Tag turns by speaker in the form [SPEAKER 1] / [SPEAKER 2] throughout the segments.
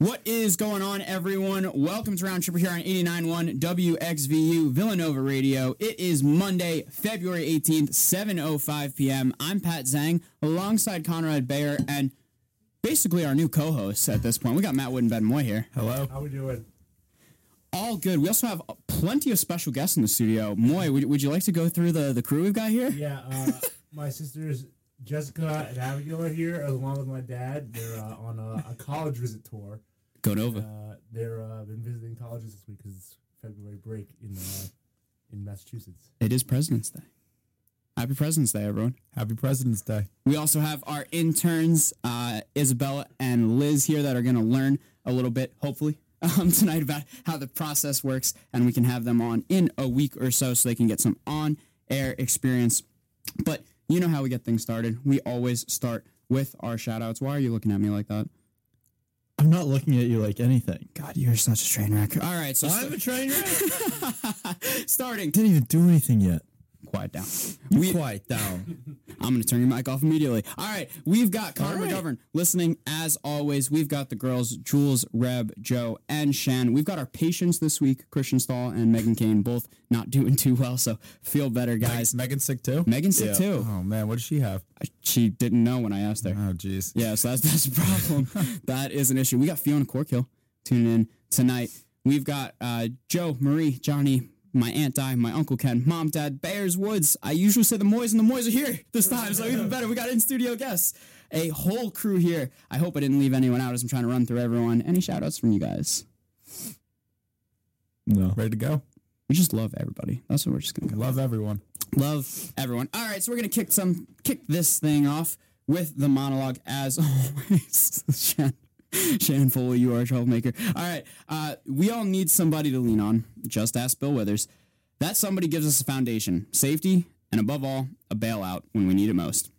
[SPEAKER 1] What is going on, everyone? Welcome to Round Tripper here on 89.1 WXVU Villanova Radio. It is Monday, February oh 18th, 7.05 p.m. I'm Pat Zhang alongside Conrad Bayer and basically our new co-hosts at this point. We got Matt Wood and Ben Moy here.
[SPEAKER 2] Hello.
[SPEAKER 3] How we doing?
[SPEAKER 1] All good. We also have plenty of special guests in the studio. Moy, would, would you like to go through the, the crew we've got here?
[SPEAKER 3] Yeah, uh, my sisters Jessica and Abigail are here, along with my dad. They're uh, on a, a college visit tour.
[SPEAKER 1] Go Nova.
[SPEAKER 3] Uh, they're uh, been visiting colleges this week because it's February break in uh, in Massachusetts.
[SPEAKER 1] It is President's Day. Happy President's Day, everyone.
[SPEAKER 2] Happy President's Day.
[SPEAKER 1] We also have our interns, uh, Isabella and Liz, here that are going to learn a little bit, hopefully, um, tonight about how the process works. And we can have them on in a week or so so they can get some on air experience. But you know how we get things started. We always start with our shout outs. Why are you looking at me like that?
[SPEAKER 2] I'm not looking at you like anything.
[SPEAKER 1] God, you're such a train wreck. All right, so
[SPEAKER 2] I'm a train wreck.
[SPEAKER 1] st- starting.
[SPEAKER 2] Didn't even do anything yet.
[SPEAKER 1] Quiet down.
[SPEAKER 2] You
[SPEAKER 1] We-
[SPEAKER 2] quiet down.
[SPEAKER 1] I'm going to turn your mic off immediately. All right, we've got Connor
[SPEAKER 2] right.
[SPEAKER 1] McGovern listening as always. We've got the girls Jules, Reb, Joe, and Shan. We've got our patients this week, Christian Stahl and Megan Kane, both not doing too well. So feel better, guys.
[SPEAKER 2] Megan sick too?
[SPEAKER 1] Megan's sick too.
[SPEAKER 4] Uh-huh.
[SPEAKER 2] Oh man, what does she have?
[SPEAKER 1] She didn't know when I asked her.
[SPEAKER 2] Oh jeez.
[SPEAKER 1] Yeah, so that's that's a problem. that is an issue. We got Fiona Corkill tuning in tonight. We've got uh, Joe, Marie, Johnny, my aunt Di, my uncle Ken, mom, dad, Bears Woods. I usually say the Moys and the Moys are here this time, so even better. We got in studio guests, a whole crew here. I hope I didn't leave anyone out as I'm trying to run through everyone. Any shout outs from you guys?
[SPEAKER 2] No. Ready to go?
[SPEAKER 1] We just love everybody. That's what we're just gonna go.
[SPEAKER 2] Love everyone.
[SPEAKER 1] Love everyone. All right, so we're gonna kick some kick this thing off with the monologue as always. Shan, Shan Foley, you are a troublemaker. All right, uh, we all need somebody to lean on. Just ask Bill Withers. That somebody gives us a foundation, safety, and above all, a bailout when we need it most.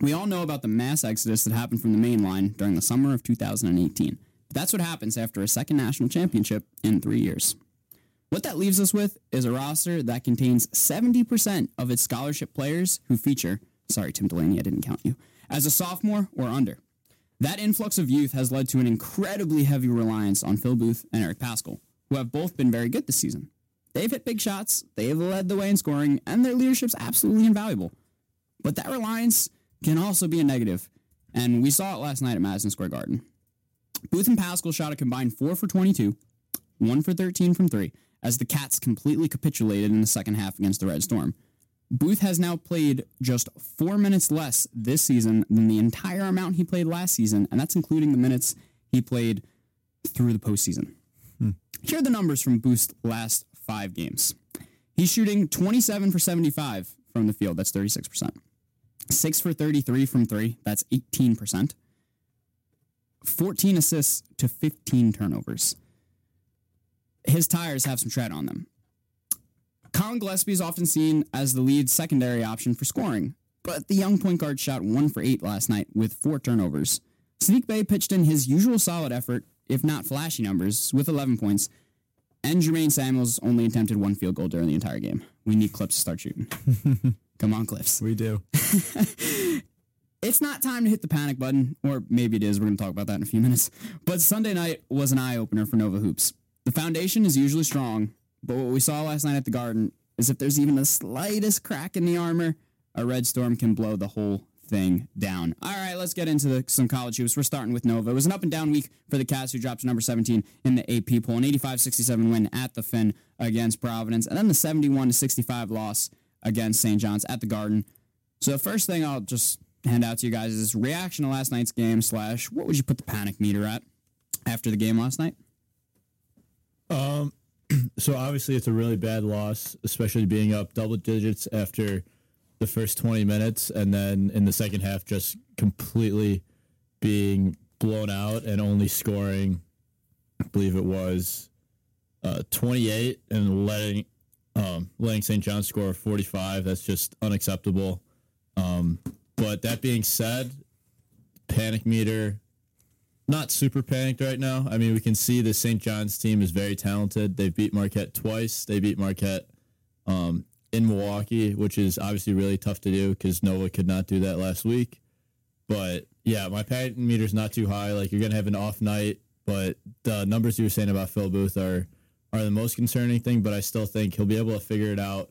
[SPEAKER 1] We all know about the mass exodus that happened from the main line during the summer of 2018. That's what happens after a second national championship in three years. What that leaves us with is a roster that contains 70% of its scholarship players who feature, sorry, Tim Delaney, I didn't count you, as a sophomore or under. That influx of youth has led to an incredibly heavy reliance on Phil Booth and Eric Paschal, who have both been very good this season. They've hit big shots, they have led the way in scoring, and their leadership's absolutely invaluable. But that reliance can also be a negative, and we saw it last night at Madison Square Garden. Booth and Paschal shot a combined 4 for 22, one for 13 from three, as the Cats completely capitulated in the second half against the Red Storm. Booth has now played just four minutes less this season than the entire amount he played last season, and that's including the minutes he played through the postseason. Here are the numbers from Booth's last five games. He's shooting 27 for 75 from the field, that's 36%. 6 for 33 from 3, that's 18%. 14 assists to 15 turnovers his tires have some tread on them. Colin Gillespie is often seen as the lead secondary option for scoring, but the young point guard shot one for eight last night with four turnovers. Sneak Bay pitched in his usual solid effort, if not flashy numbers, with 11 points, and Jermaine Samuels only attempted one field goal during the entire game. We need Clips to start shooting. Come on, Clips
[SPEAKER 2] We do.
[SPEAKER 1] it's not time to hit the panic button, or maybe it is. We're going to talk about that in a few minutes. But Sunday night was an eye opener for Nova Hoops. The foundation is usually strong, but what we saw last night at the Garden is if there's even the slightest crack in the armor, a red storm can blow the whole thing down. All right, let's get into the, some college hoops. We're starting with Nova. It was an up and down week for the Cats, who dropped to number 17 in the AP poll, an 85 67 win at the Finn against Providence, and then the 71 65 loss against St. John's at the Garden. So the first thing I'll just hand out to you guys is reaction to last night's game slash what would you put the panic meter at after the game last night?
[SPEAKER 4] Um, so obviously it's a really bad loss, especially being up double digits after the first 20 minutes, and then in the second half just completely being blown out and only scoring, I believe it was, uh, 28 and letting um, letting St. John score 45. That's just unacceptable. Um, but that being said, panic meter not super panicked right now. I mean, we can see the St. John's team is very talented. They beat Marquette twice. They beat Marquette um, in Milwaukee, which is obviously really tough to do because Nova could not do that last week. But yeah, my panic meter's not too high. Like you're gonna have an off night. But the numbers you were saying about Phil Booth are are the most concerning thing. But I still think he'll be able to figure it out,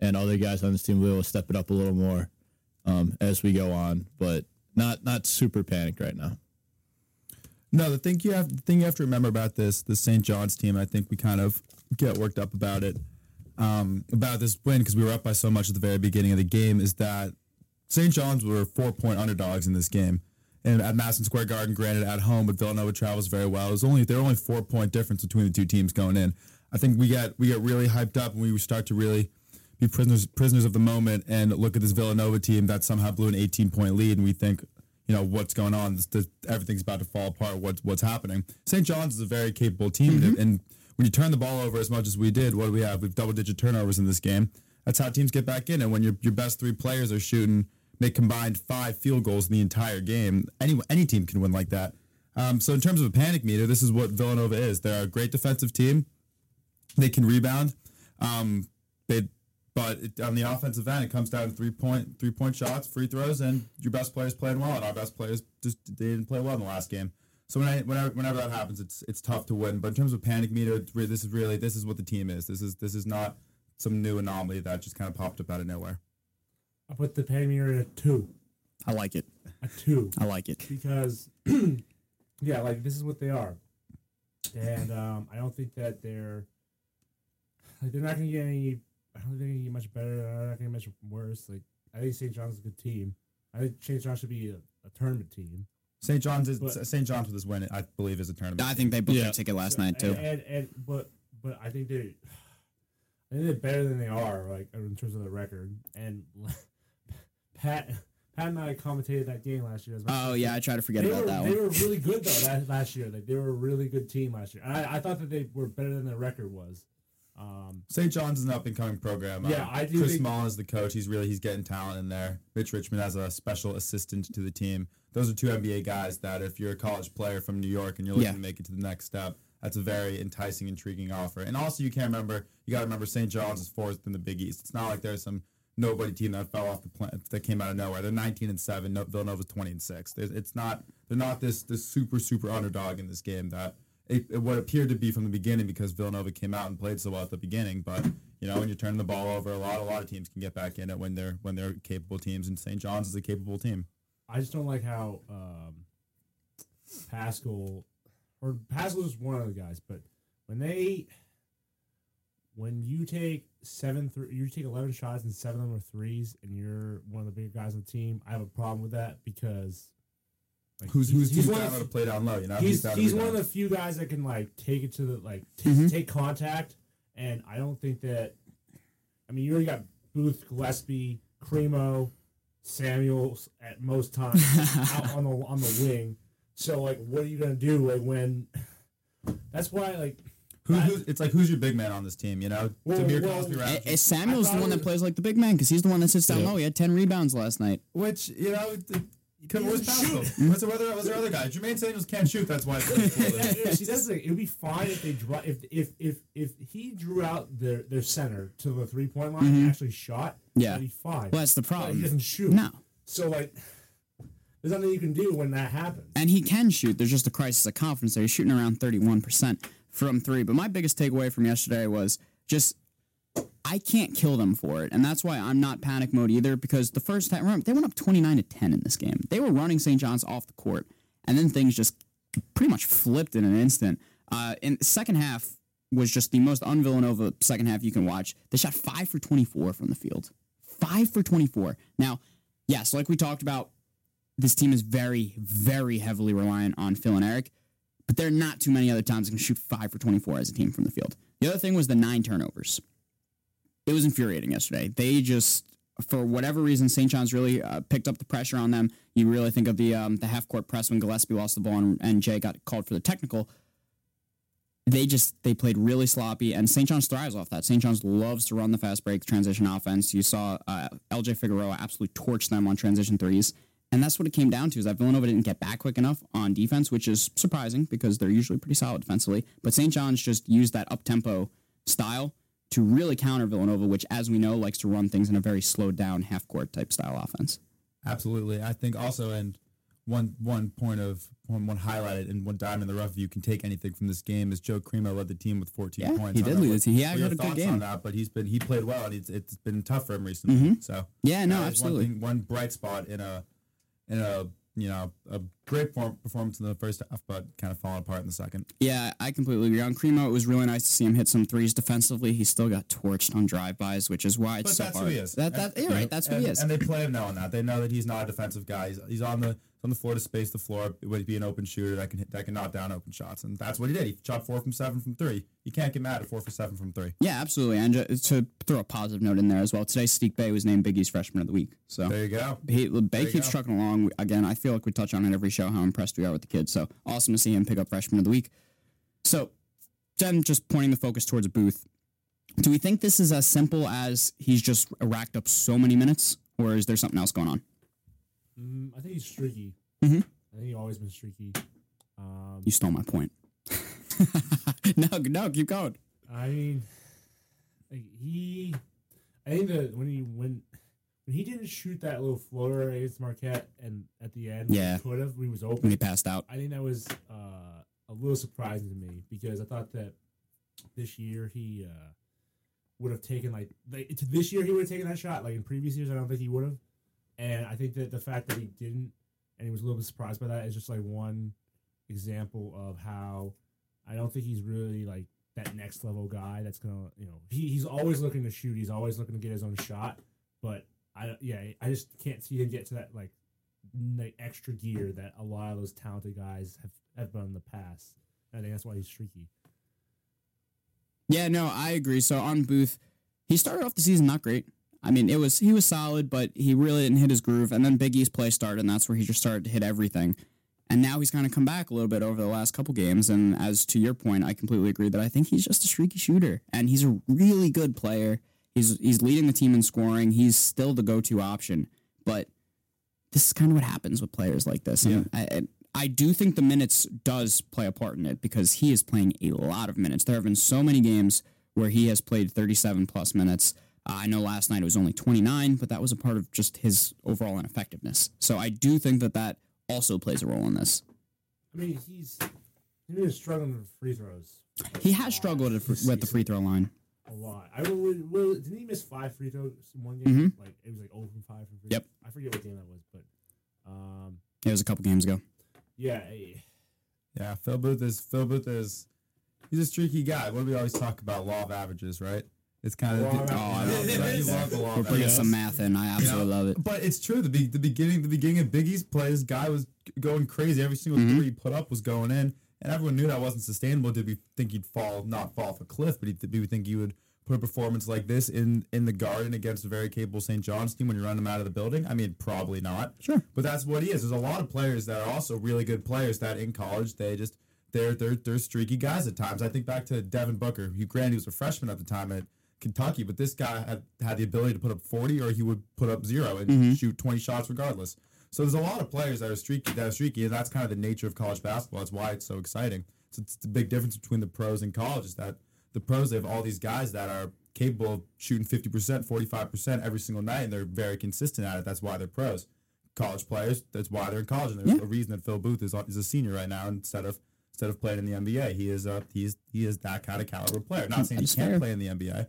[SPEAKER 4] and other guys on this team will be able to step it up a little more um, as we go on. But not not super panicked right now.
[SPEAKER 2] No, the thing you have the thing you have to remember about this the St. John's team. I think we kind of get worked up about it um, about this win because we were up by so much at the very beginning of the game. Is that St. John's were four point underdogs in this game, and at Madison Square Garden, granted at home, but Villanova travels very well. It was only there were only four point difference between the two teams going in. I think we get we get really hyped up and we start to really be prisoners prisoners of the moment and look at this Villanova team that somehow blew an 18 point lead and we think you know what's going on this, this, everything's about to fall apart what's what's happening St. John's is a very capable team and- and when you turn the ball over as much as we did what do we have we've double digit turnovers in this game that's how teams get back in and when your your best three players are shooting make combined five field goals in the entire game any any team can win like that um, so in terms of a panic meter this is what Villanova is they're a great defensive team they can rebound. Um, they, but it, on the offensive end, it comes down to three point three point shots, free throws, and your best players playing well, and our best players just they didn't play well in the last game. So when I, whenever whenever that happens, it's it's tough to win. But in terms of panic meter, it's re- this is really this is what the team is. This is this is not some new anomaly that just kind of popped up out of nowhere.
[SPEAKER 3] I put the pay meter at a two.
[SPEAKER 1] I like it.
[SPEAKER 3] A two.
[SPEAKER 1] I like it.
[SPEAKER 3] because yeah, like this is what they are, and um, I don't think that they're like they're not gonna get any. I don't think they're gonna get much better. They're not gonna get much worse. Like I think St. John's is a good team. I think St. John's should be a, a tournament team.
[SPEAKER 2] St. John's is
[SPEAKER 3] But-
[SPEAKER 2] St. John's with this win, I believe, is a tournament.
[SPEAKER 1] I think they booked
[SPEAKER 4] Yeah.
[SPEAKER 1] their ticket last
[SPEAKER 3] So-
[SPEAKER 1] night too.
[SPEAKER 3] And, and and but but I think they're I think they're better than they are like in terms of the record. And Pat Pat and I commentated that game last year. As my
[SPEAKER 1] Oh yeah, I try to forget
[SPEAKER 3] they
[SPEAKER 1] about
[SPEAKER 3] were,
[SPEAKER 1] that
[SPEAKER 3] they
[SPEAKER 1] one.
[SPEAKER 3] were really good though that, last year. Like they were a really good team last year. And I, I thought that they were better than their record was. Um,
[SPEAKER 2] St. John's is an up and coming program.
[SPEAKER 3] Yeah,
[SPEAKER 2] Uh,
[SPEAKER 3] I do
[SPEAKER 2] Chris
[SPEAKER 3] think-
[SPEAKER 2] Mullen is the coach. He's really he's getting talent in there. Mitch Richmond as a special assistant to the team. Those are two NBA guys that if you're a college player from New York and you're looking
[SPEAKER 1] Yeah.
[SPEAKER 2] to make it to the next step, that's a very enticing, intriguing offer. And also, you can't remember you got to remember St. John's is fourth in the Big East. It's not like there's some nobody team that fell off the planet that came out of nowhere. They're 19 and seven. No, Villanova's 20 and six. There's, it's not they're not this this super super underdog in this game that it, it what appeared to be from the beginning because Villanova came out and played so well at the beginning. But you know when you're turning the ball over, a lot a lot of teams can get back in it when they're when they're capable teams. And St. John's is a capable team.
[SPEAKER 3] I just don't like how um, Pascal or Pascal is one of the guys, but when they when you take seven thr you take eleven shots and seven of them are threes, and you're one of the bigger guys on the team. I have a problem with that because like,
[SPEAKER 2] Who's
[SPEAKER 3] he's-
[SPEAKER 2] who's
[SPEAKER 3] he's
[SPEAKER 2] he's
[SPEAKER 3] one
[SPEAKER 2] down
[SPEAKER 3] of-
[SPEAKER 2] to play down low. You know
[SPEAKER 3] he's,
[SPEAKER 2] down to
[SPEAKER 3] he's
[SPEAKER 2] rebound.
[SPEAKER 3] one of the few guys that can like take it to the like t-
[SPEAKER 1] Mhm.
[SPEAKER 3] take contact, and I don't think that. I mean, you already got Booth, Gillespie, Cremo, Samuels at most times out on the on the wing. So like, what are you gonna do like when? That's why like
[SPEAKER 2] Who, who's, it's like who's your big man on this team? You know,
[SPEAKER 3] Well,
[SPEAKER 2] Tamir
[SPEAKER 3] well, eh,
[SPEAKER 2] Cosby.
[SPEAKER 3] I-
[SPEAKER 2] Ramsey.
[SPEAKER 1] I- Is Samuel's
[SPEAKER 3] I
[SPEAKER 1] the
[SPEAKER 3] thought
[SPEAKER 1] one
[SPEAKER 3] it
[SPEAKER 1] that
[SPEAKER 3] was-
[SPEAKER 1] plays like the big man because he's the one that sits down
[SPEAKER 4] Yeah.
[SPEAKER 1] low. He had ten rebounds last night.
[SPEAKER 2] Which you know, th- could, was
[SPEAKER 3] doesn't
[SPEAKER 2] Pascal? Was there other was there other guy? Jermaine Samuels can't shoot. That's why.
[SPEAKER 3] Yeah,
[SPEAKER 2] It's
[SPEAKER 3] yeah, see, that's the thing. It would be fine if they draw if if if if he drew out their their center to the three point line and actually shot.
[SPEAKER 1] Mm-hmm. Yeah.
[SPEAKER 3] it'd be fine.
[SPEAKER 1] Well, that's the
[SPEAKER 3] but he
[SPEAKER 1] problem.
[SPEAKER 3] doesn't shoot.
[SPEAKER 1] No,
[SPEAKER 3] So like, there's nothing you can do when that happens.
[SPEAKER 1] and he can shoot. There's just a crisis of confidence there. He's shooting around 31% from three. But my biggest takeaway from yesterday was just I can't kill them for it, and that's why I'm not panic mode either. Because the first time, remember, they went up 29 to 10 in this game. They were running St. John's off the court, and then things just pretty much flipped in an instant. Uh, and the second half was just the most un Villanova second half you can watch. They shot five for 24 from the field, five for 24. Now, yes, like we talked about, this team is very, very heavily reliant on Phil and Eric, but there are not too many other times they can shoot five for 24 as a team from the field. The other thing was the nine turnovers. It was infuriating yesterday. They just, for whatever reason, St. John's really uh, picked up the pressure on them. You really think of the um, the half court press when Gillespie lost the ball and, and Jay got called for the technical. They just they played really sloppy, and St. John's thrives off that. St. John's loves to run the fast break transition offense. You saw uh, L.J. Figueroa absolutely torch them on transition threes. And that's what it came down to is that Villanova didn't get back quick enough on defense, which is surprising because they're usually pretty solid defensively. But St. John's just used that up tempo style to really counter Villanova, which, as we know, likes to run things in a very slowed down half court type style offense.
[SPEAKER 2] Absolutely, I think also, and one one point of one, one highlighted and one diamond in the rough. If you can take anything from this game, is Joe Cremo led the team with 14
[SPEAKER 1] Yeah,
[SPEAKER 2] points.
[SPEAKER 1] he
[SPEAKER 2] I
[SPEAKER 1] did
[SPEAKER 2] don't know
[SPEAKER 1] lead the
[SPEAKER 2] what-
[SPEAKER 1] team. He
[SPEAKER 2] what
[SPEAKER 1] actually
[SPEAKER 2] your
[SPEAKER 1] had a good
[SPEAKER 2] thoughts
[SPEAKER 1] game.
[SPEAKER 2] on that, but he's been he played well and it's it's been tough for him recently.
[SPEAKER 1] Mm-hmm.
[SPEAKER 2] So
[SPEAKER 1] Yeah, no,
[SPEAKER 2] that is
[SPEAKER 1] absolutely.
[SPEAKER 2] One, thing, one bright spot in a in a you know a great form, performance in the first half, but kind of falling apart in the second.
[SPEAKER 1] Yeah, I completely agree. On Cremo, it was really nice to see him hit some threes defensively. He still got torched on drive-bys, which is why it's
[SPEAKER 2] But
[SPEAKER 1] so
[SPEAKER 2] that's
[SPEAKER 1] hard.
[SPEAKER 2] who he is.
[SPEAKER 1] That, that,
[SPEAKER 2] And-
[SPEAKER 1] you're right. That's who
[SPEAKER 2] and,
[SPEAKER 1] he is.
[SPEAKER 2] And they play him now on that. They know that he's not a defensive guy. He's, he's on the on the floor to space the floor. It would be an open shooter that can hit, that can knock down open shots, and that's what he did. He shot four from seven from three. You can't get mad at four for seven from three.
[SPEAKER 1] yeah, absolutely. And ju- to throw a positive note in there as well, today Steak Bay was named Biggie's Freshman of the Week. So
[SPEAKER 2] There you go.
[SPEAKER 1] he, Bay
[SPEAKER 2] you
[SPEAKER 1] keeps
[SPEAKER 2] go.
[SPEAKER 1] trucking along. Again, I feel like we touch on it every show how impressed we are with the kids. So awesome to see him pick up Freshman of the Week. So, then just pointing the focus towards Booth. Do we think this is as simple as he's just racked up so many minutes, or is there something else going on?
[SPEAKER 3] Mm, I think he's streaky.
[SPEAKER 1] Mhm.
[SPEAKER 3] I think he's always been streaky. Um,
[SPEAKER 1] You stole my point. no, no, keep going.
[SPEAKER 3] I mean, like, he. I think that when he when when he didn't shoot that little floater against Marquette and at the end,
[SPEAKER 1] Yeah.
[SPEAKER 3] could have when he was
[SPEAKER 1] When
[SPEAKER 3] open.
[SPEAKER 1] he passed out.
[SPEAKER 3] I think that was uh, a little surprising to me because I thought that this year he uh, would have taken like, like it's- this year he would have taken that shot. Like in previous years, I don't think he would have. And I think that the fact that he didn't and he was a little bit surprised by that is just like one example of how I don't think he's really like that next level guy that's gonna you know he, he's always looking to shoot. He's always looking to get his own shot, but I yeah I just can't see him get to that like the extra gear that a lot of those talented guys have, have been in the past. I think that's why he's streaky.
[SPEAKER 1] Yeah, no, I agree. So on Booth, he started off the season not great. I mean, it was he was solid, but he really didn't hit his groove. And then Big East play started, and that's where he just started to hit everything. And now he's kind of come back a little bit over the last couple games. And as to your point, I completely agree that I think he's just a streaky shooter, and he's a really good player. He's he's leading the team in scoring. He's still the go-to option, but this is kind of what happens with players like this. And I, I, I do think the minutes does play a part in it because he is playing a lot of minutes. There have been so many games where he has played 37 plus minutes. Uh, I know last night it was only 29, but that was a part of just his overall ineffectiveness. So I do think that that also plays a role in this.
[SPEAKER 3] I mean, he's he's been struggling with free throws.
[SPEAKER 1] He has struggled at- with the free throw line.
[SPEAKER 3] a lot. I will, will didn't he miss five free throws in one game? Like it was like over from five from free.
[SPEAKER 1] Mm-hmm. Yep.
[SPEAKER 3] I forget what game that was, but um,
[SPEAKER 1] It was a couple games ago.
[SPEAKER 3] yeah, eh, I-
[SPEAKER 2] Yeah, Phil Booth is Phil Booth is he's a streaky guy. What do we always talk about? Law of averages, right? It's kind of
[SPEAKER 3] Law of
[SPEAKER 2] the,
[SPEAKER 1] Oh, I love
[SPEAKER 2] You
[SPEAKER 1] that.
[SPEAKER 2] love the law
[SPEAKER 1] We're
[SPEAKER 2] of
[SPEAKER 1] bringing
[SPEAKER 2] averages.
[SPEAKER 1] some math in. I
[SPEAKER 2] You know?
[SPEAKER 1] absolutely love it.
[SPEAKER 2] But it's true. The, be- the beginning, the beginning of Biggie's plays, guy was g- going crazy. Every single three he put up was going in, and everyone knew that wasn't sustainable. Did we think he'd fall, not fall off a cliff? But he, did we think he would put a performance like this in in the Garden against a very capable St. John's team when you run them out of the building? I mean, probably not.
[SPEAKER 1] Sure.
[SPEAKER 2] But that's what he is. There's a lot of players that are also really good players that in college they just they're they're they're streaky guys at times. I think back to Devin Booker, who granted he was a freshman at the time at Kentucky, but this guy had, had the ability to put up 40 or he would put up zero and shoot 20 shots regardless. So there's a lot of players that are streaky that are streaky, and that's kind of the nature of college basketball. That's why it's so exciting. It's, it's the big difference between the pros and college is that the pros they have all these guys that are capable of shooting 50%, 45% every single night, and they're very consistent at it. That's why they're pros college players. That's why they're in college, and there's a reason that Phil Booth is, is a senior right now instead of instead of playing in the NBA. He is a he is he is that kind of caliber player. Not saying he
[SPEAKER 1] That's
[SPEAKER 2] can't
[SPEAKER 1] fair.
[SPEAKER 2] play in the NBA,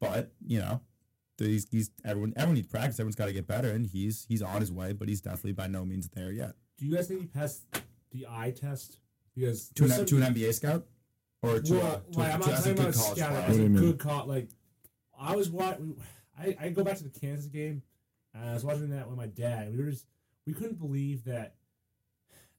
[SPEAKER 2] but you know, he's, he's everyone everyone needs practice. Everyone's got to get better, and he's he's on his way, but he's definitely by no means there yet.
[SPEAKER 3] do you guys think he passed the eye test? Because
[SPEAKER 2] To
[SPEAKER 3] there's
[SPEAKER 2] an,
[SPEAKER 3] some-
[SPEAKER 2] to an NBA scout or to,
[SPEAKER 3] well,
[SPEAKER 2] a, to,
[SPEAKER 3] like, I'm
[SPEAKER 2] a,
[SPEAKER 3] not
[SPEAKER 2] to as
[SPEAKER 3] talking
[SPEAKER 2] a
[SPEAKER 3] about
[SPEAKER 2] good college
[SPEAKER 3] scouting.
[SPEAKER 2] player.
[SPEAKER 3] As
[SPEAKER 4] do
[SPEAKER 3] a
[SPEAKER 4] you mean?
[SPEAKER 3] good call, like I was watching. I, I go back to the Kansas game, and I was watching that with my dad. We were just we couldn't believe that.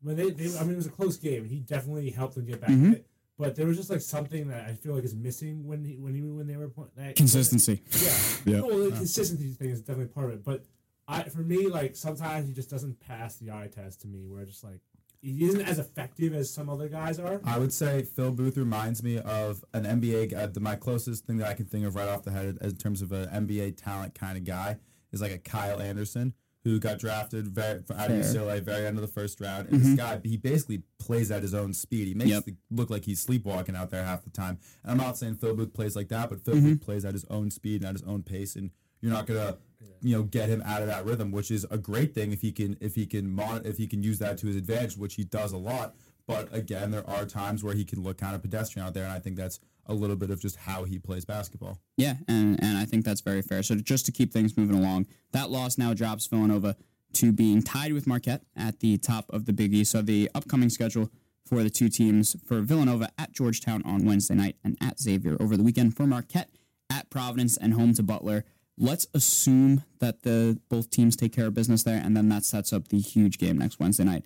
[SPEAKER 3] When they, they, I mean, it was a close game, and he definitely helped them get back. in
[SPEAKER 4] Mm-hmm.
[SPEAKER 1] Mhm.
[SPEAKER 3] It, but there was just like something that I feel like is missing when he, when he, when they were playing. Like,
[SPEAKER 1] Consistency.
[SPEAKER 3] yeah.
[SPEAKER 4] Yeah.
[SPEAKER 3] Well, the consistency thing is definitely part of it. But I, for me, like sometimes he just doesn't pass the eye test to me. Where it's just like he isn't as effective as some other guys are.
[SPEAKER 2] I would say Phil Booth reminds me of an NBA. Uh, the, my closest thing that I can think of right off the head in terms of an NBA talent kind of guy is like a Kyle Anderson who got drafted very, out of
[SPEAKER 1] Fair. Mm-hmm.
[SPEAKER 2] UCLA very end of the first round. And this guy, he basically plays at his own speed. He makes
[SPEAKER 1] Yep.
[SPEAKER 2] it look like he's sleepwalking out there half the time.
[SPEAKER 1] Mm-hmm.
[SPEAKER 2] And I'm not saying Phil Booth plays like that, but Phil Booth plays at his own speed and at his own pace. And you're not gonna you know get him out of that rhythm, which is a great thing if he can if he can mon- if he can use that to his advantage, which he does a lot. But again, there are times where he can look kind of pedestrian out there, and I think that's a little bit of just how he plays basketball.
[SPEAKER 1] Yeah, and, and I think that's very fair. So just to keep things moving along, that loss now drops Villanova to being tied with Marquette at the top of the Big East. So the upcoming schedule for the two teams for Villanova at Georgetown on Wednesday night and at Xavier over the weekend for Marquette at Providence and home to Butler. Let's assume that the both teams take care of business there, and then that sets up the huge game next Wednesday night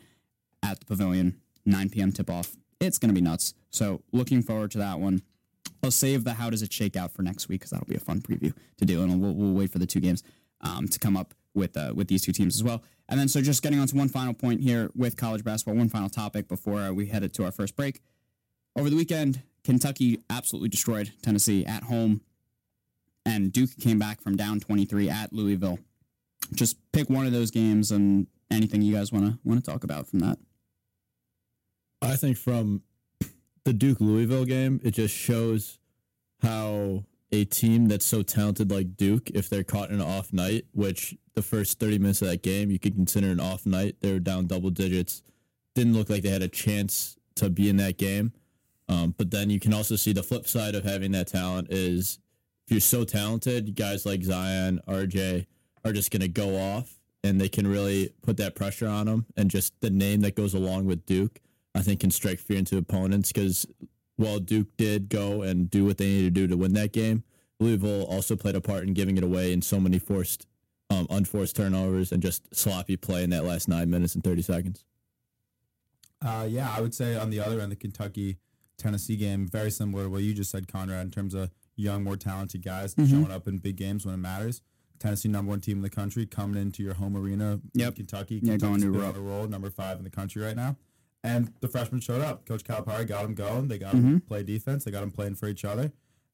[SPEAKER 1] at the Pavilion, 9 p.m. tip off. It's going to be nuts. So looking forward to that one. I'll save the how does it shake out for next week because that'll be a fun preview to do, and we'll, we'll wait for the two games um, to come up with uh, with these two teams as well. And then, so just getting on to one final point here with college basketball, one final topic before uh, we headed to our first break. Over the weekend, Kentucky absolutely destroyed Tennessee at home, and Duke came back from down twenty three at Louisville. Just pick one of those games and anything you guys want to want to talk about from that.
[SPEAKER 4] I think from the Duke Louisville game, it just shows how a team that's so talented like Duke, if they're caught in an off night, which the first 30 minutes of that game you could consider an off night, they were down double digits, didn't look like they had a chance to be in that game. Um, but then you can also see the flip side of having that talent is if you're so talented, guys like Zion, RJ are just going to go off and they can really put that pressure on them. And just the name that goes along with Duke, I think, can strike fear into opponents because while Duke did go and do what they needed to do to win that game, Louisville also played a part in giving it away in so many forced, um, unforced turnovers and just sloppy play in that last nine minutes and 30 seconds.
[SPEAKER 2] Uh, yeah, I would say on the other end, the Kentucky Tennessee game, very similar to what you just said, Conrad, in terms of young, more talented guys
[SPEAKER 1] Mm-hmm.
[SPEAKER 2] showing up in big games when it matters. Tennessee, number one team in the country, coming into your home arena,
[SPEAKER 1] Yep.
[SPEAKER 2] Kentucky.
[SPEAKER 1] Yeah,
[SPEAKER 2] Kentucky's
[SPEAKER 1] going to
[SPEAKER 2] been on a roll, number five in the country right now. And the freshmen showed up. Coach Calipari got them going. They got
[SPEAKER 1] Mm-hmm.
[SPEAKER 2] them play defense. They got them playing for each other.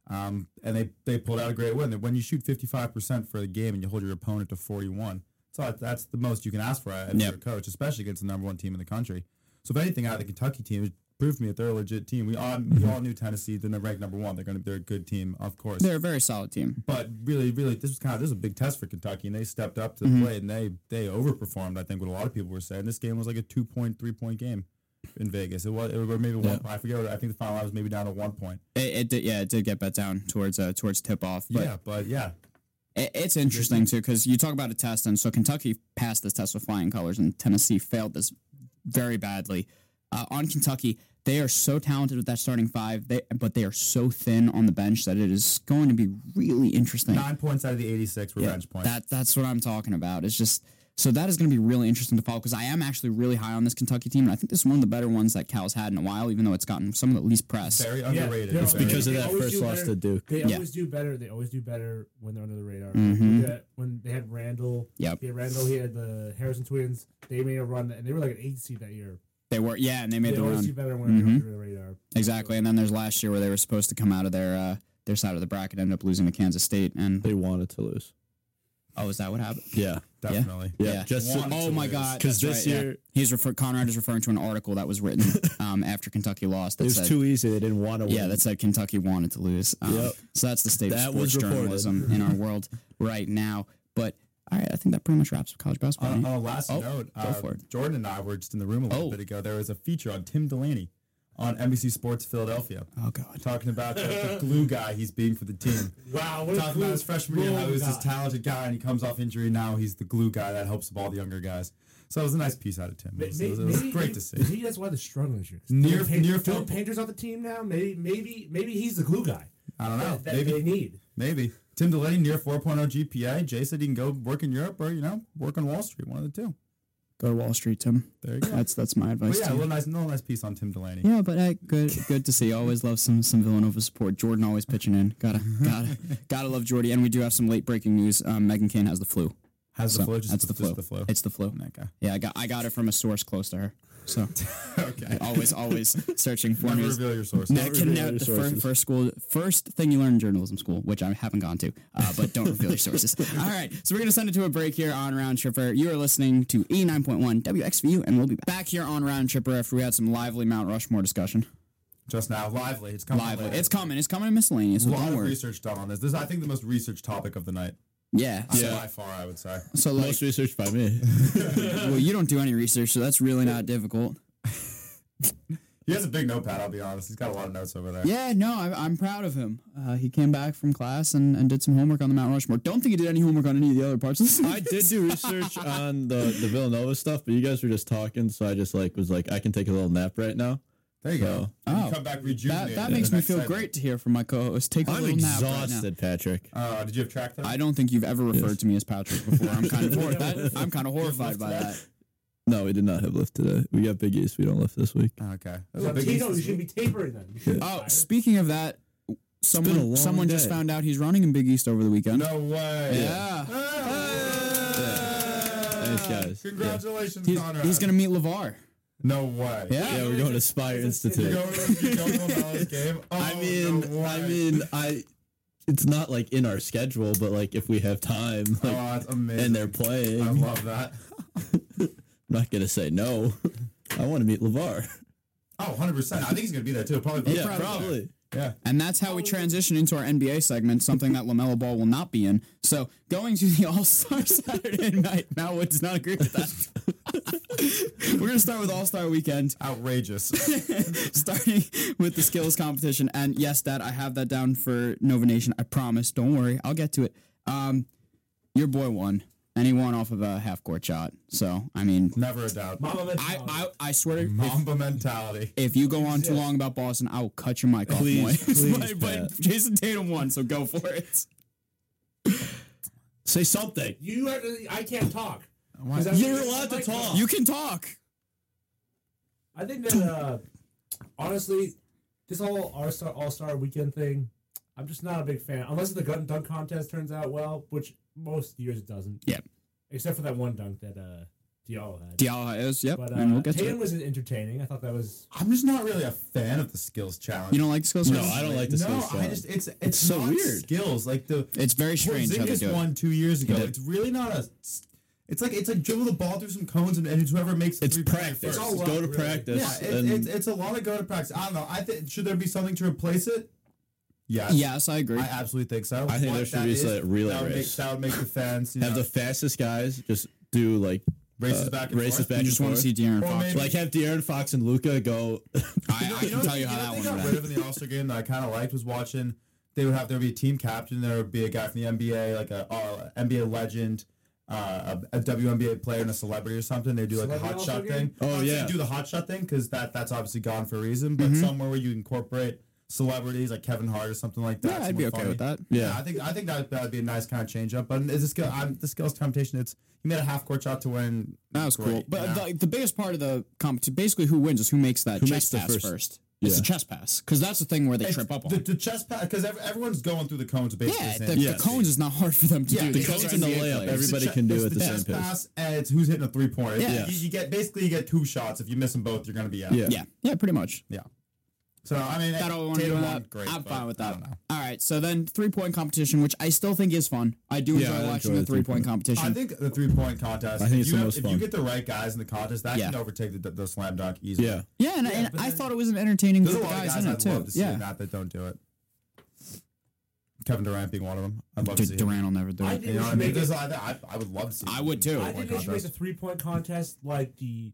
[SPEAKER 2] Um, and they, they pulled out a great win. When you shoot 55% for the game and you hold your opponent to 41, so that's the most you can ask for as
[SPEAKER 1] Yep.
[SPEAKER 2] your coach, especially against the number one team in the country. So if anything, out of the Kentucky team, it proved to me that they're a legit team. We all, we all knew Tennessee, they're ranked number one. They're going to they're a good team, of course.
[SPEAKER 1] They're a very solid team.
[SPEAKER 2] But really, really, this was kind of this was a big test for Kentucky, and they stepped up to the plate, and they they overperformed. I think what a lot of people were saying. This game was like a two point, three point game in Vegas. It was, it was maybe one. I forget. What, I think the final line was maybe down to one point.
[SPEAKER 1] It, it did, yeah, it did get bet down towards uh, towards tip off, but
[SPEAKER 2] yeah, but yeah,
[SPEAKER 1] It, it's interesting too because you talk about a test, and so Kentucky passed this test with flying colors, and Tennessee failed this very badly. Uh, on Kentucky, they are so talented with that starting five, they, but they are so thin on the bench that it is going to be really interesting.
[SPEAKER 2] nine points out of the eighty six were bench points.
[SPEAKER 1] That that's what I'm talking about. It's just so that is going to be really interesting to follow because I am actually really high on this Kentucky team, and I think this is one of the better ones that Cal's had in a while, even though it's gotten some of the least press.
[SPEAKER 2] Very
[SPEAKER 3] Yeah,
[SPEAKER 2] underrated.
[SPEAKER 3] they're
[SPEAKER 2] It's
[SPEAKER 3] always-
[SPEAKER 4] because of
[SPEAKER 3] they
[SPEAKER 4] that
[SPEAKER 3] always
[SPEAKER 4] first
[SPEAKER 3] do
[SPEAKER 4] loss
[SPEAKER 3] better-
[SPEAKER 4] to Duke.
[SPEAKER 3] They
[SPEAKER 1] Yeah.
[SPEAKER 3] always do better. They always do better when they're under the radar.
[SPEAKER 2] Mm-hmm.
[SPEAKER 1] Mhm.
[SPEAKER 3] Look at when they had Randall,
[SPEAKER 1] Yep.
[SPEAKER 3] he had Randall, he had the Harrison twins. They made a run, and they were like an eight seed that year.
[SPEAKER 1] They were yeah, and they made
[SPEAKER 3] they
[SPEAKER 1] the
[SPEAKER 3] always
[SPEAKER 1] run.
[SPEAKER 3] do better when
[SPEAKER 2] Mm-hmm.
[SPEAKER 3] they're under the radar.
[SPEAKER 1] Exactly. And then there's last year where they were supposed to come out of their uh, their side of the bracket, ended up losing to Kansas State. And
[SPEAKER 4] They wanted to lose.
[SPEAKER 1] oh, is that what happened?
[SPEAKER 4] Yeah.
[SPEAKER 2] definitely.
[SPEAKER 4] Yeah. Just
[SPEAKER 2] Wanted
[SPEAKER 1] oh
[SPEAKER 2] to
[SPEAKER 1] my
[SPEAKER 2] lose.
[SPEAKER 1] God,
[SPEAKER 4] 'Cause
[SPEAKER 1] that's
[SPEAKER 4] this
[SPEAKER 1] right, yeah.
[SPEAKER 4] year-
[SPEAKER 1] he's refer- Conrad is referring to an article that was written um, after Kentucky lost. That
[SPEAKER 4] it was
[SPEAKER 1] said,
[SPEAKER 4] too easy. They didn't want to win.
[SPEAKER 1] yeah, that said Kentucky wanted to lose. Um,
[SPEAKER 4] Yep.
[SPEAKER 1] So that's the state
[SPEAKER 4] That
[SPEAKER 1] of sports
[SPEAKER 4] was reported.
[SPEAKER 1] journalism in our world right now. But all right, I think that pretty much wraps up college
[SPEAKER 4] Uh,
[SPEAKER 1] basketball.
[SPEAKER 2] On,
[SPEAKER 1] right?
[SPEAKER 2] Uh, on a last
[SPEAKER 1] Oh,
[SPEAKER 2] note,
[SPEAKER 1] go
[SPEAKER 2] uh,
[SPEAKER 1] for it.
[SPEAKER 2] Jordan and I were just in the room a little
[SPEAKER 1] Oh.
[SPEAKER 2] bit ago. There was a feature on Tim Delaney on NBC Sports Philadelphia
[SPEAKER 1] oh God.
[SPEAKER 2] talking about the, the glue guy he's being for the team.
[SPEAKER 3] Wow, what
[SPEAKER 2] Talking about his freshman year, how he was this talented guy, and he comes off injury. and Now he's the glue guy that helps up all the younger guys. So it was a nice piece out of Tim. It was, it was- it was great to see.
[SPEAKER 3] Maybe that's why they're struggling this year. 'Cause
[SPEAKER 2] Near-
[SPEAKER 3] Phil Paint-
[SPEAKER 2] near
[SPEAKER 3] Phil
[SPEAKER 2] field-
[SPEAKER 3] Painter's on the team now. Maybe, maybe, maybe he's the glue guy.
[SPEAKER 2] I don't know.
[SPEAKER 3] that, that they
[SPEAKER 2] Maybe,
[SPEAKER 3] need.
[SPEAKER 2] maybe Tim Delaney near 4.0 GPA. Jay said he can go work in Europe or you know work on Wall Street. One of the two.
[SPEAKER 1] Go to Wall Street, Tim.
[SPEAKER 2] There you go.
[SPEAKER 1] That's that's my
[SPEAKER 2] But
[SPEAKER 1] advice.
[SPEAKER 2] yeah,
[SPEAKER 1] to
[SPEAKER 2] a
[SPEAKER 1] you.
[SPEAKER 2] little nice, little nice piece on Tim Delaney.
[SPEAKER 1] Yeah, but hey, good good to see. Always love some some Villanova support. Jordan always pitching in. Gotta gotta gotta love Jordy. And we do have some late breaking news. Um, Megan Kane has the flu.
[SPEAKER 2] How's
[SPEAKER 1] Mm-hmm. So
[SPEAKER 2] the flow? Just
[SPEAKER 1] that's
[SPEAKER 2] the,
[SPEAKER 1] the flu.
[SPEAKER 2] Just the flow.
[SPEAKER 1] It's the flu.
[SPEAKER 2] Okay.
[SPEAKER 1] Yeah, I got I got it from a source close to her. So
[SPEAKER 2] Okay.
[SPEAKER 1] always always searching for
[SPEAKER 2] Never
[SPEAKER 1] news.
[SPEAKER 2] reveal your sources.
[SPEAKER 1] That can
[SPEAKER 4] reveal
[SPEAKER 1] now
[SPEAKER 4] your
[SPEAKER 1] the first,
[SPEAKER 4] sources.
[SPEAKER 1] first school first thing you learn in journalism school, which I haven't gone to, uh, but don't reveal your sources. All right, so we're gonna send it to a break here on Round Tripper. You are listening to E nine point one WXVU, and we'll be back here on Round Tripper after we had some lively Mount Rushmore discussion.
[SPEAKER 2] Just now, lively. It's coming.
[SPEAKER 1] Lively.
[SPEAKER 2] later.
[SPEAKER 1] It's coming. It's coming in miscellaneous.
[SPEAKER 2] a
[SPEAKER 1] Well,
[SPEAKER 2] lot
[SPEAKER 1] don't
[SPEAKER 2] of
[SPEAKER 1] worry.
[SPEAKER 2] research done on this. This is, I think, the most researched topic of the night.
[SPEAKER 1] Yeah. So,
[SPEAKER 2] By far, I would say.
[SPEAKER 1] so, like,
[SPEAKER 4] Most research by me.
[SPEAKER 1] well, you don't do any research, so that's really not difficult.
[SPEAKER 2] He has a big notepad, I'll be honest. He's got a lot of notes over there.
[SPEAKER 1] Yeah, no, I, I'm proud of him. Uh, he came back from class and, and did some homework on the Mount Rushmore. Don't think he did any homework on any of the other parts. Of
[SPEAKER 4] I did do research on the, the Villanova stuff, but you guys were just talking, so I just like was like, I can take a little nap right now.
[SPEAKER 2] There you go.
[SPEAKER 1] So-
[SPEAKER 2] You
[SPEAKER 1] Oh.
[SPEAKER 2] come back rejuvenated.
[SPEAKER 1] that that
[SPEAKER 2] in
[SPEAKER 1] makes
[SPEAKER 2] the
[SPEAKER 1] me
[SPEAKER 2] next
[SPEAKER 1] feel
[SPEAKER 2] segment.
[SPEAKER 1] great to hear from my co-host. Take a
[SPEAKER 4] I'm
[SPEAKER 1] little nap right now.
[SPEAKER 4] exhausted, Patrick.
[SPEAKER 2] Uh, did you have track time?
[SPEAKER 1] I don't think you've ever referred to me as Patrick before. I'm kind of hor- that, I'm kind of horrified by that.
[SPEAKER 4] No, we did not have lift today. We got big east. We don't lift this week.
[SPEAKER 2] Oh, Okay. That was
[SPEAKER 3] So
[SPEAKER 2] a big
[SPEAKER 3] Tino, you
[SPEAKER 2] East-
[SPEAKER 3] should be tapering then. You should
[SPEAKER 1] Oh,
[SPEAKER 3] retire.
[SPEAKER 1] speaking of that,
[SPEAKER 4] been a
[SPEAKER 1] someone
[SPEAKER 4] long
[SPEAKER 1] someone just
[SPEAKER 4] day.
[SPEAKER 1] found out he's running in Big East over the weekend.
[SPEAKER 2] No way. Ah.
[SPEAKER 1] Yeah.
[SPEAKER 4] Thanks, guys.
[SPEAKER 2] Congratulations,
[SPEAKER 1] He's,
[SPEAKER 2] Conrad.
[SPEAKER 1] he's gonna meet Levar.
[SPEAKER 2] No way.
[SPEAKER 1] Yeah.
[SPEAKER 4] Yeah, we're going to Spire
[SPEAKER 2] You
[SPEAKER 4] Institute.
[SPEAKER 2] go you go to Lamela's game. Oh,
[SPEAKER 4] I mean,
[SPEAKER 2] no way.
[SPEAKER 4] I mean, I. It's not like in our schedule, but like if we have time,
[SPEAKER 2] oh,
[SPEAKER 4] like,
[SPEAKER 2] that's amazing.
[SPEAKER 4] and they're
[SPEAKER 2] I
[SPEAKER 4] playing, I'm
[SPEAKER 2] love that.
[SPEAKER 4] not gonna say no. I want to meet Levar.
[SPEAKER 2] Oh, 100 percent. I think he's gonna be there too. Probably.
[SPEAKER 4] Yeah,
[SPEAKER 1] probably.
[SPEAKER 4] probably.
[SPEAKER 2] Yeah.
[SPEAKER 1] And that's how we transition into our NBA segment, something that LaMelo Ball will not be in. So going to the All Star Saturday night. Malwood does not agree with that. We're going to start with All Star weekend,
[SPEAKER 2] Outrageous.
[SPEAKER 1] starting with the skills competition. And yes, Dad, I have that down for Nova Nation. I promise. Don't worry. I'll get to it. Um, your boy won, and he won off of a half court shot. So, I mean,
[SPEAKER 2] Never a doubt.
[SPEAKER 3] Mama Mental.
[SPEAKER 1] I, I, I swear to
[SPEAKER 2] Mamba mentality.
[SPEAKER 1] if you go on too long about Boston, I will cut your mic off.
[SPEAKER 4] Please,
[SPEAKER 1] Moy.
[SPEAKER 4] please,
[SPEAKER 1] but, but
[SPEAKER 4] Pat.
[SPEAKER 1] Jason Tatum won, so go for it.
[SPEAKER 4] Say something.
[SPEAKER 3] you have to, I can't talk. 'Cause I-
[SPEAKER 4] You're allowed to talk.
[SPEAKER 1] You can talk.
[SPEAKER 3] I think that uh, honestly, this whole All Star All Star Weekend thing, I'm just not a big fan. Unless the gun dunk contest turns out well, which most years it doesn't.
[SPEAKER 1] Yeah.
[SPEAKER 3] Except for that one dunk that uh, Diallo had.
[SPEAKER 1] Diallo is, yep,
[SPEAKER 3] But uh,
[SPEAKER 1] and we'll get
[SPEAKER 3] Tatum
[SPEAKER 1] to it.
[SPEAKER 3] was entertaining. I thought that was
[SPEAKER 2] I'm just not really a fan of the skills challenge.
[SPEAKER 1] You don't like skills?
[SPEAKER 4] No, I don't like this.
[SPEAKER 2] no,
[SPEAKER 4] skills
[SPEAKER 2] I
[SPEAKER 4] challenge.
[SPEAKER 2] just it's it's, so
[SPEAKER 4] so
[SPEAKER 2] weird.
[SPEAKER 4] weird.
[SPEAKER 2] Skills like the
[SPEAKER 1] It's very strange how they
[SPEAKER 2] Porzingis
[SPEAKER 1] do it.
[SPEAKER 2] won two years ago.
[SPEAKER 4] They did.
[SPEAKER 2] It's really not a. It's like it's like dribble the ball through some cones and, and whoever makes the
[SPEAKER 4] It's
[SPEAKER 2] three pointer
[SPEAKER 4] practice.
[SPEAKER 2] first.
[SPEAKER 3] all luck,
[SPEAKER 4] Go to
[SPEAKER 3] really.
[SPEAKER 2] Oh, Yeah,
[SPEAKER 4] practice.
[SPEAKER 2] it,
[SPEAKER 4] and
[SPEAKER 2] it's, it's a lot of go to practice. I don't know. I think should there be something to replace it? Yes.
[SPEAKER 1] Yes, I agree.
[SPEAKER 2] I absolutely think so.
[SPEAKER 4] I think
[SPEAKER 2] What
[SPEAKER 4] there should
[SPEAKER 2] that
[SPEAKER 4] be
[SPEAKER 2] is,
[SPEAKER 4] a relay
[SPEAKER 2] that would
[SPEAKER 4] race.
[SPEAKER 2] Make, that would make the fans you
[SPEAKER 4] have
[SPEAKER 2] know,
[SPEAKER 4] the fastest guys just do like
[SPEAKER 2] races
[SPEAKER 4] uh,
[SPEAKER 2] back and
[SPEAKER 4] races
[SPEAKER 2] forth.
[SPEAKER 4] back
[SPEAKER 1] you
[SPEAKER 4] and
[SPEAKER 1] just want to
[SPEAKER 4] forth.
[SPEAKER 1] see De'Aaron
[SPEAKER 2] Or
[SPEAKER 1] Fox.
[SPEAKER 2] maybe-
[SPEAKER 4] Like have De'Aaron Fox and Luca go.
[SPEAKER 1] I, I
[SPEAKER 2] You know
[SPEAKER 1] can tell you how
[SPEAKER 2] what- you know
[SPEAKER 1] that
[SPEAKER 2] what
[SPEAKER 1] one
[SPEAKER 2] they got
[SPEAKER 1] went.
[SPEAKER 2] rid of in the All Star game that I kind of liked was watching. They would have there would be a team captain. There would be a guy from the NBA, like a uh, NBA legend, uh, a, a WNBA player, and a celebrity or something. They do like a
[SPEAKER 3] Celebrity
[SPEAKER 2] hot shot
[SPEAKER 3] All-Star
[SPEAKER 2] thing.
[SPEAKER 3] game?
[SPEAKER 4] Oh,
[SPEAKER 2] Obviously,
[SPEAKER 4] yeah.
[SPEAKER 2] do the hot shot thing because that that's obviously gone for a reason. But
[SPEAKER 1] Mm-hmm.
[SPEAKER 2] somewhere where you incorporate celebrities like Kevin Hart or something like that.
[SPEAKER 1] Yeah, I'd be
[SPEAKER 2] someone
[SPEAKER 1] okay
[SPEAKER 2] funny.
[SPEAKER 1] with that.
[SPEAKER 4] Yeah.
[SPEAKER 2] I think I think that that would be a nice kind of change up. But it's a skill, I'm, the skills competition. It's you made a half court shot to win.
[SPEAKER 1] That was cool.
[SPEAKER 2] Great,
[SPEAKER 1] But
[SPEAKER 2] yeah.
[SPEAKER 1] the, the biggest part of the competition, basically, who wins is who makes that chest
[SPEAKER 4] makes the
[SPEAKER 1] pass
[SPEAKER 4] first-
[SPEAKER 1] first. It's
[SPEAKER 4] Yeah.
[SPEAKER 1] the chest pass because that's the thing where they
[SPEAKER 2] It's-
[SPEAKER 1] trip up on.
[SPEAKER 2] the, the chest pass because everyone's going through the cones basically.
[SPEAKER 1] yeah,
[SPEAKER 2] the
[SPEAKER 1] the,
[SPEAKER 2] same.
[SPEAKER 1] the
[SPEAKER 4] Yes.
[SPEAKER 1] cones is not hard for them to
[SPEAKER 2] Yeah,
[SPEAKER 1] do.
[SPEAKER 2] the
[SPEAKER 1] because
[SPEAKER 4] cones
[SPEAKER 1] they're
[SPEAKER 4] and the
[SPEAKER 1] NBA
[SPEAKER 4] layup,
[SPEAKER 1] players.
[SPEAKER 4] every- Everybody
[SPEAKER 2] che-
[SPEAKER 4] can do
[SPEAKER 2] it's
[SPEAKER 4] it at the
[SPEAKER 2] chest
[SPEAKER 4] same pace.
[SPEAKER 2] pass, and it's who's hitting a three pointer.
[SPEAKER 1] Yeah.
[SPEAKER 2] You, you get basically you get two shots. If you miss them both, you're gonna be out.
[SPEAKER 4] Yeah.
[SPEAKER 1] Yeah, yeah, pretty much.
[SPEAKER 2] yeah. So I mean,
[SPEAKER 1] that all we want to do
[SPEAKER 2] Tatum
[SPEAKER 1] with
[SPEAKER 2] won,
[SPEAKER 1] that.
[SPEAKER 2] Great,
[SPEAKER 1] I'm
[SPEAKER 2] but
[SPEAKER 1] fine with
[SPEAKER 2] I
[SPEAKER 1] that.
[SPEAKER 2] don't know.
[SPEAKER 1] All right, so then three point competition, which I still think is fun. I do
[SPEAKER 4] Yeah,
[SPEAKER 1] enjoy
[SPEAKER 4] I enjoy
[SPEAKER 1] watching
[SPEAKER 4] the
[SPEAKER 1] the three point competition.
[SPEAKER 2] I think the three point contest.
[SPEAKER 4] I think
[SPEAKER 2] if
[SPEAKER 4] it's
[SPEAKER 2] you
[SPEAKER 4] the
[SPEAKER 2] have-
[SPEAKER 4] most
[SPEAKER 2] If you
[SPEAKER 4] fun.
[SPEAKER 2] get the right guys in the contest, that
[SPEAKER 1] Yeah.
[SPEAKER 2] can overtake the, the slam dunk easily.
[SPEAKER 4] yeah.
[SPEAKER 1] yeah, and, and I thought it was an entertaining
[SPEAKER 2] There's a
[SPEAKER 1] group of
[SPEAKER 2] lot
[SPEAKER 1] guys,
[SPEAKER 2] of
[SPEAKER 1] in
[SPEAKER 2] guys
[SPEAKER 1] it
[SPEAKER 2] I'd love
[SPEAKER 1] too.
[SPEAKER 2] to see in
[SPEAKER 1] Yeah,
[SPEAKER 2] that that don't do it. Kevin Durant being one of them. I'd love to
[SPEAKER 1] Dude,
[SPEAKER 2] see. him.
[SPEAKER 1] Durant will never do
[SPEAKER 3] I
[SPEAKER 1] it.
[SPEAKER 3] did-
[SPEAKER 2] You know what I mean? There's a lot that I, I would love to see.
[SPEAKER 1] I would too.
[SPEAKER 3] I
[SPEAKER 2] Point
[SPEAKER 3] think they should make
[SPEAKER 2] contest.
[SPEAKER 3] the three point contest like the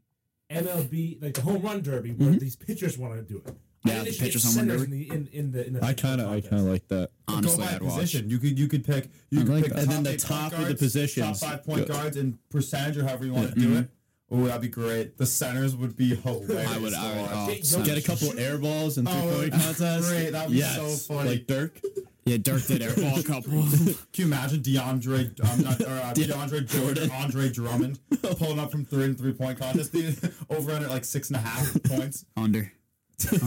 [SPEAKER 3] MLB, like the home run derby, where these pitchers want to do it. I
[SPEAKER 1] Mm-hmm. Yeah,
[SPEAKER 3] think they
[SPEAKER 1] the
[SPEAKER 3] should get
[SPEAKER 1] pitchers' home run
[SPEAKER 3] centers
[SPEAKER 1] derby.
[SPEAKER 3] in the in, in the in the
[SPEAKER 4] I kind of, I kind of like that.
[SPEAKER 1] Honestly,
[SPEAKER 2] go by
[SPEAKER 1] I'd watch.
[SPEAKER 2] position. You could you could pick you could
[SPEAKER 1] like
[SPEAKER 2] pick
[SPEAKER 1] that.
[SPEAKER 4] And then the
[SPEAKER 2] eight point
[SPEAKER 4] top of the
[SPEAKER 2] guards,
[SPEAKER 4] positions.
[SPEAKER 2] top five point
[SPEAKER 4] Yeah.
[SPEAKER 2] guards, and percentage or however you want to do it. Oh, that'd be great. The centers would be hilarious.
[SPEAKER 1] Mm-hmm. I would.
[SPEAKER 2] to
[SPEAKER 1] I would.
[SPEAKER 2] watch.
[SPEAKER 1] Oh,
[SPEAKER 3] Get
[SPEAKER 1] son.
[SPEAKER 4] Get a couple air balls and three
[SPEAKER 2] Oh,
[SPEAKER 4] point
[SPEAKER 2] that's
[SPEAKER 4] contests.
[SPEAKER 2] great. That'd be
[SPEAKER 4] yes.
[SPEAKER 2] so funny.
[SPEAKER 4] Like Dirk.
[SPEAKER 1] yeah, Dirk did airball a couple.
[SPEAKER 2] Can you imagine DeAndre um, not, or, uh, DeAndre Jordan, Andre Drummond pulling up from three and three point contest, the over under like six and a half points.
[SPEAKER 1] Under.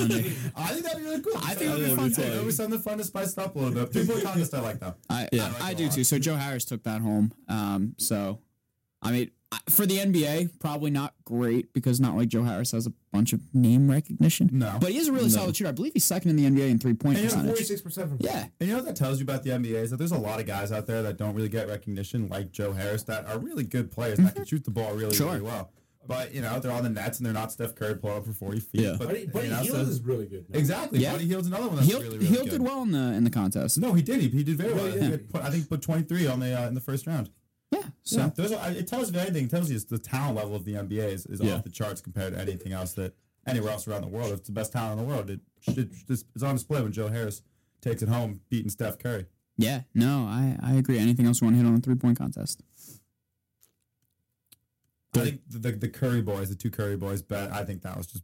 [SPEAKER 1] Under.
[SPEAKER 2] I think that'd be really cool. I
[SPEAKER 1] think it'd be fun, too.
[SPEAKER 2] It would be something fun to spice it up a little bit. Three point contest, I like though.
[SPEAKER 1] I,
[SPEAKER 4] Yeah.
[SPEAKER 1] I, I do too. So Joe Harris took that home. Um, so, I mean, I- for the NBA, probably not great because not like Joe Harris has a bunch of name recognition.
[SPEAKER 2] No.
[SPEAKER 1] but he is a really solid shooter. I believe he's second in the NBA in three point
[SPEAKER 2] And he has
[SPEAKER 1] percentage.
[SPEAKER 3] forty six percent from
[SPEAKER 1] Yeah,
[SPEAKER 2] And you know what that tells you about the NBA is that there's a lot of guys out there that don't really get recognition, like Joe Harris, that are really good players that can shoot the ball really,
[SPEAKER 1] Sure.
[SPEAKER 2] really well. But you know, they're on the nets and they're not Steph Curry pulling up for forty feet.
[SPEAKER 4] Yeah.
[SPEAKER 2] But,
[SPEAKER 3] Buddy, Buddy
[SPEAKER 2] you know,
[SPEAKER 3] Hield
[SPEAKER 2] so-
[SPEAKER 3] is really good. Now.
[SPEAKER 2] exactly.
[SPEAKER 1] Yeah.
[SPEAKER 2] Buddy Hield's another one that's
[SPEAKER 1] Hill,
[SPEAKER 2] really, really
[SPEAKER 1] Hill
[SPEAKER 2] good.
[SPEAKER 1] did well in the in the contest.
[SPEAKER 2] No, he did. He, he did very well.
[SPEAKER 3] Really
[SPEAKER 2] He
[SPEAKER 3] did.
[SPEAKER 2] did put- I think put twenty three on the uh, in the first round.
[SPEAKER 1] Yeah. So
[SPEAKER 2] So those are, it tells if anything, it tells you it's the talent level of the NBA is, is
[SPEAKER 4] Yeah.
[SPEAKER 2] off the charts compared to anything else that anywhere else around the world. It's the best talent in the world. It, should it's it's on display when Joe Harris takes it home beating Steph Curry.
[SPEAKER 1] yeah, no, I I agree. Anything else you want to hit on the three point contest?
[SPEAKER 2] I think the, the, the Curry boys, the two Curry boys, bet. I think that was just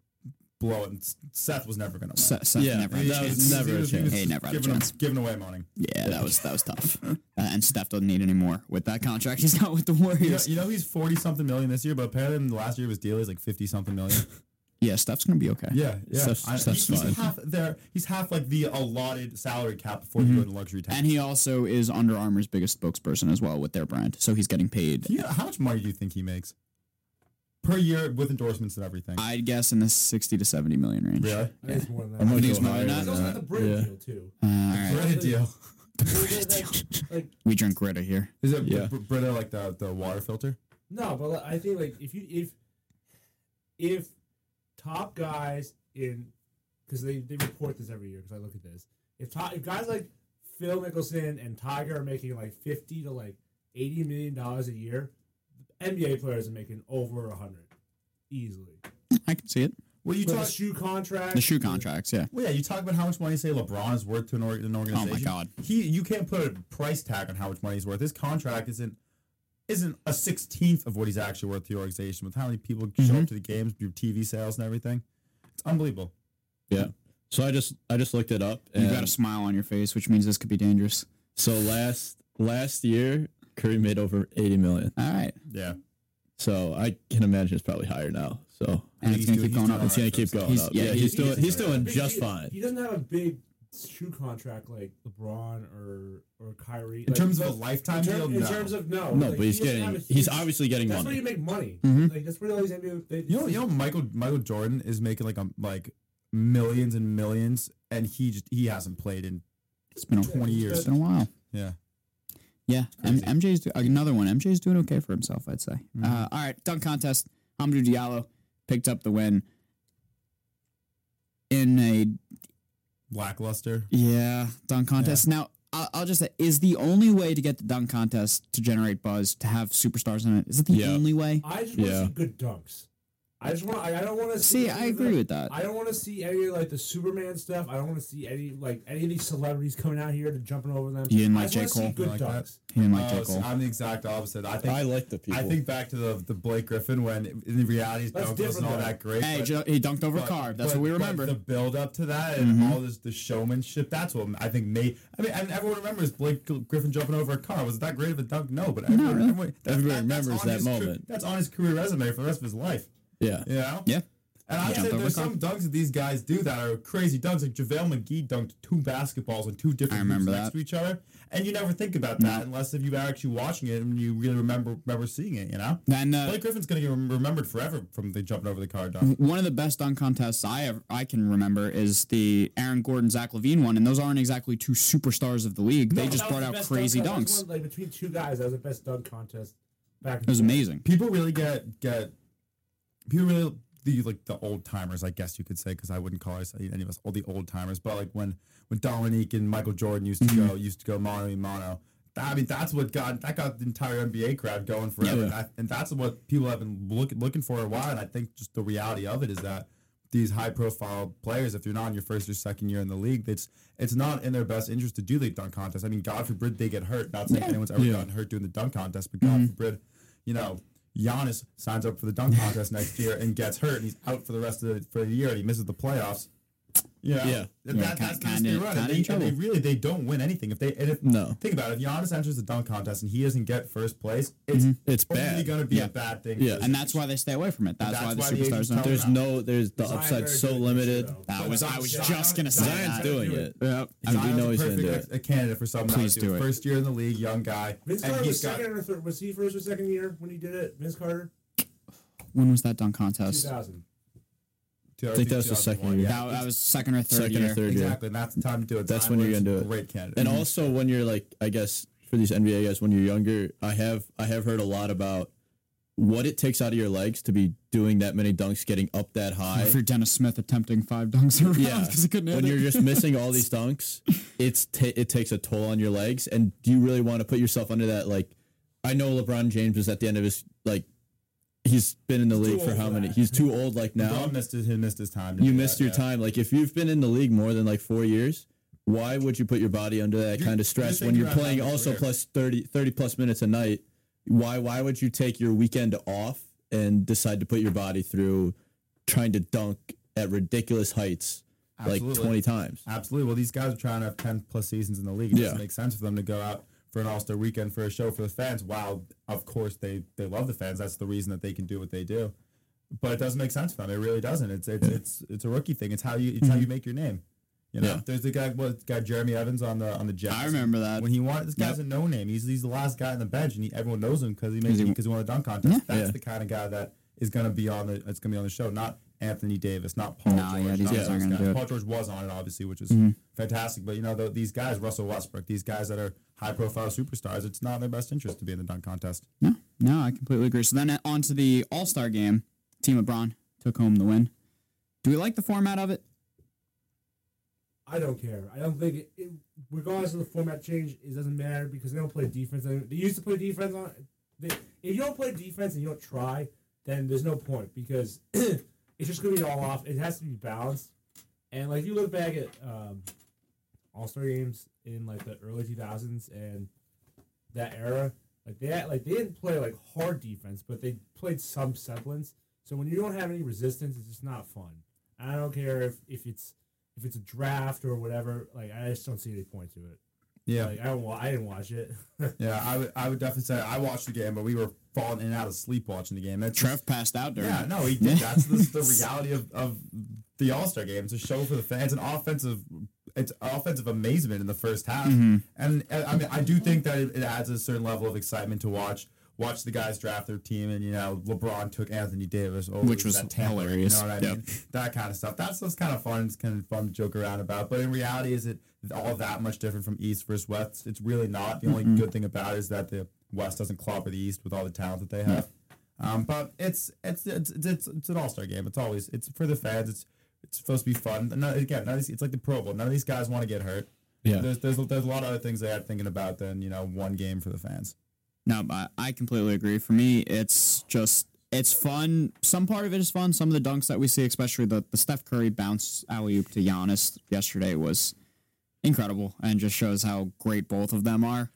[SPEAKER 2] blow it. And S- Seth was never going to win.
[SPEAKER 1] Seth, Seth
[SPEAKER 4] Yeah,
[SPEAKER 1] never had a
[SPEAKER 4] that was
[SPEAKER 1] chance.
[SPEAKER 4] never a chance.
[SPEAKER 1] Hey,
[SPEAKER 2] just
[SPEAKER 1] never had a
[SPEAKER 2] giving, him-
[SPEAKER 1] chance.
[SPEAKER 2] giving away money.
[SPEAKER 1] Yeah, that was that was tough. Uh, and Steph doesn't need any more with that contract. He's not with the Warriors.
[SPEAKER 2] You know, you know he's forty something million this year, but apparently in the last year of his deal he's like fifty something million.
[SPEAKER 1] Yeah, Steph's gonna be okay.
[SPEAKER 2] Yeah, yeah.
[SPEAKER 4] Steph's-
[SPEAKER 2] I-
[SPEAKER 4] Steph's
[SPEAKER 2] he's,
[SPEAKER 4] fine.
[SPEAKER 2] he's half there. He's half like the allotted salary cap before you go into luxury tax.
[SPEAKER 1] Mm-hmm. And he also is Under Armour's biggest spokesperson as well with their brand, so he's getting paid.
[SPEAKER 2] He- how much money do you think he makes per year with endorsements and everything?
[SPEAKER 1] I'd guess in the sixty to seventy million range.
[SPEAKER 2] really?
[SPEAKER 3] I think it's more than that.
[SPEAKER 4] I'm gonna
[SPEAKER 1] think it's
[SPEAKER 4] go
[SPEAKER 1] more
[SPEAKER 4] higher
[SPEAKER 1] than
[SPEAKER 4] than
[SPEAKER 3] He's also got the
[SPEAKER 4] that.
[SPEAKER 3] Brit
[SPEAKER 4] Yeah.
[SPEAKER 3] deal too.
[SPEAKER 1] Uh, all right.
[SPEAKER 2] Brita deal.
[SPEAKER 3] Like,
[SPEAKER 1] We drink Greta here.
[SPEAKER 2] Is it
[SPEAKER 4] Yeah.
[SPEAKER 2] Br- Brita like the, the water filter?
[SPEAKER 3] No, but like, I think like if you if if top guys in because they they report this every year because I look at this. If top if guys like Phil Mickelson and Tiger are making like fifty to like eighty million dollars a year, NBA players are making over a hundred easily.
[SPEAKER 1] I can see it.
[SPEAKER 2] Well, you
[SPEAKER 3] With the
[SPEAKER 2] talk.
[SPEAKER 3] shoe contract,
[SPEAKER 1] The shoe contracts, yeah. Oh
[SPEAKER 2] Well, yeah, you talk about how much money say LeBron is worth to an, or- an organization.
[SPEAKER 1] God.
[SPEAKER 2] He, you can't put a price tag on how much money he's worth. His contract isn't isn't a sixteenth of what he's actually worth to the organization. With how many people show up to the games, your TV sales and everything, it's unbelievable.
[SPEAKER 4] Yeah. So I just I just looked it up.
[SPEAKER 1] You've
[SPEAKER 4] and-
[SPEAKER 1] got a smile on your face, which means this could be dangerous.
[SPEAKER 4] So last last year, Curry made over eighty million.
[SPEAKER 1] All right.
[SPEAKER 2] Yeah,
[SPEAKER 4] So I can imagine it's probably higher now. So
[SPEAKER 1] And it's
[SPEAKER 2] think
[SPEAKER 1] going
[SPEAKER 2] he's
[SPEAKER 1] to
[SPEAKER 2] doing-
[SPEAKER 1] keep
[SPEAKER 2] he's
[SPEAKER 1] going
[SPEAKER 2] doing
[SPEAKER 1] up.
[SPEAKER 2] all
[SPEAKER 4] it's gonna
[SPEAKER 2] right,
[SPEAKER 4] keep
[SPEAKER 2] so
[SPEAKER 4] going
[SPEAKER 1] he's-
[SPEAKER 4] up.
[SPEAKER 1] yeah,
[SPEAKER 4] Yeah,
[SPEAKER 1] he-
[SPEAKER 4] he's,
[SPEAKER 1] he
[SPEAKER 4] doing
[SPEAKER 1] doesn't
[SPEAKER 4] he's
[SPEAKER 3] doesn't have a
[SPEAKER 4] doing
[SPEAKER 3] big-
[SPEAKER 4] just
[SPEAKER 3] he-
[SPEAKER 4] fine.
[SPEAKER 3] He doesn't have a big shoe contract like LeBron or or Kyrie.
[SPEAKER 2] in terms of a
[SPEAKER 3] in,
[SPEAKER 2] lifetime
[SPEAKER 3] term-
[SPEAKER 2] deal,
[SPEAKER 3] in
[SPEAKER 2] no.
[SPEAKER 3] terms of no,
[SPEAKER 4] No,
[SPEAKER 3] Like,
[SPEAKER 4] but he's
[SPEAKER 3] he doesn't have
[SPEAKER 4] getting
[SPEAKER 3] a
[SPEAKER 4] he's
[SPEAKER 3] huge-
[SPEAKER 4] obviously getting
[SPEAKER 3] That's where
[SPEAKER 4] money.
[SPEAKER 3] you make money.
[SPEAKER 1] Mhm.
[SPEAKER 3] Like that's where all these NBA. They,
[SPEAKER 2] You know, you know, Michael Michael Jordan is making like a like millions and millions, and he just he hasn't played in
[SPEAKER 1] It's been a,
[SPEAKER 2] twenty
[SPEAKER 1] it's
[SPEAKER 2] years.
[SPEAKER 1] been a while.
[SPEAKER 2] Yeah,
[SPEAKER 1] Yeah. M-
[SPEAKER 2] crazy.
[SPEAKER 1] MJ's do- another one. MJ's doing okay for himself, I'd say. Uh, all right. Dunk contest. Hamdou Diallo picked up the win in a
[SPEAKER 2] lackluster.
[SPEAKER 1] Yeah, dunk contest. Now, I'll, I'll just say, is the only way to get the dunk contest to generate buzz to have superstars in it? Is it the
[SPEAKER 4] Yeah.
[SPEAKER 1] only way?
[SPEAKER 3] I just want to
[SPEAKER 4] Yeah.
[SPEAKER 3] see good dunks. I just want. I, I don't want to
[SPEAKER 1] See, I agree with that.
[SPEAKER 3] I don't want to see any like the Superman stuff. I don't want to see any like any of these celebrities coming out here to jumping over them.
[SPEAKER 1] You didn't
[SPEAKER 3] I
[SPEAKER 1] like
[SPEAKER 3] just wanna
[SPEAKER 1] J. Cole?
[SPEAKER 3] See good
[SPEAKER 2] Like that?
[SPEAKER 3] dunks.
[SPEAKER 1] He didn't like
[SPEAKER 2] Oh,
[SPEAKER 1] J.
[SPEAKER 2] so
[SPEAKER 1] Cole.
[SPEAKER 2] I'm the exact opposite. I think
[SPEAKER 4] I
[SPEAKER 2] I,
[SPEAKER 4] like the people.
[SPEAKER 2] think back to the the Blake Griffin when in reality his
[SPEAKER 3] That's
[SPEAKER 2] dunk wasn't
[SPEAKER 3] different,
[SPEAKER 2] all
[SPEAKER 3] though.
[SPEAKER 2] that great.
[SPEAKER 1] Hey,
[SPEAKER 2] but-
[SPEAKER 1] Joe, he dunked over
[SPEAKER 2] but-
[SPEAKER 1] Carb. That's
[SPEAKER 2] but-
[SPEAKER 1] what we
[SPEAKER 2] but
[SPEAKER 1] remember. Mm-hmm.
[SPEAKER 2] The build up to that and all this the showmanship. That's what I think. Made I mean, and everyone remembers Blake Griffin jumping over a car. Was it that great of a dunk? No, but everyone, everyone, that-
[SPEAKER 4] Everybody
[SPEAKER 2] that- that's
[SPEAKER 4] remembers
[SPEAKER 2] on
[SPEAKER 4] that
[SPEAKER 2] his car-
[SPEAKER 4] moment.
[SPEAKER 2] that's on his career resume for the rest of his life.
[SPEAKER 4] yeah.
[SPEAKER 2] You know?
[SPEAKER 1] yeah.
[SPEAKER 2] And I
[SPEAKER 1] Yeah.
[SPEAKER 2] say
[SPEAKER 1] Jump
[SPEAKER 2] there's
[SPEAKER 1] over
[SPEAKER 2] some dunks that these guys do that are crazy dunks. Like JaVale McGee dunked two basketballs on two different
[SPEAKER 1] I remember that.
[SPEAKER 2] hoops next to each other. And you never think about that unless if you are actually watching it and you really remember remember seeing it, you know?
[SPEAKER 1] And uh,
[SPEAKER 2] Blake Griffin's gonna get rem- remembered forever from the jumping over the car dunk.
[SPEAKER 1] one of the best dunk contests I ever, I can remember is the Aaron Gordon Zach Levine one, and those aren't exactly two superstars of the league. They
[SPEAKER 3] That
[SPEAKER 1] just
[SPEAKER 3] was
[SPEAKER 1] brought
[SPEAKER 3] the
[SPEAKER 1] out
[SPEAKER 3] best
[SPEAKER 1] crazy
[SPEAKER 3] dunk
[SPEAKER 1] dunks.
[SPEAKER 3] contest. That was one, Like between two guys, that was the best dunk contest back.
[SPEAKER 1] It was amazing.
[SPEAKER 2] People really get get people really the like the old timers, I guess you could say, because I wouldn't call us any of us all the old timers, but like when when Dominique and Michael Jordan used to go used to go mono and mono. That, I mean, that's what got that got the entire NBA crowd going forever,
[SPEAKER 4] Yeah.
[SPEAKER 2] and, I, and that's what people have been looking looking for a while. And I think just the reality of it is that these high profile players, if you're not in your first or second year in the league, it's it's not in their best interest to do the dunk contest. I mean, God forbid they get hurt. Not saying anyone's ever gotten hurt doing the dunk contest, but God forbid, you know, Giannis signs up for the dunk contest next year and gets hurt, and he's out for the rest of the, for the year, and he misses the playoffs. You know,
[SPEAKER 4] Yeah.
[SPEAKER 2] That,
[SPEAKER 1] Yeah,
[SPEAKER 2] that's
[SPEAKER 1] kinda-
[SPEAKER 2] that's their
[SPEAKER 1] kinda-
[SPEAKER 2] run.
[SPEAKER 1] kinda
[SPEAKER 2] And
[SPEAKER 1] in
[SPEAKER 2] they, and they
[SPEAKER 1] trouble.
[SPEAKER 2] really they don't win anything if they and if
[SPEAKER 4] No.
[SPEAKER 2] think about it. If Giannis enters the dunk contest and he doesn't get first place, it's
[SPEAKER 4] It's
[SPEAKER 2] only
[SPEAKER 4] bad.
[SPEAKER 2] going to be
[SPEAKER 1] Mm-hmm. Yeah.
[SPEAKER 2] a bad thing.
[SPEAKER 4] Yeah.
[SPEAKER 1] And that's why they stay away from it. That's,
[SPEAKER 2] that's
[SPEAKER 1] why the
[SPEAKER 2] why the
[SPEAKER 1] superstars
[SPEAKER 2] agents
[SPEAKER 1] don't.
[SPEAKER 2] tell
[SPEAKER 1] do
[SPEAKER 2] them
[SPEAKER 1] it.
[SPEAKER 4] There's no there's the
[SPEAKER 3] Zion very
[SPEAKER 4] upside's so
[SPEAKER 3] good
[SPEAKER 4] limited.
[SPEAKER 3] though.
[SPEAKER 1] I was, I was
[SPEAKER 2] Zion-
[SPEAKER 1] just gonna say
[SPEAKER 2] Zion's
[SPEAKER 1] that.
[SPEAKER 4] Doing
[SPEAKER 2] doing do
[SPEAKER 4] it.
[SPEAKER 1] Yep.
[SPEAKER 4] And we
[SPEAKER 2] Zion's
[SPEAKER 4] know
[SPEAKER 2] a
[SPEAKER 4] he's gonna do
[SPEAKER 2] perfect
[SPEAKER 4] it.
[SPEAKER 2] ex- a candidate for something.
[SPEAKER 1] Please
[SPEAKER 2] Please do
[SPEAKER 1] do it.
[SPEAKER 2] First year in the league, young guy,
[SPEAKER 3] Vince
[SPEAKER 2] and
[SPEAKER 3] Carter was
[SPEAKER 2] he's got
[SPEAKER 3] second or third. Was he first or second year when he did it? Vince Carter,
[SPEAKER 1] When was that dunk
[SPEAKER 3] two
[SPEAKER 1] contest?
[SPEAKER 3] thousand.
[SPEAKER 2] I
[SPEAKER 4] think that's the second year.
[SPEAKER 1] That, that was second or third
[SPEAKER 4] Second
[SPEAKER 1] year.
[SPEAKER 4] or third year.
[SPEAKER 2] Exactly, and that's the time to do it.
[SPEAKER 4] That's
[SPEAKER 2] Zion
[SPEAKER 4] when you're
[SPEAKER 2] Williamson's
[SPEAKER 4] gonna do
[SPEAKER 2] a
[SPEAKER 4] it.
[SPEAKER 2] Great candidate.
[SPEAKER 3] Mm-hmm.
[SPEAKER 4] And also when you're like, I guess for these NBA guys, when you're younger, I have I have heard a lot about what it takes out of your legs to be doing that many dunks, getting up that high.
[SPEAKER 1] for Dennis Smith attempting five dunks around
[SPEAKER 4] Yeah,
[SPEAKER 1] because he couldn't hit
[SPEAKER 4] when
[SPEAKER 1] it.
[SPEAKER 4] you're just missing all these dunks, it's ta it takes a toll on your legs. And do you really want to put yourself under that? Like, I know LeBron James is at the end of his like, he's been in the league for
[SPEAKER 3] old
[SPEAKER 4] how
[SPEAKER 3] for
[SPEAKER 4] many?
[SPEAKER 3] that.
[SPEAKER 4] He's too old. Like now,
[SPEAKER 2] Don missed his, he missed his time. to
[SPEAKER 4] you
[SPEAKER 2] do
[SPEAKER 4] missed
[SPEAKER 2] that,
[SPEAKER 4] your
[SPEAKER 2] yeah.
[SPEAKER 4] time. Like if you've been in the league more than like four years, why would you put your body under that kind of stress when
[SPEAKER 2] thinking
[SPEAKER 4] you're
[SPEAKER 2] about
[SPEAKER 4] playing
[SPEAKER 2] having a
[SPEAKER 4] also
[SPEAKER 2] career.
[SPEAKER 4] plus 30, 30 plus minutes a night? Why why would you take your weekend off and decide to put your body through trying to dunk at ridiculous heights like
[SPEAKER 2] Absolutely.
[SPEAKER 4] twenty times?
[SPEAKER 2] Absolutely. Well, these guys are trying to have 10 plus seasons in the league. It
[SPEAKER 4] Yeah.
[SPEAKER 2] doesn't make sense for them to go out for an All Star weekend for a show for the fans. Wow, of course, they, they love the fans. That's the reason that they can do what they do. But it doesn't make sense for them. It really doesn't. It's it's it's, it's a rookie thing. It's how you it's
[SPEAKER 1] Mm-hmm.
[SPEAKER 2] how you make your name. You know,
[SPEAKER 4] Yeah.
[SPEAKER 2] there's the guy what guy Jeremy Evans on the on the Jets.
[SPEAKER 1] I remember that.
[SPEAKER 2] when he wanted this guy's
[SPEAKER 1] Yep.
[SPEAKER 2] a no name. He's he's the last guy on the bench, and he, everyone knows him because he
[SPEAKER 1] Is
[SPEAKER 2] made
[SPEAKER 1] he-
[SPEAKER 2] because he won a dunk contest.
[SPEAKER 1] Yeah.
[SPEAKER 2] That's
[SPEAKER 4] Yeah.
[SPEAKER 2] the kind of guy that is gonna be on the it's gonna be on the show. Not Anthony Davis, not Paul
[SPEAKER 1] No,
[SPEAKER 2] George.
[SPEAKER 1] yeah, these
[SPEAKER 2] not
[SPEAKER 1] guys aren't
[SPEAKER 2] those
[SPEAKER 1] gonna do it. Mm-hmm.
[SPEAKER 2] Paul George was on it, obviously, which is fantastic. But you know, the, these guys, Russell Westbrook, these guys that are high profile superstars, it's not in their best interest to be in the dunk contest.
[SPEAKER 1] No, no, I completely agree. So then uh, on to the All Star game. Team LeBron took home the win. Do we like the format of it?
[SPEAKER 3] I don't care. I don't think it, it regardless of the format change, it doesn't matter because they don't play defense. They they used to play defense on. They, if you don't play defense and you don't try, then there's no point because it's just gonna be all off. It has to be balanced. And like you look back at um, All Star games in like the early 2000s and that era, like they had, like they didn't play like hard defense, but they played some semblance. So when you don't have any resistance, it's just not fun. And I don't care if if it's if it's a draft or whatever. Like I just don't see any point to it.
[SPEAKER 2] Yeah.
[SPEAKER 3] Like I don't. Wa- I didn't watch it.
[SPEAKER 2] Yeah, I would I would definitely say I watched the game, but we were falling in and out of sleep watching the game. That's just-
[SPEAKER 1] Trev passed out during
[SPEAKER 2] Yeah,
[SPEAKER 1] it.
[SPEAKER 2] no, he did. That's the, the reality of, of the All Star game. It's a show for the fans. An offensive, it's offensive amazement in the first half.
[SPEAKER 1] Mm-hmm.
[SPEAKER 2] And uh, I mean, I do think that it, it adds a certain level of excitement to watch. Watch the guys draft their team, and you know LeBron took Anthony Davis, over
[SPEAKER 1] Which was
[SPEAKER 2] that Tampa,
[SPEAKER 1] hilarious.
[SPEAKER 2] You know what I mean? That kind of stuff. That's what's kind of fun. It's kind of fun to joke around about. But in reality, is it all that much different from East versus West? It's really not. The only good thing about it is that the West doesn't clobber the East with all the talent that they have. Um, but it's it's it's it's, it's, it's an all star game. It's always it's for the fans. It's it's supposed to be fun. None, again, none of these, it's like the Pro Bowl. None of these guys want to get hurt.
[SPEAKER 4] Yeah.
[SPEAKER 2] There's, there's there's a lot of other things they had thinking about than you know one game for the fans.
[SPEAKER 1] No, I, I completely agree. For me, it's just it's fun. Some part of it is fun. Some of the dunks that we see, especially the, the Steph Curry bounce alley oop to Giannis yesterday, was incredible and just shows how great both of them are.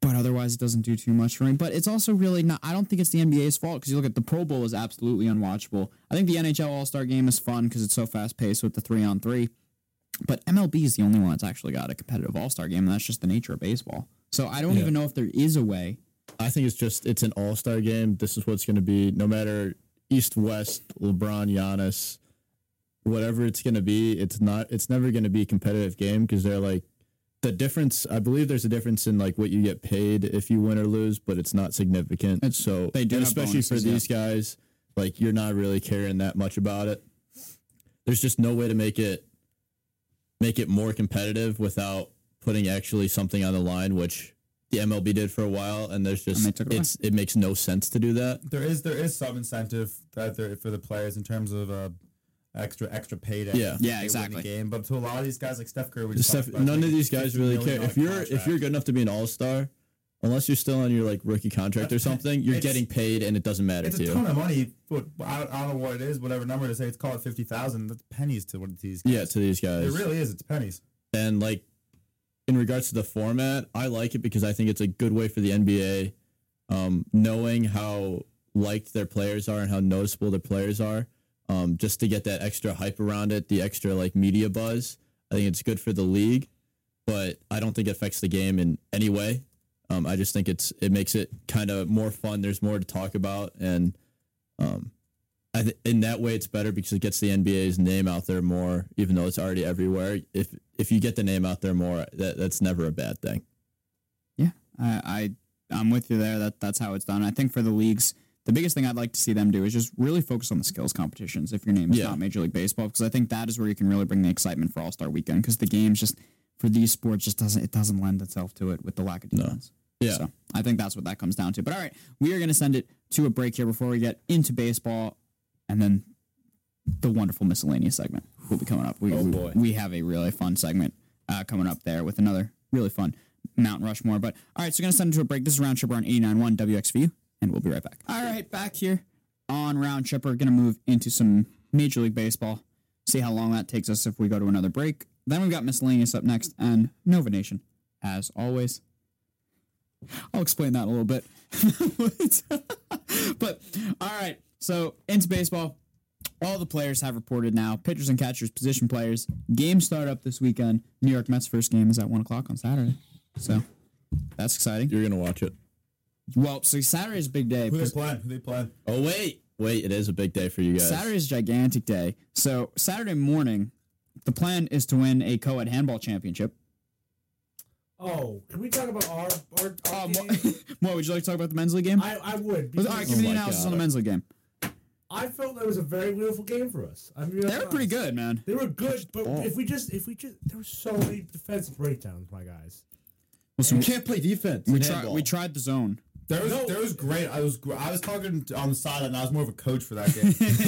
[SPEAKER 1] But otherwise, it doesn't do too much for me. But it's also really not. I don't think it's the NBA's fault because you look at the Pro Bowl is absolutely unwatchable. I think the NHL All Star Game is fun because it's so fast paced with the three on three. But MLB is the only one that's actually got a competitive All Star game, and that's just the nature of baseball. So I don't
[SPEAKER 4] Yeah.
[SPEAKER 1] even know if there is a way.
[SPEAKER 4] I think it's just it's an all star game. This is what's going to be, no matter East West, LeBron, Giannis, whatever it's going to be. It's not. It's never going to be a competitive game because they're like the difference. I believe there's a difference in like what you get paid if you win or lose, but it's not significant. so
[SPEAKER 1] they do
[SPEAKER 4] and
[SPEAKER 1] have
[SPEAKER 4] especially for
[SPEAKER 1] bonuses, yeah.
[SPEAKER 4] these guys, like you're not really caring that much about it. There's just no way to make it make it more competitive without putting actually something on the line, which the MLB did for a while, and there's just
[SPEAKER 1] they took it away.
[SPEAKER 4] it's it makes no sense to do that.
[SPEAKER 2] There is there is some incentive that there for the players in terms of uh, extra extra payday.
[SPEAKER 4] Yeah.
[SPEAKER 2] if they
[SPEAKER 1] Yeah,
[SPEAKER 2] win the
[SPEAKER 1] exactly.
[SPEAKER 2] game, but to a lot of these guys like Steph Curry, we just
[SPEAKER 4] Steph,
[SPEAKER 2] talked about,
[SPEAKER 4] none
[SPEAKER 2] like,
[SPEAKER 4] of these
[SPEAKER 2] $50
[SPEAKER 4] guys really
[SPEAKER 2] million
[SPEAKER 4] care. If you're if
[SPEAKER 2] contract.
[SPEAKER 4] you're good enough to be an all star, unless you're still on your like rookie contract or something, you're
[SPEAKER 2] It's-
[SPEAKER 4] getting paid, and it doesn't matter
[SPEAKER 2] It's
[SPEAKER 4] to
[SPEAKER 2] a
[SPEAKER 4] you.
[SPEAKER 2] ton of money. But I, don't- I don't know what it is, whatever number to say. It's called fifty thousand. That's pennies to one of these. Guys.
[SPEAKER 4] Yeah, to these
[SPEAKER 2] it
[SPEAKER 4] guys,
[SPEAKER 2] really is. It's pennies.
[SPEAKER 4] and like in regards to the format, I like it because I think it's a good way for the NBA, um, knowing how liked their players are and how noticeable their players are, um, just to get that extra hype around it, the extra like media buzz. I think it's good for the league, but I don't think it affects the game in any way. Um, I just think it's it makes it kind of more fun. There's more to talk about, and um, I th- in that way it's better because it gets the NBA's name out there more, even though it's already everywhere. If if you get the name out there more, that that's never a bad thing.
[SPEAKER 1] Yeah, I, I I'm with you there. That that's how it's done. I think for the leagues, the biggest thing I'd like to see them do is just really focus on the skills competitions. If your name is
[SPEAKER 4] Yeah.
[SPEAKER 1] not Major League Baseball, because I think that is where you can really bring the excitement for All Star Weekend. Because the games just for these sports just doesn't it doesn't lend itself to it with the lack of defense.
[SPEAKER 4] Yeah.
[SPEAKER 1] So I think that's what that comes down to. But all right, we are going to send it to a break here before we get into baseball and then the wonderful miscellaneous segment will be coming up. We,
[SPEAKER 4] Oh,
[SPEAKER 1] we-
[SPEAKER 4] boy.
[SPEAKER 1] We, have a really fun segment uh, coming up there with another really fun Mount Rushmore. But all right, so we're going to send it to a break. This is Round Tripper on 89.1 WXVU, and we'll be right back. All right, back here on Round Tripper. Going to move into some Major League Baseball, see how long that takes us if we go to another break. Then we've got miscellaneous up next and Nova Nation, as always. I'll explain that in a little bit. but all right, so into baseball, all the players have reported now. Pitchers and catchers, position players. Games start up this weekend. New York Mets first game is at one o'clock on Saturday, so that's exciting.
[SPEAKER 4] You're gonna watch it.
[SPEAKER 1] Well, so Saturday is a big day.
[SPEAKER 2] Who they
[SPEAKER 1] because
[SPEAKER 2] playing? Who they playing?
[SPEAKER 4] Oh wait, wait, it is a big day for you guys.
[SPEAKER 1] Saturday is a gigantic day. So Saturday morning, the plan is to win a co-ed handball championship.
[SPEAKER 3] Oh, can we talk about our our, our
[SPEAKER 2] Oh,
[SPEAKER 1] Um,
[SPEAKER 3] game?
[SPEAKER 1] what, what would you like to talk about the men's league game?
[SPEAKER 3] Oh, I I would.
[SPEAKER 1] all
[SPEAKER 3] Because
[SPEAKER 1] right, give me the
[SPEAKER 4] my
[SPEAKER 1] analysis
[SPEAKER 4] God.
[SPEAKER 1] on the men's league game.
[SPEAKER 3] I felt that was a very beautiful game for us. I mean,
[SPEAKER 1] They were pretty good, man.
[SPEAKER 3] They were good, but if we just if we just there were so many defensive breakdowns, my guys.
[SPEAKER 2] You can't play defense.
[SPEAKER 1] We tried. We tried the zone.
[SPEAKER 2] There was, there was great. I was gr- I was talking to- on the sideline. and I was more of a coach for that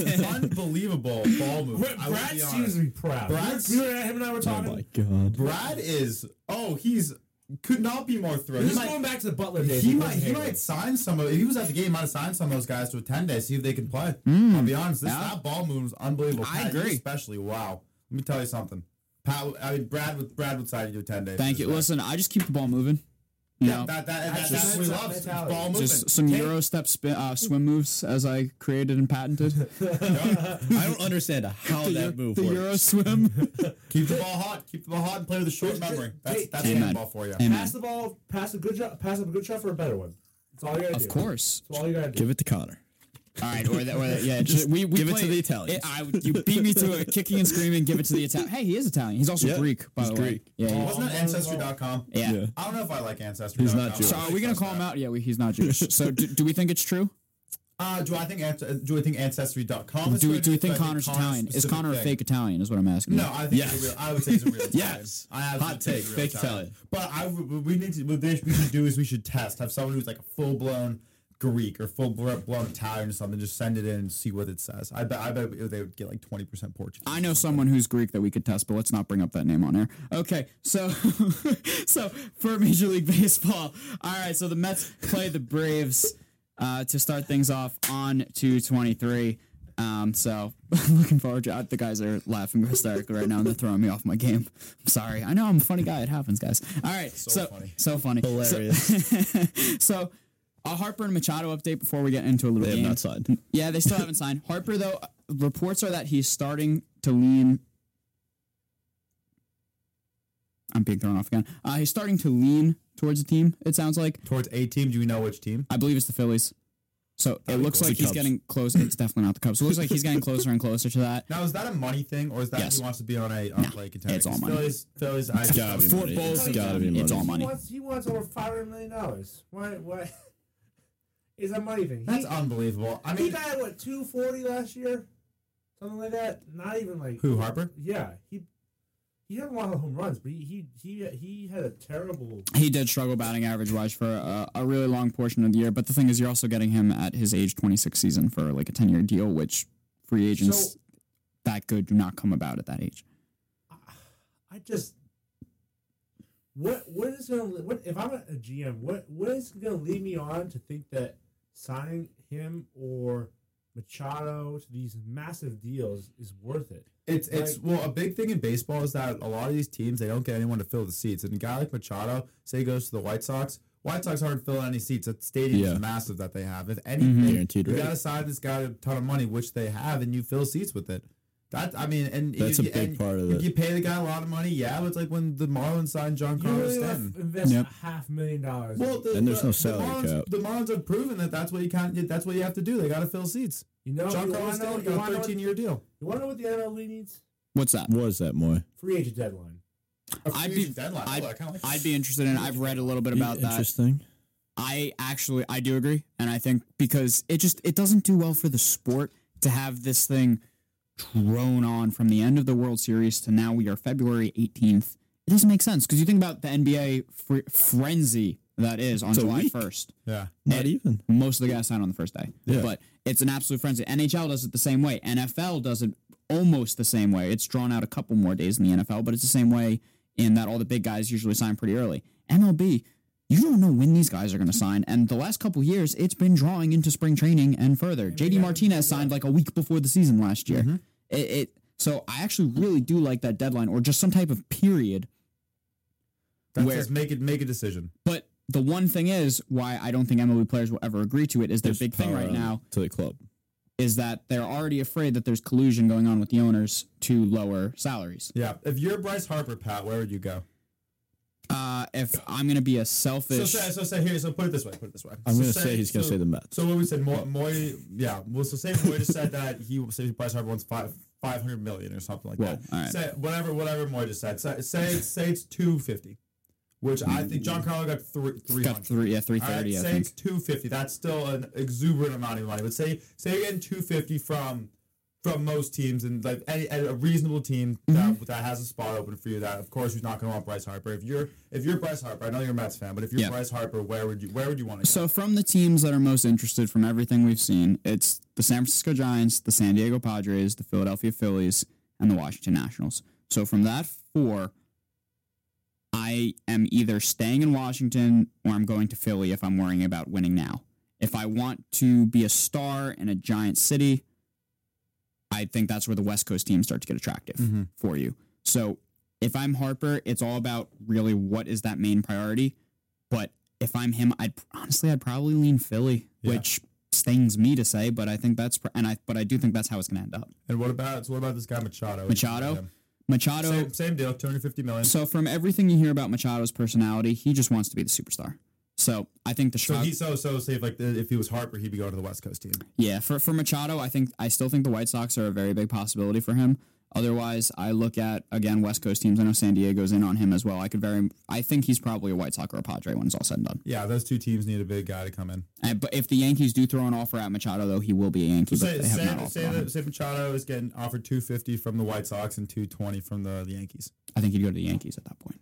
[SPEAKER 2] game. Unbelievable ball movement. I will
[SPEAKER 3] Brad
[SPEAKER 2] be honest.
[SPEAKER 3] seems to be proud.
[SPEAKER 2] Brad's-
[SPEAKER 3] we were, we were- him and I were
[SPEAKER 4] Oh
[SPEAKER 3] talking.
[SPEAKER 4] my god.
[SPEAKER 2] Brad is. Oh, he's could not be more thrilled.
[SPEAKER 3] this
[SPEAKER 2] He
[SPEAKER 3] is
[SPEAKER 2] might,
[SPEAKER 3] going back to the Butler days.
[SPEAKER 2] he
[SPEAKER 3] with
[SPEAKER 2] might he
[SPEAKER 3] Hayward.
[SPEAKER 2] might sign some of. If he was at the game, he might have signed some of those guys to attend day, see if they can play. I'll be honest. This,
[SPEAKER 1] Hmm. Yeah.
[SPEAKER 2] That ball movement was unbelievable.
[SPEAKER 1] I
[SPEAKER 2] Pat, you
[SPEAKER 1] agree.
[SPEAKER 2] Especially wow. Let me tell you something. Pat, I mean, Brad would Brad would sign you to attend day.
[SPEAKER 1] Thank you. Listen, I just keep the ball moving. You
[SPEAKER 2] Yeah,
[SPEAKER 1] know,
[SPEAKER 2] that, that, that,
[SPEAKER 3] just-
[SPEAKER 2] that's what he loves. It's
[SPEAKER 3] mentality.
[SPEAKER 2] Ball movement.
[SPEAKER 1] just some Euro step spin, uh, swim moves as I created and patented.
[SPEAKER 4] I don't understand how
[SPEAKER 1] the Eu-
[SPEAKER 4] that move
[SPEAKER 1] the
[SPEAKER 4] works.
[SPEAKER 1] Euro swim.
[SPEAKER 2] Keep the ball hot. Keep the ball hot and play with a short memory. That's that's
[SPEAKER 1] Amen.
[SPEAKER 2] handball for you.
[SPEAKER 1] Amen.
[SPEAKER 3] pass the ball, pass a good shot, pass up a good shot for a better one. That's all you gotta do.
[SPEAKER 1] Of course.
[SPEAKER 3] That's all you gotta do.
[SPEAKER 4] Give it to Connor.
[SPEAKER 1] All right, or that, or that yeah. Just, we, we
[SPEAKER 4] give it
[SPEAKER 1] play-
[SPEAKER 4] to the Italians.
[SPEAKER 1] It, I, you beat me to it, kicking and screaming. Give it to the Italian. Hey, he is Italian. He's also
[SPEAKER 4] Yeah,
[SPEAKER 1] Greek, Oh. by
[SPEAKER 4] he's
[SPEAKER 1] the way.
[SPEAKER 4] Greek.
[SPEAKER 1] Yeah, he-
[SPEAKER 2] Wasn't that ancestry.com?
[SPEAKER 1] yeah.
[SPEAKER 4] Yeah.
[SPEAKER 2] I don't know if I like ancestry.
[SPEAKER 4] He's not Jewish.
[SPEAKER 1] So are we gonna call him out? Yeah, we, he's not Jewish. So do, do we think it's true?
[SPEAKER 2] Uh, do I think ans- uh, do I think ancestry.com? Is
[SPEAKER 1] Do we,
[SPEAKER 2] good?
[SPEAKER 1] do we think
[SPEAKER 2] I
[SPEAKER 1] Connor's Italian? Is
[SPEAKER 2] specific
[SPEAKER 1] Connor a
[SPEAKER 2] thing.
[SPEAKER 1] fake Italian? Is what I'm asking.
[SPEAKER 2] No, I think it's a
[SPEAKER 4] Yes.
[SPEAKER 2] real. I would say it's a real. Italian.
[SPEAKER 4] Yes.
[SPEAKER 2] I absolutely
[SPEAKER 4] Hot
[SPEAKER 2] think
[SPEAKER 4] take,
[SPEAKER 2] it's a real
[SPEAKER 4] fake Italian.
[SPEAKER 2] But I w- we need to. What they- we should do is we should test. Have someone who's like a full blown Greek or full bl- blown Italian or something. Just send it in and see what it says. I bet. I bet they would get like twenty percent Portuguese.
[SPEAKER 1] I know someone who's Greek that we could test, but let's not bring up that name on air. Okay, so so for Major League Baseball, all right. So the Mets play the Braves uh, to start things off on two twenty three. Um, so looking forward to uh, the guys are laughing hysterically right now and they're throwing me off my game. I'm sorry. I know I'm a funny guy. It happens, guys. All right. So so funny.
[SPEAKER 2] funny.
[SPEAKER 1] So
[SPEAKER 4] Hilarious.
[SPEAKER 1] so a Harper and Machado update before we get into a little
[SPEAKER 4] they have
[SPEAKER 1] game.
[SPEAKER 4] not signed.
[SPEAKER 1] Yeah, they still haven't signed. Harper, though, uh, reports are that he's starting to lean. I'm being thrown off again. Uh, he's starting to lean towards the team, it sounds like.
[SPEAKER 2] Towards a team, do we know which team?
[SPEAKER 1] I believe it's the Phillies. So it looks
[SPEAKER 4] cool.
[SPEAKER 1] like
[SPEAKER 4] The
[SPEAKER 1] he's
[SPEAKER 4] Cubs.
[SPEAKER 1] getting close. It's definitely not the Cubs. It looks like he's getting closer and closer to that.
[SPEAKER 2] Now is that a money thing, or is that
[SPEAKER 1] Yes.
[SPEAKER 2] he wants to be on a on
[SPEAKER 1] No,
[SPEAKER 2] like contender?
[SPEAKER 1] it's all
[SPEAKER 2] 'Cause
[SPEAKER 1] money.
[SPEAKER 2] Phillies, Phillies, I
[SPEAKER 4] gotta be money.
[SPEAKER 1] balls
[SPEAKER 4] It's gotta be money.
[SPEAKER 1] It's all
[SPEAKER 3] He
[SPEAKER 1] money.
[SPEAKER 3] wants, he wants over five hundred million dollars. Why? Why? Is that money thing?
[SPEAKER 2] That's
[SPEAKER 3] he,
[SPEAKER 2] unbelievable. I
[SPEAKER 3] he
[SPEAKER 2] mean,
[SPEAKER 3] got what two forty last year, something like that. Not even like
[SPEAKER 2] who Harper?
[SPEAKER 3] Yeah, he he had a lot of home runs, but he he he, he had a terrible.
[SPEAKER 1] He did struggle batting average wise for a, a really long portion of the year. But the thing is, you're also getting him at his age 26 season for like a 10 year deal, which free agents
[SPEAKER 3] So-
[SPEAKER 1] that good do not come about at that age.
[SPEAKER 3] I just what what is gonna what if I'm a a GM? What what is gonna lead me on to think that signing him or Machado to these massive deals is worth it?
[SPEAKER 2] It's it's
[SPEAKER 3] Like-
[SPEAKER 2] well a big thing in baseball is that a lot of these teams they don't get anyone to fill the seats. And a guy like Machado, say he goes to the White Sox, White Sox aren't filling any seats. That stadium
[SPEAKER 4] Yeah. Mm-hmm.
[SPEAKER 2] is massive that they have. If anything,
[SPEAKER 4] Guaranteed
[SPEAKER 2] you
[SPEAKER 4] rate.
[SPEAKER 2] gotta sign this guy a ton of money, which they have, and you fill seats with it. That I mean, and
[SPEAKER 4] That's
[SPEAKER 2] you,
[SPEAKER 4] a big
[SPEAKER 2] and
[SPEAKER 4] part of
[SPEAKER 2] you,
[SPEAKER 4] it.
[SPEAKER 2] You pay the guy a lot of money, yeah. But it's like when the Marlins signed John
[SPEAKER 3] You
[SPEAKER 2] Carlos
[SPEAKER 3] really wanna
[SPEAKER 2] Stanton.
[SPEAKER 3] f- invest
[SPEAKER 1] Yep.
[SPEAKER 3] a half million dollars.
[SPEAKER 2] Well, the,
[SPEAKER 4] And there's
[SPEAKER 2] the-
[SPEAKER 4] no
[SPEAKER 2] the
[SPEAKER 4] salary
[SPEAKER 2] Marlins,
[SPEAKER 4] cap.
[SPEAKER 2] The Marlins have proven that that's what you can't. That's what you have to do. They got to fill seats.
[SPEAKER 3] you know,
[SPEAKER 2] John
[SPEAKER 3] you
[SPEAKER 2] Carlos
[SPEAKER 3] want to know,
[SPEAKER 2] Stanton
[SPEAKER 3] you
[SPEAKER 2] got
[SPEAKER 3] wanna
[SPEAKER 2] a
[SPEAKER 3] know,
[SPEAKER 2] 13
[SPEAKER 3] what-
[SPEAKER 2] year deal.
[SPEAKER 3] you wanna know what the MLB needs?
[SPEAKER 1] What's that?
[SPEAKER 4] What is that, Moy?
[SPEAKER 3] Free agent deadline.
[SPEAKER 2] A
[SPEAKER 1] I'd
[SPEAKER 2] free
[SPEAKER 1] be-
[SPEAKER 2] agent deadline.
[SPEAKER 1] I'd-
[SPEAKER 2] Oh, I kinda like that.
[SPEAKER 1] I'd be interested in. it. I've read a little bit about that.
[SPEAKER 4] Interesting.
[SPEAKER 1] I actually I do agree, and I think because it just it doesn't do well for the sport to have this thing drone on from the end of the World Series to now we are February 18th. It doesn't make sense because you think about the NBA fr- frenzy That is on
[SPEAKER 4] It's a
[SPEAKER 1] July
[SPEAKER 4] week.
[SPEAKER 1] 1st.
[SPEAKER 2] Yeah.
[SPEAKER 4] Not
[SPEAKER 1] It-
[SPEAKER 4] even.
[SPEAKER 1] Most of the guys sign on the first day.
[SPEAKER 4] Yeah.
[SPEAKER 1] But it's an absolute frenzy. NHL does it the same way. NFL does it almost the same way. It's drawn out a couple more days in the NFL, but it's the same way in that all the big guys usually sign pretty early. MLB, you don't know when these guys are going to sign. And the last couple years, it's been drawing into spring training and further. JD Martinez signed like a week before the season last
[SPEAKER 4] Mm-hmm.
[SPEAKER 1] year. It, it so I actually really do like that deadline or just some type of period
[SPEAKER 2] That
[SPEAKER 1] Where-
[SPEAKER 2] says make it make a decision.
[SPEAKER 1] But the one thing is why I don't think MLB players will ever agree to it is their
[SPEAKER 4] Just
[SPEAKER 1] big thing
[SPEAKER 4] power
[SPEAKER 1] right
[SPEAKER 4] on
[SPEAKER 1] now
[SPEAKER 4] to the club.
[SPEAKER 1] is that they're already afraid that there's collusion going on with the owners to lower salaries.
[SPEAKER 2] Yeah. If you're Bryce Harper, Pat, where would you go?
[SPEAKER 1] Uh, if I'm gonna be a selfish,
[SPEAKER 2] So say, so say here. So put it this way. Put it this way.
[SPEAKER 4] I'm
[SPEAKER 2] So
[SPEAKER 4] gonna say he's gonna
[SPEAKER 2] so-
[SPEAKER 4] say the Mets.
[SPEAKER 2] So what we said, Moy, Moy yeah. Well, so say Moy just said that he say Bryce Harper wants five five hundred million or something like that.
[SPEAKER 1] all right.
[SPEAKER 2] Say whatever whatever Moy just said. Say say, it's- say it's two fifty, which I
[SPEAKER 4] Mm.
[SPEAKER 2] think John Carlo got three three
[SPEAKER 1] got
[SPEAKER 2] hundred.
[SPEAKER 1] three, yeah, three
[SPEAKER 2] All right,
[SPEAKER 1] thirty. I
[SPEAKER 2] say
[SPEAKER 1] think
[SPEAKER 2] it's two fifty. That's still an exuberant amount of money. But say say you're getting two fifty from from most teams and like any, a reasonable team
[SPEAKER 1] Mm-hmm.
[SPEAKER 2] that, that has a spot open for you. That of course you're not going to want Bryce Harper. If you're if you're Bryce Harper, I know you're a Mets fan, but if you're
[SPEAKER 1] Yeah.
[SPEAKER 2] Bryce Harper, where would you where would you want to go?
[SPEAKER 1] so. From the teams that are most interested, from everything we've seen, it's the San Francisco Giants, the San Diego Padres, the Philadelphia Phillies, and the Washington Nationals. So from that four, I am either staying in Washington or I'm going to Philly if I'm worrying about winning now. If I want to be a star in a giant city, I think that's where the West Coast teams start to get attractive for you. So if I'm Harper, it's all about really what is that main priority. But if I'm him, I'd honestly I'd probably lean Philly, which stings me to say, but I think that's pr- and I but I do think that's how it's going to end up.
[SPEAKER 2] And what about so what about this guy Machado?
[SPEAKER 1] Machado,
[SPEAKER 2] Him.
[SPEAKER 1] Machado.
[SPEAKER 2] Same, same deal, two hundred fifty million.
[SPEAKER 1] So from everything you hear about Machado's personality, he just wants to be the superstar. So I think the
[SPEAKER 2] So
[SPEAKER 1] Chicago,
[SPEAKER 2] he so so say if like if he was Harper, he'd be going to the West Coast team.
[SPEAKER 1] yeah for for Machado, I think I still think the White Sox are a very big possibility for him. Otherwise, I look at again West Coast teams. I know San Diego's in on him as well. I could very I think he's probably a White Sox or a Padre when it's all said and done.
[SPEAKER 2] Yeah, those two teams need a big guy to come in.
[SPEAKER 1] And, but if the Yankees do throw an offer at Machado, though, he will be a Yankee.
[SPEAKER 2] Say
[SPEAKER 1] but they have
[SPEAKER 2] say,
[SPEAKER 1] not offered
[SPEAKER 2] say,
[SPEAKER 1] on him.
[SPEAKER 2] that, say Machado is getting offered two fifty from the White Sox and two twenty from the, the Yankees.
[SPEAKER 1] I think he'd go to the Yankees at that point.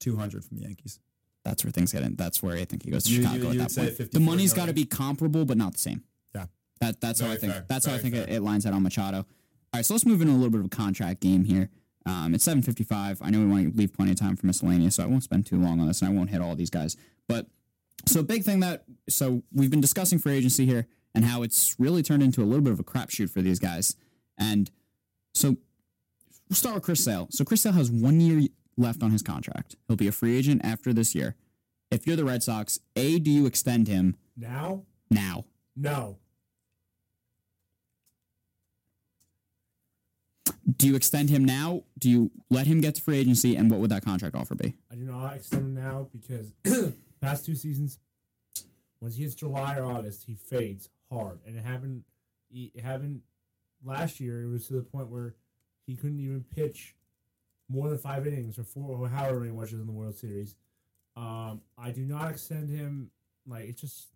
[SPEAKER 2] Two hundred from the Yankees.
[SPEAKER 1] That's where things get in. That's where I think he goes to
[SPEAKER 2] You- you-
[SPEAKER 1] Chicago
[SPEAKER 2] you would
[SPEAKER 1] at
[SPEAKER 2] say
[SPEAKER 1] that point.
[SPEAKER 2] 54
[SPEAKER 1] The money's got to
[SPEAKER 2] million.
[SPEAKER 1] be comparable, but not the same.
[SPEAKER 2] Yeah.
[SPEAKER 1] That that's how I
[SPEAKER 2] Very
[SPEAKER 1] think.
[SPEAKER 2] fair.
[SPEAKER 1] That's how I
[SPEAKER 2] Very
[SPEAKER 1] think it,
[SPEAKER 2] fair.
[SPEAKER 1] it lines out on Machado. All right, so let's move into a little bit of a contract game here. Um, it's seven fifty five. I know we want to leave plenty of time for miscellaneous, so I won't spend too long on this, and I won't hit all these guys. But so big thing that so we've been discussing free agency here and how it's really turned into a little bit of a crapshoot for these guys. And so we'll start with Chris Sale. So Chris Sale has one year left on his contract. He'll be a free agent after this year. If you're the Red Sox, a do you extend him
[SPEAKER 3] Now?
[SPEAKER 1] now?
[SPEAKER 3] No.
[SPEAKER 1] Do you extend him now? Do you let him get to free agency? And what would that contract offer be?
[SPEAKER 3] I do not extend him now because past two seasons, once he hits July or August, he fades hard, and it happened. He, it happened last year. It was to the point where he couldn't even pitch more than five innings or four or however many watches in the World Series. Um, I do not extend him. Like it's just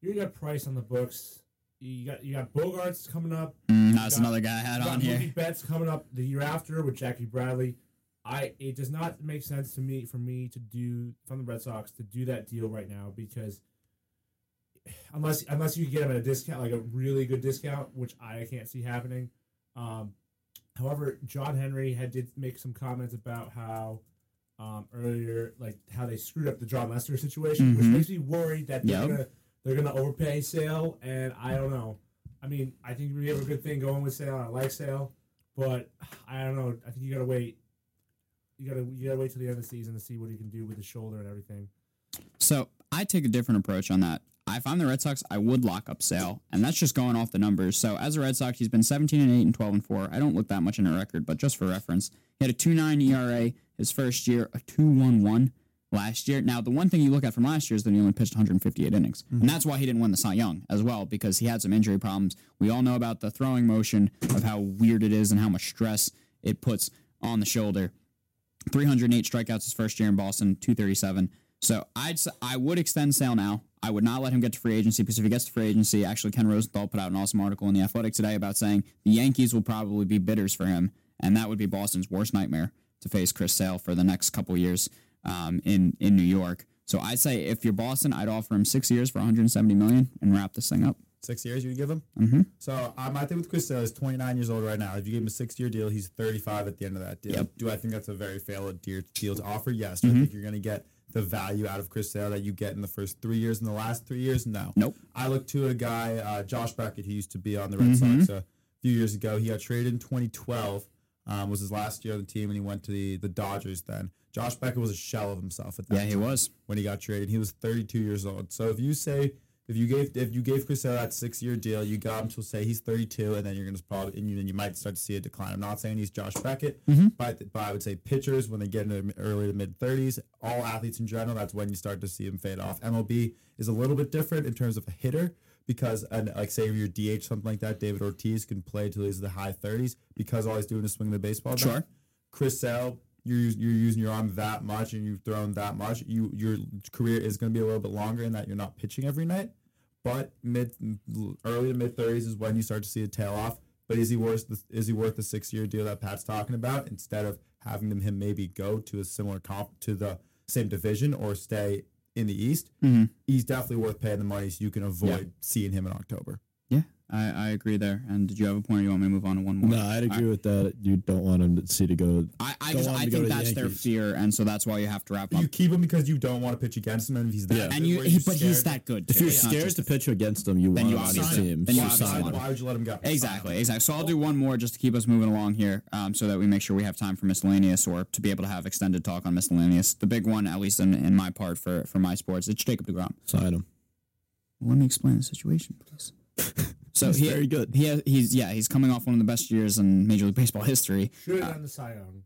[SPEAKER 3] you got Price on the books. You got you got Bogarts coming up.
[SPEAKER 1] Mm, that's another guy I had on
[SPEAKER 3] Got
[SPEAKER 1] here.
[SPEAKER 3] Mookie Betts coming up the year after with Jackie Bradley. I it does not make sense to me for me to do from the Red Sox to do that deal right now because unless unless you get him at a discount like a really good discount, which I can't see happening. Um, however, John Henry had did make some comments about how um, earlier like how they screwed up the John Lester situation, which
[SPEAKER 1] Mhm.
[SPEAKER 3] makes me worried that they're
[SPEAKER 1] Yep.
[SPEAKER 3] gonna they're gonna overpay Sale, and I don't know. I mean, I think we have a good thing going with Sale. I like Sale, but I don't know. I think you gotta wait. You gotta you gotta wait till the end of the season to see what he can do with his shoulder and everything.
[SPEAKER 1] So I take a different approach on that. If I'm the Red Sox, I would lock up Sale, and that's just going off the numbers. So as a Red Sox, he's been 17 and 8 and 12 and 4. I don't look that much in a record, but just for reference, he had a 2.9 ERA his first year, a 2.11 last year. Now the one thing you look at from last year is that he only pitched 158 innings, and that's why he didn't win the Cy Young as well because he had some injury problems. We all know about the throwing motion of how weird it is and how much stress it puts on the shoulder. 308 strikeouts his first year in Boston, 237. So I'd s- I would extend Sale now. I would not let him get to free agency because if he gets to free agency, actually Ken Rosenthal put out an awesome article in the Athletic today about saying the Yankees will probably be bidders for him, and that would be Boston's worst nightmare to face Chris Sale for the next couple years um, in in New York. So I say if you're Boston, I'd offer him six years for 170 million and wrap this thing up.
[SPEAKER 2] Six years you would give him?
[SPEAKER 1] Mhm.
[SPEAKER 2] So um, I think with Chris Sale, he's 29 years old right now. If you give him a six year deal, he's 35 at the end of that deal.
[SPEAKER 1] Yep. Mm-hmm.
[SPEAKER 2] Do I think that's a very failed deal, deal to offer? Yes. Do I think you're going to get the value out of Chris Sale that you get in the first three years and the last three years? No.
[SPEAKER 1] Nope.
[SPEAKER 2] I look to a guy, uh, Josh Beckett, who used to be on the Red
[SPEAKER 1] Mm-hmm.
[SPEAKER 2] Sox a few years ago. He got traded in 2012, um, was his last year on the team, and he went to the, the Dodgers then. Josh Beckett was a shell of himself at that
[SPEAKER 1] Yeah, he was.
[SPEAKER 2] when he got traded. He was 32 years old. So if you say if you gave if you gave Chris Sale that six year deal, you got him to say he's 32, and then you're gonna probably and you, then you might start to see a decline. I'm not saying he's Josh Beckett, but, but I would say pitchers when they get into the early to mid 30s, all athletes in general, that's when you start to see them fade off. MLB is a little bit different in terms of a hitter. Because and like say if you're DH something like that, David Ortiz can play till he's in the high 30s because all he's doing is swing the baseball. bat.
[SPEAKER 1] Sure.
[SPEAKER 2] Chris Sale, you're us- you're using your arm that much and you've thrown that much. You your career is going to be a little bit longer in that you're not pitching every night. But mid early to mid thirties is when you start to see a tail off. But is he worth the, is he worth the six year deal that Pat's talking about instead of having them him maybe go to a similar comp to the same division or stay in the East? He's definitely worth paying the money so you can avoid seeing him in October.
[SPEAKER 1] Yeah, I, I agree there. And did you have a point? Or you want me to move on to one more?
[SPEAKER 4] No, I'd agree with that. You don't want him to see to go.
[SPEAKER 1] I, I,
[SPEAKER 4] Don't
[SPEAKER 1] just,
[SPEAKER 4] want him
[SPEAKER 1] I think
[SPEAKER 4] to go to the
[SPEAKER 1] that's their
[SPEAKER 4] Yankees.
[SPEAKER 1] fear, and so that's why you have to wrap up.
[SPEAKER 2] You keep him because you don't want to pitch against him, and if he's that,
[SPEAKER 4] Yeah.
[SPEAKER 2] good,
[SPEAKER 1] and you,
[SPEAKER 2] where
[SPEAKER 1] he-
[SPEAKER 2] you're
[SPEAKER 1] but he's
[SPEAKER 2] scared-
[SPEAKER 1] that good.
[SPEAKER 4] If
[SPEAKER 1] too.
[SPEAKER 4] you're
[SPEAKER 1] It's not
[SPEAKER 4] scared
[SPEAKER 1] just-
[SPEAKER 4] to pitch against him, you want
[SPEAKER 1] you
[SPEAKER 4] him on
[SPEAKER 1] obviously-
[SPEAKER 4] your team.
[SPEAKER 1] then you
[SPEAKER 4] So
[SPEAKER 1] obviously
[SPEAKER 4] sign
[SPEAKER 2] Sign
[SPEAKER 1] want
[SPEAKER 2] him.
[SPEAKER 1] him.
[SPEAKER 2] Why would you let him go?
[SPEAKER 1] Exactly, exactly. So I'll do one more just to keep us moving along here, um, so that we make sure we have time for miscellaneous or to be able to have extended talk on miscellaneous. The big one, at least in, in my part for for my sports, it's Jacob Degrom.
[SPEAKER 4] Sign him.
[SPEAKER 1] Let me explain the situation, please. So
[SPEAKER 4] He's
[SPEAKER 1] he,
[SPEAKER 4] very good.
[SPEAKER 1] He has, he's yeah he's coming off one of the best years in Major League Baseball history.
[SPEAKER 3] Should have done the Cy Young.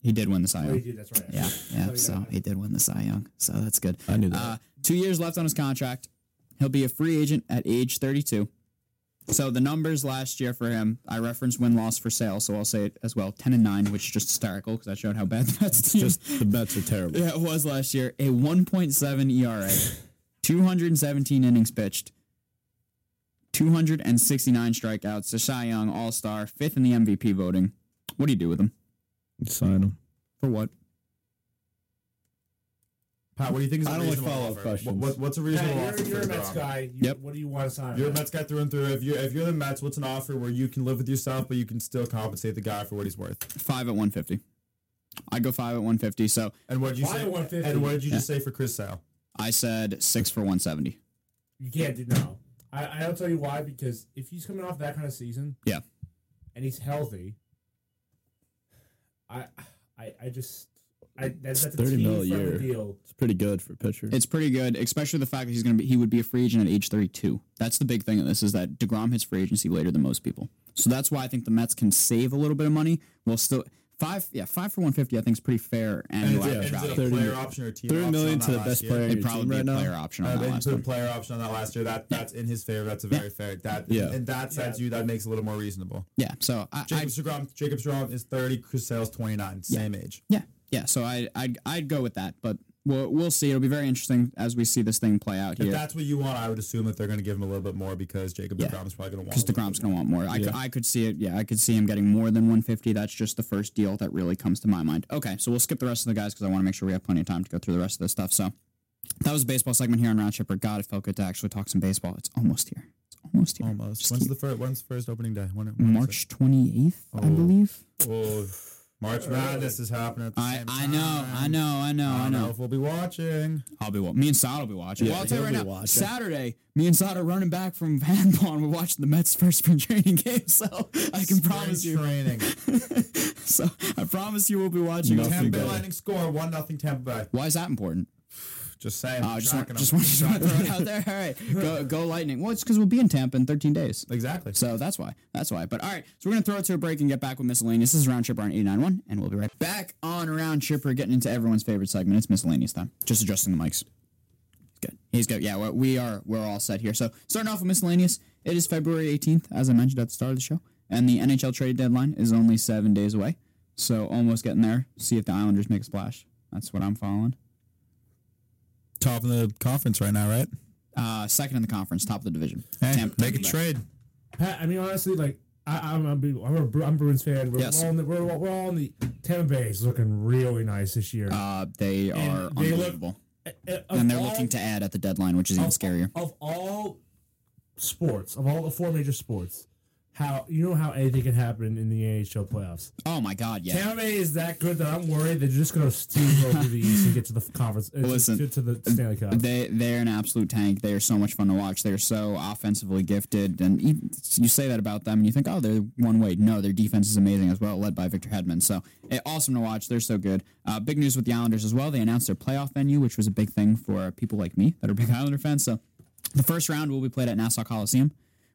[SPEAKER 1] He did win the Cy
[SPEAKER 3] Oh, he
[SPEAKER 1] Young.
[SPEAKER 3] did. That's right.
[SPEAKER 1] Uh, Yeah, yeah.
[SPEAKER 3] Oh,
[SPEAKER 1] So he did win the Cy Young. So that's good.
[SPEAKER 4] I knew that.
[SPEAKER 1] Uh, two years left on his contract. He'll be a free agent at age 32. So the numbers last year for him, I referenced win loss for sale, so I'll say it as well. 10 and 9, which is just hysterical because that showed how bad the Mets team
[SPEAKER 4] Just the bets are terrible.
[SPEAKER 1] yeah, it was last year. A 1.7 ERA, 217 innings pitched, 269 strikeouts, a Cy Young All Star, fifth in the MVP voting. What do you do with him?
[SPEAKER 4] Sign him.
[SPEAKER 1] For what?
[SPEAKER 2] Pat, what do you think is
[SPEAKER 4] I
[SPEAKER 2] a
[SPEAKER 4] don't like
[SPEAKER 2] reasonable
[SPEAKER 4] follow-up
[SPEAKER 2] offer?
[SPEAKER 4] questions.
[SPEAKER 2] What, what, what's a
[SPEAKER 3] Yeah,
[SPEAKER 2] reasonable offer?
[SPEAKER 3] you're, you're a
[SPEAKER 2] for
[SPEAKER 3] Mets
[SPEAKER 2] Degrom?
[SPEAKER 3] guy. You,
[SPEAKER 1] Yep.
[SPEAKER 3] What do you want to sign?
[SPEAKER 2] You're a Mets guy through and through. If you're if you're the Mets, what's an offer where you can live with yourself, but you can still compensate the guy for what he's worth?
[SPEAKER 1] Five at 150. I go five at 150. So
[SPEAKER 2] And what did you
[SPEAKER 3] Why
[SPEAKER 2] say?
[SPEAKER 3] at 150?
[SPEAKER 2] And what did you just say for Chris Sale?
[SPEAKER 1] I said six for 170.
[SPEAKER 3] You can't do no. I, I'll tell you why because if he's coming off that kind of season,
[SPEAKER 1] Yeah.
[SPEAKER 3] and he's healthy, I, I, I just, I that's, that's a
[SPEAKER 4] 30
[SPEAKER 3] team
[SPEAKER 4] mil a
[SPEAKER 3] friendly
[SPEAKER 4] year.
[SPEAKER 3] deal.
[SPEAKER 4] It's pretty good for a pitcher.
[SPEAKER 1] It's pretty good, especially the fact that he's going to be he would be a free agent at age 32. That's the big thing of this is that DeGrom hits free agency later than most people. So that's why I think the Mets can save a little bit of money. We'll still five yeah, 5 for 150 I think is pretty fair annualized
[SPEAKER 2] And, is it-
[SPEAKER 4] yeah,
[SPEAKER 2] and is
[SPEAKER 1] value.
[SPEAKER 2] it a
[SPEAKER 4] 30
[SPEAKER 2] player option or a team
[SPEAKER 4] Three
[SPEAKER 2] option
[SPEAKER 4] million
[SPEAKER 2] on
[SPEAKER 4] to
[SPEAKER 2] that
[SPEAKER 4] the
[SPEAKER 2] last
[SPEAKER 4] best
[SPEAKER 2] year?
[SPEAKER 4] player on
[SPEAKER 1] It'd
[SPEAKER 4] your
[SPEAKER 1] probably
[SPEAKER 4] team
[SPEAKER 1] be
[SPEAKER 4] right
[SPEAKER 1] a player
[SPEAKER 4] now.
[SPEAKER 1] option on
[SPEAKER 2] Uh,
[SPEAKER 1] that
[SPEAKER 2] they
[SPEAKER 1] last
[SPEAKER 2] put a
[SPEAKER 1] one.
[SPEAKER 2] player option on that last year. That that's in his favor. That's a very fair. That
[SPEAKER 4] Yeah.
[SPEAKER 2] in that sense, you that makes it a little more reasonable.
[SPEAKER 1] Yeah, so I, I
[SPEAKER 2] Jacob Degrom, Jacob Degrom is thirty. Chris Sale's twenty nine. Same age.
[SPEAKER 1] yeah, yeah, so I I'd, I'd go with that, but we'll we'll see. It'll be very interesting as we see this thing play out
[SPEAKER 2] If
[SPEAKER 1] here.
[SPEAKER 2] that's what you want, I would assume that they're going to give him a little bit more because Jacob
[SPEAKER 1] Yeah.
[SPEAKER 2] Degrom's probably going to want.
[SPEAKER 1] because
[SPEAKER 2] a little
[SPEAKER 1] DeGrom's going to want more. I, could, I could see it. Yeah, I could see him getting more than 150. That's just the first deal that really comes to my mind. Okay, so we'll skip the rest of the guys because I want to make sure we have plenty of time to go through the rest of this stuff. So that was a baseball segment here on Round Chipper. God, it felt good to actually talk some baseball. It's almost here. It's almost here.
[SPEAKER 2] Almost.
[SPEAKER 1] Just
[SPEAKER 2] when's
[SPEAKER 1] keep-
[SPEAKER 2] the first? When's the first opening day? When, when is it?
[SPEAKER 1] March 28th, I believe.
[SPEAKER 2] Oh, March Madness is happening. At the
[SPEAKER 1] I,
[SPEAKER 2] same
[SPEAKER 1] I know,
[SPEAKER 2] time.
[SPEAKER 1] I know, I know,
[SPEAKER 2] I
[SPEAKER 1] I
[SPEAKER 2] don't know
[SPEAKER 1] know.
[SPEAKER 2] if we'll be watching.
[SPEAKER 1] I'll be wa- me and Sod will be watching.
[SPEAKER 4] Yeah,
[SPEAKER 1] well, I'll tell you right
[SPEAKER 4] he'll
[SPEAKER 1] now,
[SPEAKER 4] be watching.
[SPEAKER 1] Saturday, me and Sod are running back from handball, and we're watching the Mets' first spring training game. So I can promise you.
[SPEAKER 2] Spring Training.
[SPEAKER 1] So I promise you, we'll be watching.
[SPEAKER 4] Nothing
[SPEAKER 2] Tampa Bay
[SPEAKER 4] better.
[SPEAKER 2] Lightning score one nothing Tampa Bay.
[SPEAKER 1] Why is that important?
[SPEAKER 2] Just saying.
[SPEAKER 1] Uh, just want,
[SPEAKER 2] Shocking
[SPEAKER 1] just
[SPEAKER 2] them.
[SPEAKER 1] want just want to throw it out there. All right, go, go Lightning. Well, it's because we'll be in Tampa in 13 days,
[SPEAKER 2] exactly.
[SPEAKER 1] so that's why. That's why. But all right, so we're gonna throw it to a break and get back with miscellaneous. This is Round Chipper on 89.1, and we'll be right back on Round Chipper, getting into everyone's favorite segment. It's miscellaneous time. Just adjusting the mics. Good. He's good. Yeah, we're, we are. We're all set here. So starting off with miscellaneous. It is February 18th, as I mentioned at the start of the show, and the NHL trade deadline is only seven days away. So almost getting there. See if the Islanders make a splash. That's what I'm following.
[SPEAKER 2] Top of the conference right now, right?
[SPEAKER 1] Uh, second in the conference, top of the division. Tampa.
[SPEAKER 2] make a trade.
[SPEAKER 3] Pat, I mean honestly, like I, I'm, I'm, a- I'm a Bru- I'm a Bruins fan. We're
[SPEAKER 1] Yes.
[SPEAKER 3] all in the we're, all- we're all in the Tampa Bay is looking really nice this year.
[SPEAKER 1] Uh, they are
[SPEAKER 3] they look-
[SPEAKER 1] unbelievable. and they're looking to add at the deadline, which is even scarier.
[SPEAKER 3] Of all sports, of all the four major sports, how you know how anything can happen in the NHL playoffs.
[SPEAKER 1] Oh my God, yeah.
[SPEAKER 3] Tampa Bay is that good that I'm worried they're just going to steamroll through the East and get to the conference. uh, to-
[SPEAKER 1] Listen,
[SPEAKER 3] to, to the Stanley Cup.
[SPEAKER 1] They they're an absolute tank. They are so much fun to watch. They're so offensively gifted, and you, you say that about them, and you think, oh, they're one way. No, their defense is amazing as well, led by Victor Hedman. So eh, awesome to watch. They're so good. Uh, big news with the Islanders as well. They announced their playoff venue, which was a big thing for people like me that are big Islander fans. So the first round will be played at Nassau Coliseum,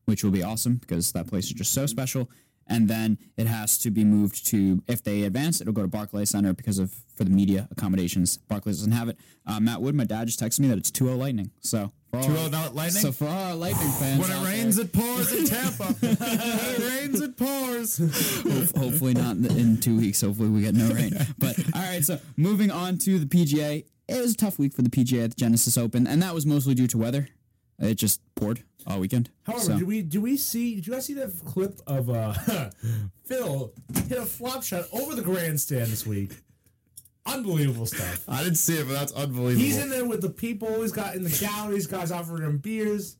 [SPEAKER 1] which will be awesome because that place is just so special. And then it has to be moved to, if they advance, it'll go to Barclay Center because of for the media accommodations. Barclays doesn't have it. Uh, Matt Wood, my dad just texted me that it's 2-0 Lightning. So for all,
[SPEAKER 2] 2-0 not oh Lightning?
[SPEAKER 1] So for all our Lightning fans,
[SPEAKER 2] When it
[SPEAKER 1] out
[SPEAKER 2] rains, it pours in Tampa. when it rains, it pours.
[SPEAKER 1] Ho- hopefully not in, in two weeks. Hopefully we get no rain. But all right, so moving on to the PGA. It was a tough week for the PGA at the Genesis Open, and that was mostly due to weather. It just poured all weekend.
[SPEAKER 3] However,
[SPEAKER 1] So-
[SPEAKER 3] do we do we see? Did you guys see that clip of uh, Phil hit a flop shot over the grandstand this week? Unbelievable stuff.
[SPEAKER 2] I didn't see it, but that's unbelievable.
[SPEAKER 3] He's in there with the people. He's got in the galleries. Guys offering him beers.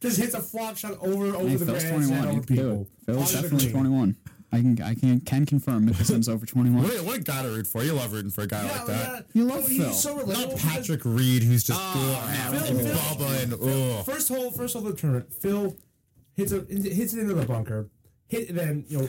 [SPEAKER 3] Just hits a flop shot over over
[SPEAKER 1] Hey,
[SPEAKER 3] the
[SPEAKER 1] Phil's 21.
[SPEAKER 3] grandstand
[SPEAKER 1] You
[SPEAKER 3] over
[SPEAKER 1] can do
[SPEAKER 3] people.
[SPEAKER 1] it. Phil's
[SPEAKER 3] On the
[SPEAKER 1] definitely
[SPEAKER 3] green.
[SPEAKER 1] 21. I can I can can confirm McKesson's over 21.
[SPEAKER 2] what, what a guy to root for. You love rooting for a guy
[SPEAKER 3] Yeah,
[SPEAKER 2] like that.
[SPEAKER 3] yeah.
[SPEAKER 1] You love
[SPEAKER 3] Oh, he's
[SPEAKER 1] Phil.
[SPEAKER 3] so relatable
[SPEAKER 2] Not
[SPEAKER 3] because
[SPEAKER 2] Patrick Reed, who's just
[SPEAKER 1] man.
[SPEAKER 2] oh, and
[SPEAKER 3] Phil-
[SPEAKER 2] Bubba and oh.
[SPEAKER 3] First hole, first hole of the tournament. Phil hits a hits it into the bunker. Hit then you know.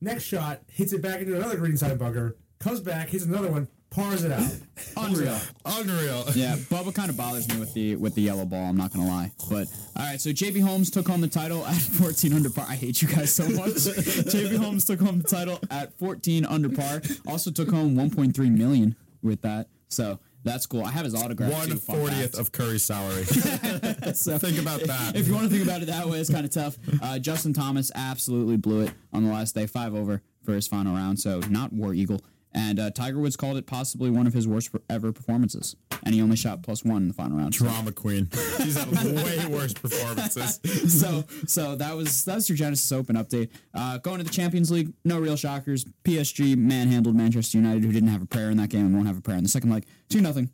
[SPEAKER 3] Next shot hits it back into another green side bunker. Comes back, hits another one, pars it out.
[SPEAKER 1] Unreal.
[SPEAKER 2] Unreal.
[SPEAKER 1] Yeah, Bubba kind of bothers me with the with the yellow ball. I'm not gonna lie, but all right. So JB Holmes took home the title at 14 under par. I hate you guys so much. JB Holmes took home the title at 14 under par. Also took home 1.3 million with that. So that's cool. I have his autograph.
[SPEAKER 2] One
[SPEAKER 1] too, fun
[SPEAKER 2] fortieth
[SPEAKER 1] fact.
[SPEAKER 2] of Curry's salary.
[SPEAKER 1] So-
[SPEAKER 2] Think about that.
[SPEAKER 1] if you want to think about it that way, it's kind of tough. Uh, Justin Thomas absolutely blew it on the last day, five over for his final round, so not War Eagle. And uh, Tiger Woods called it possibly one of his worst ever performances, and he only shot plus one in the final round.
[SPEAKER 2] Drama queen. She's had way worse performances.
[SPEAKER 1] so, so that was that's your Genesis Open update. Uh, going to the Champions League, no real shockers. PSG manhandled Manchester United, who didn't have a prayer in that game and won't have a prayer in the second leg. Two nothing.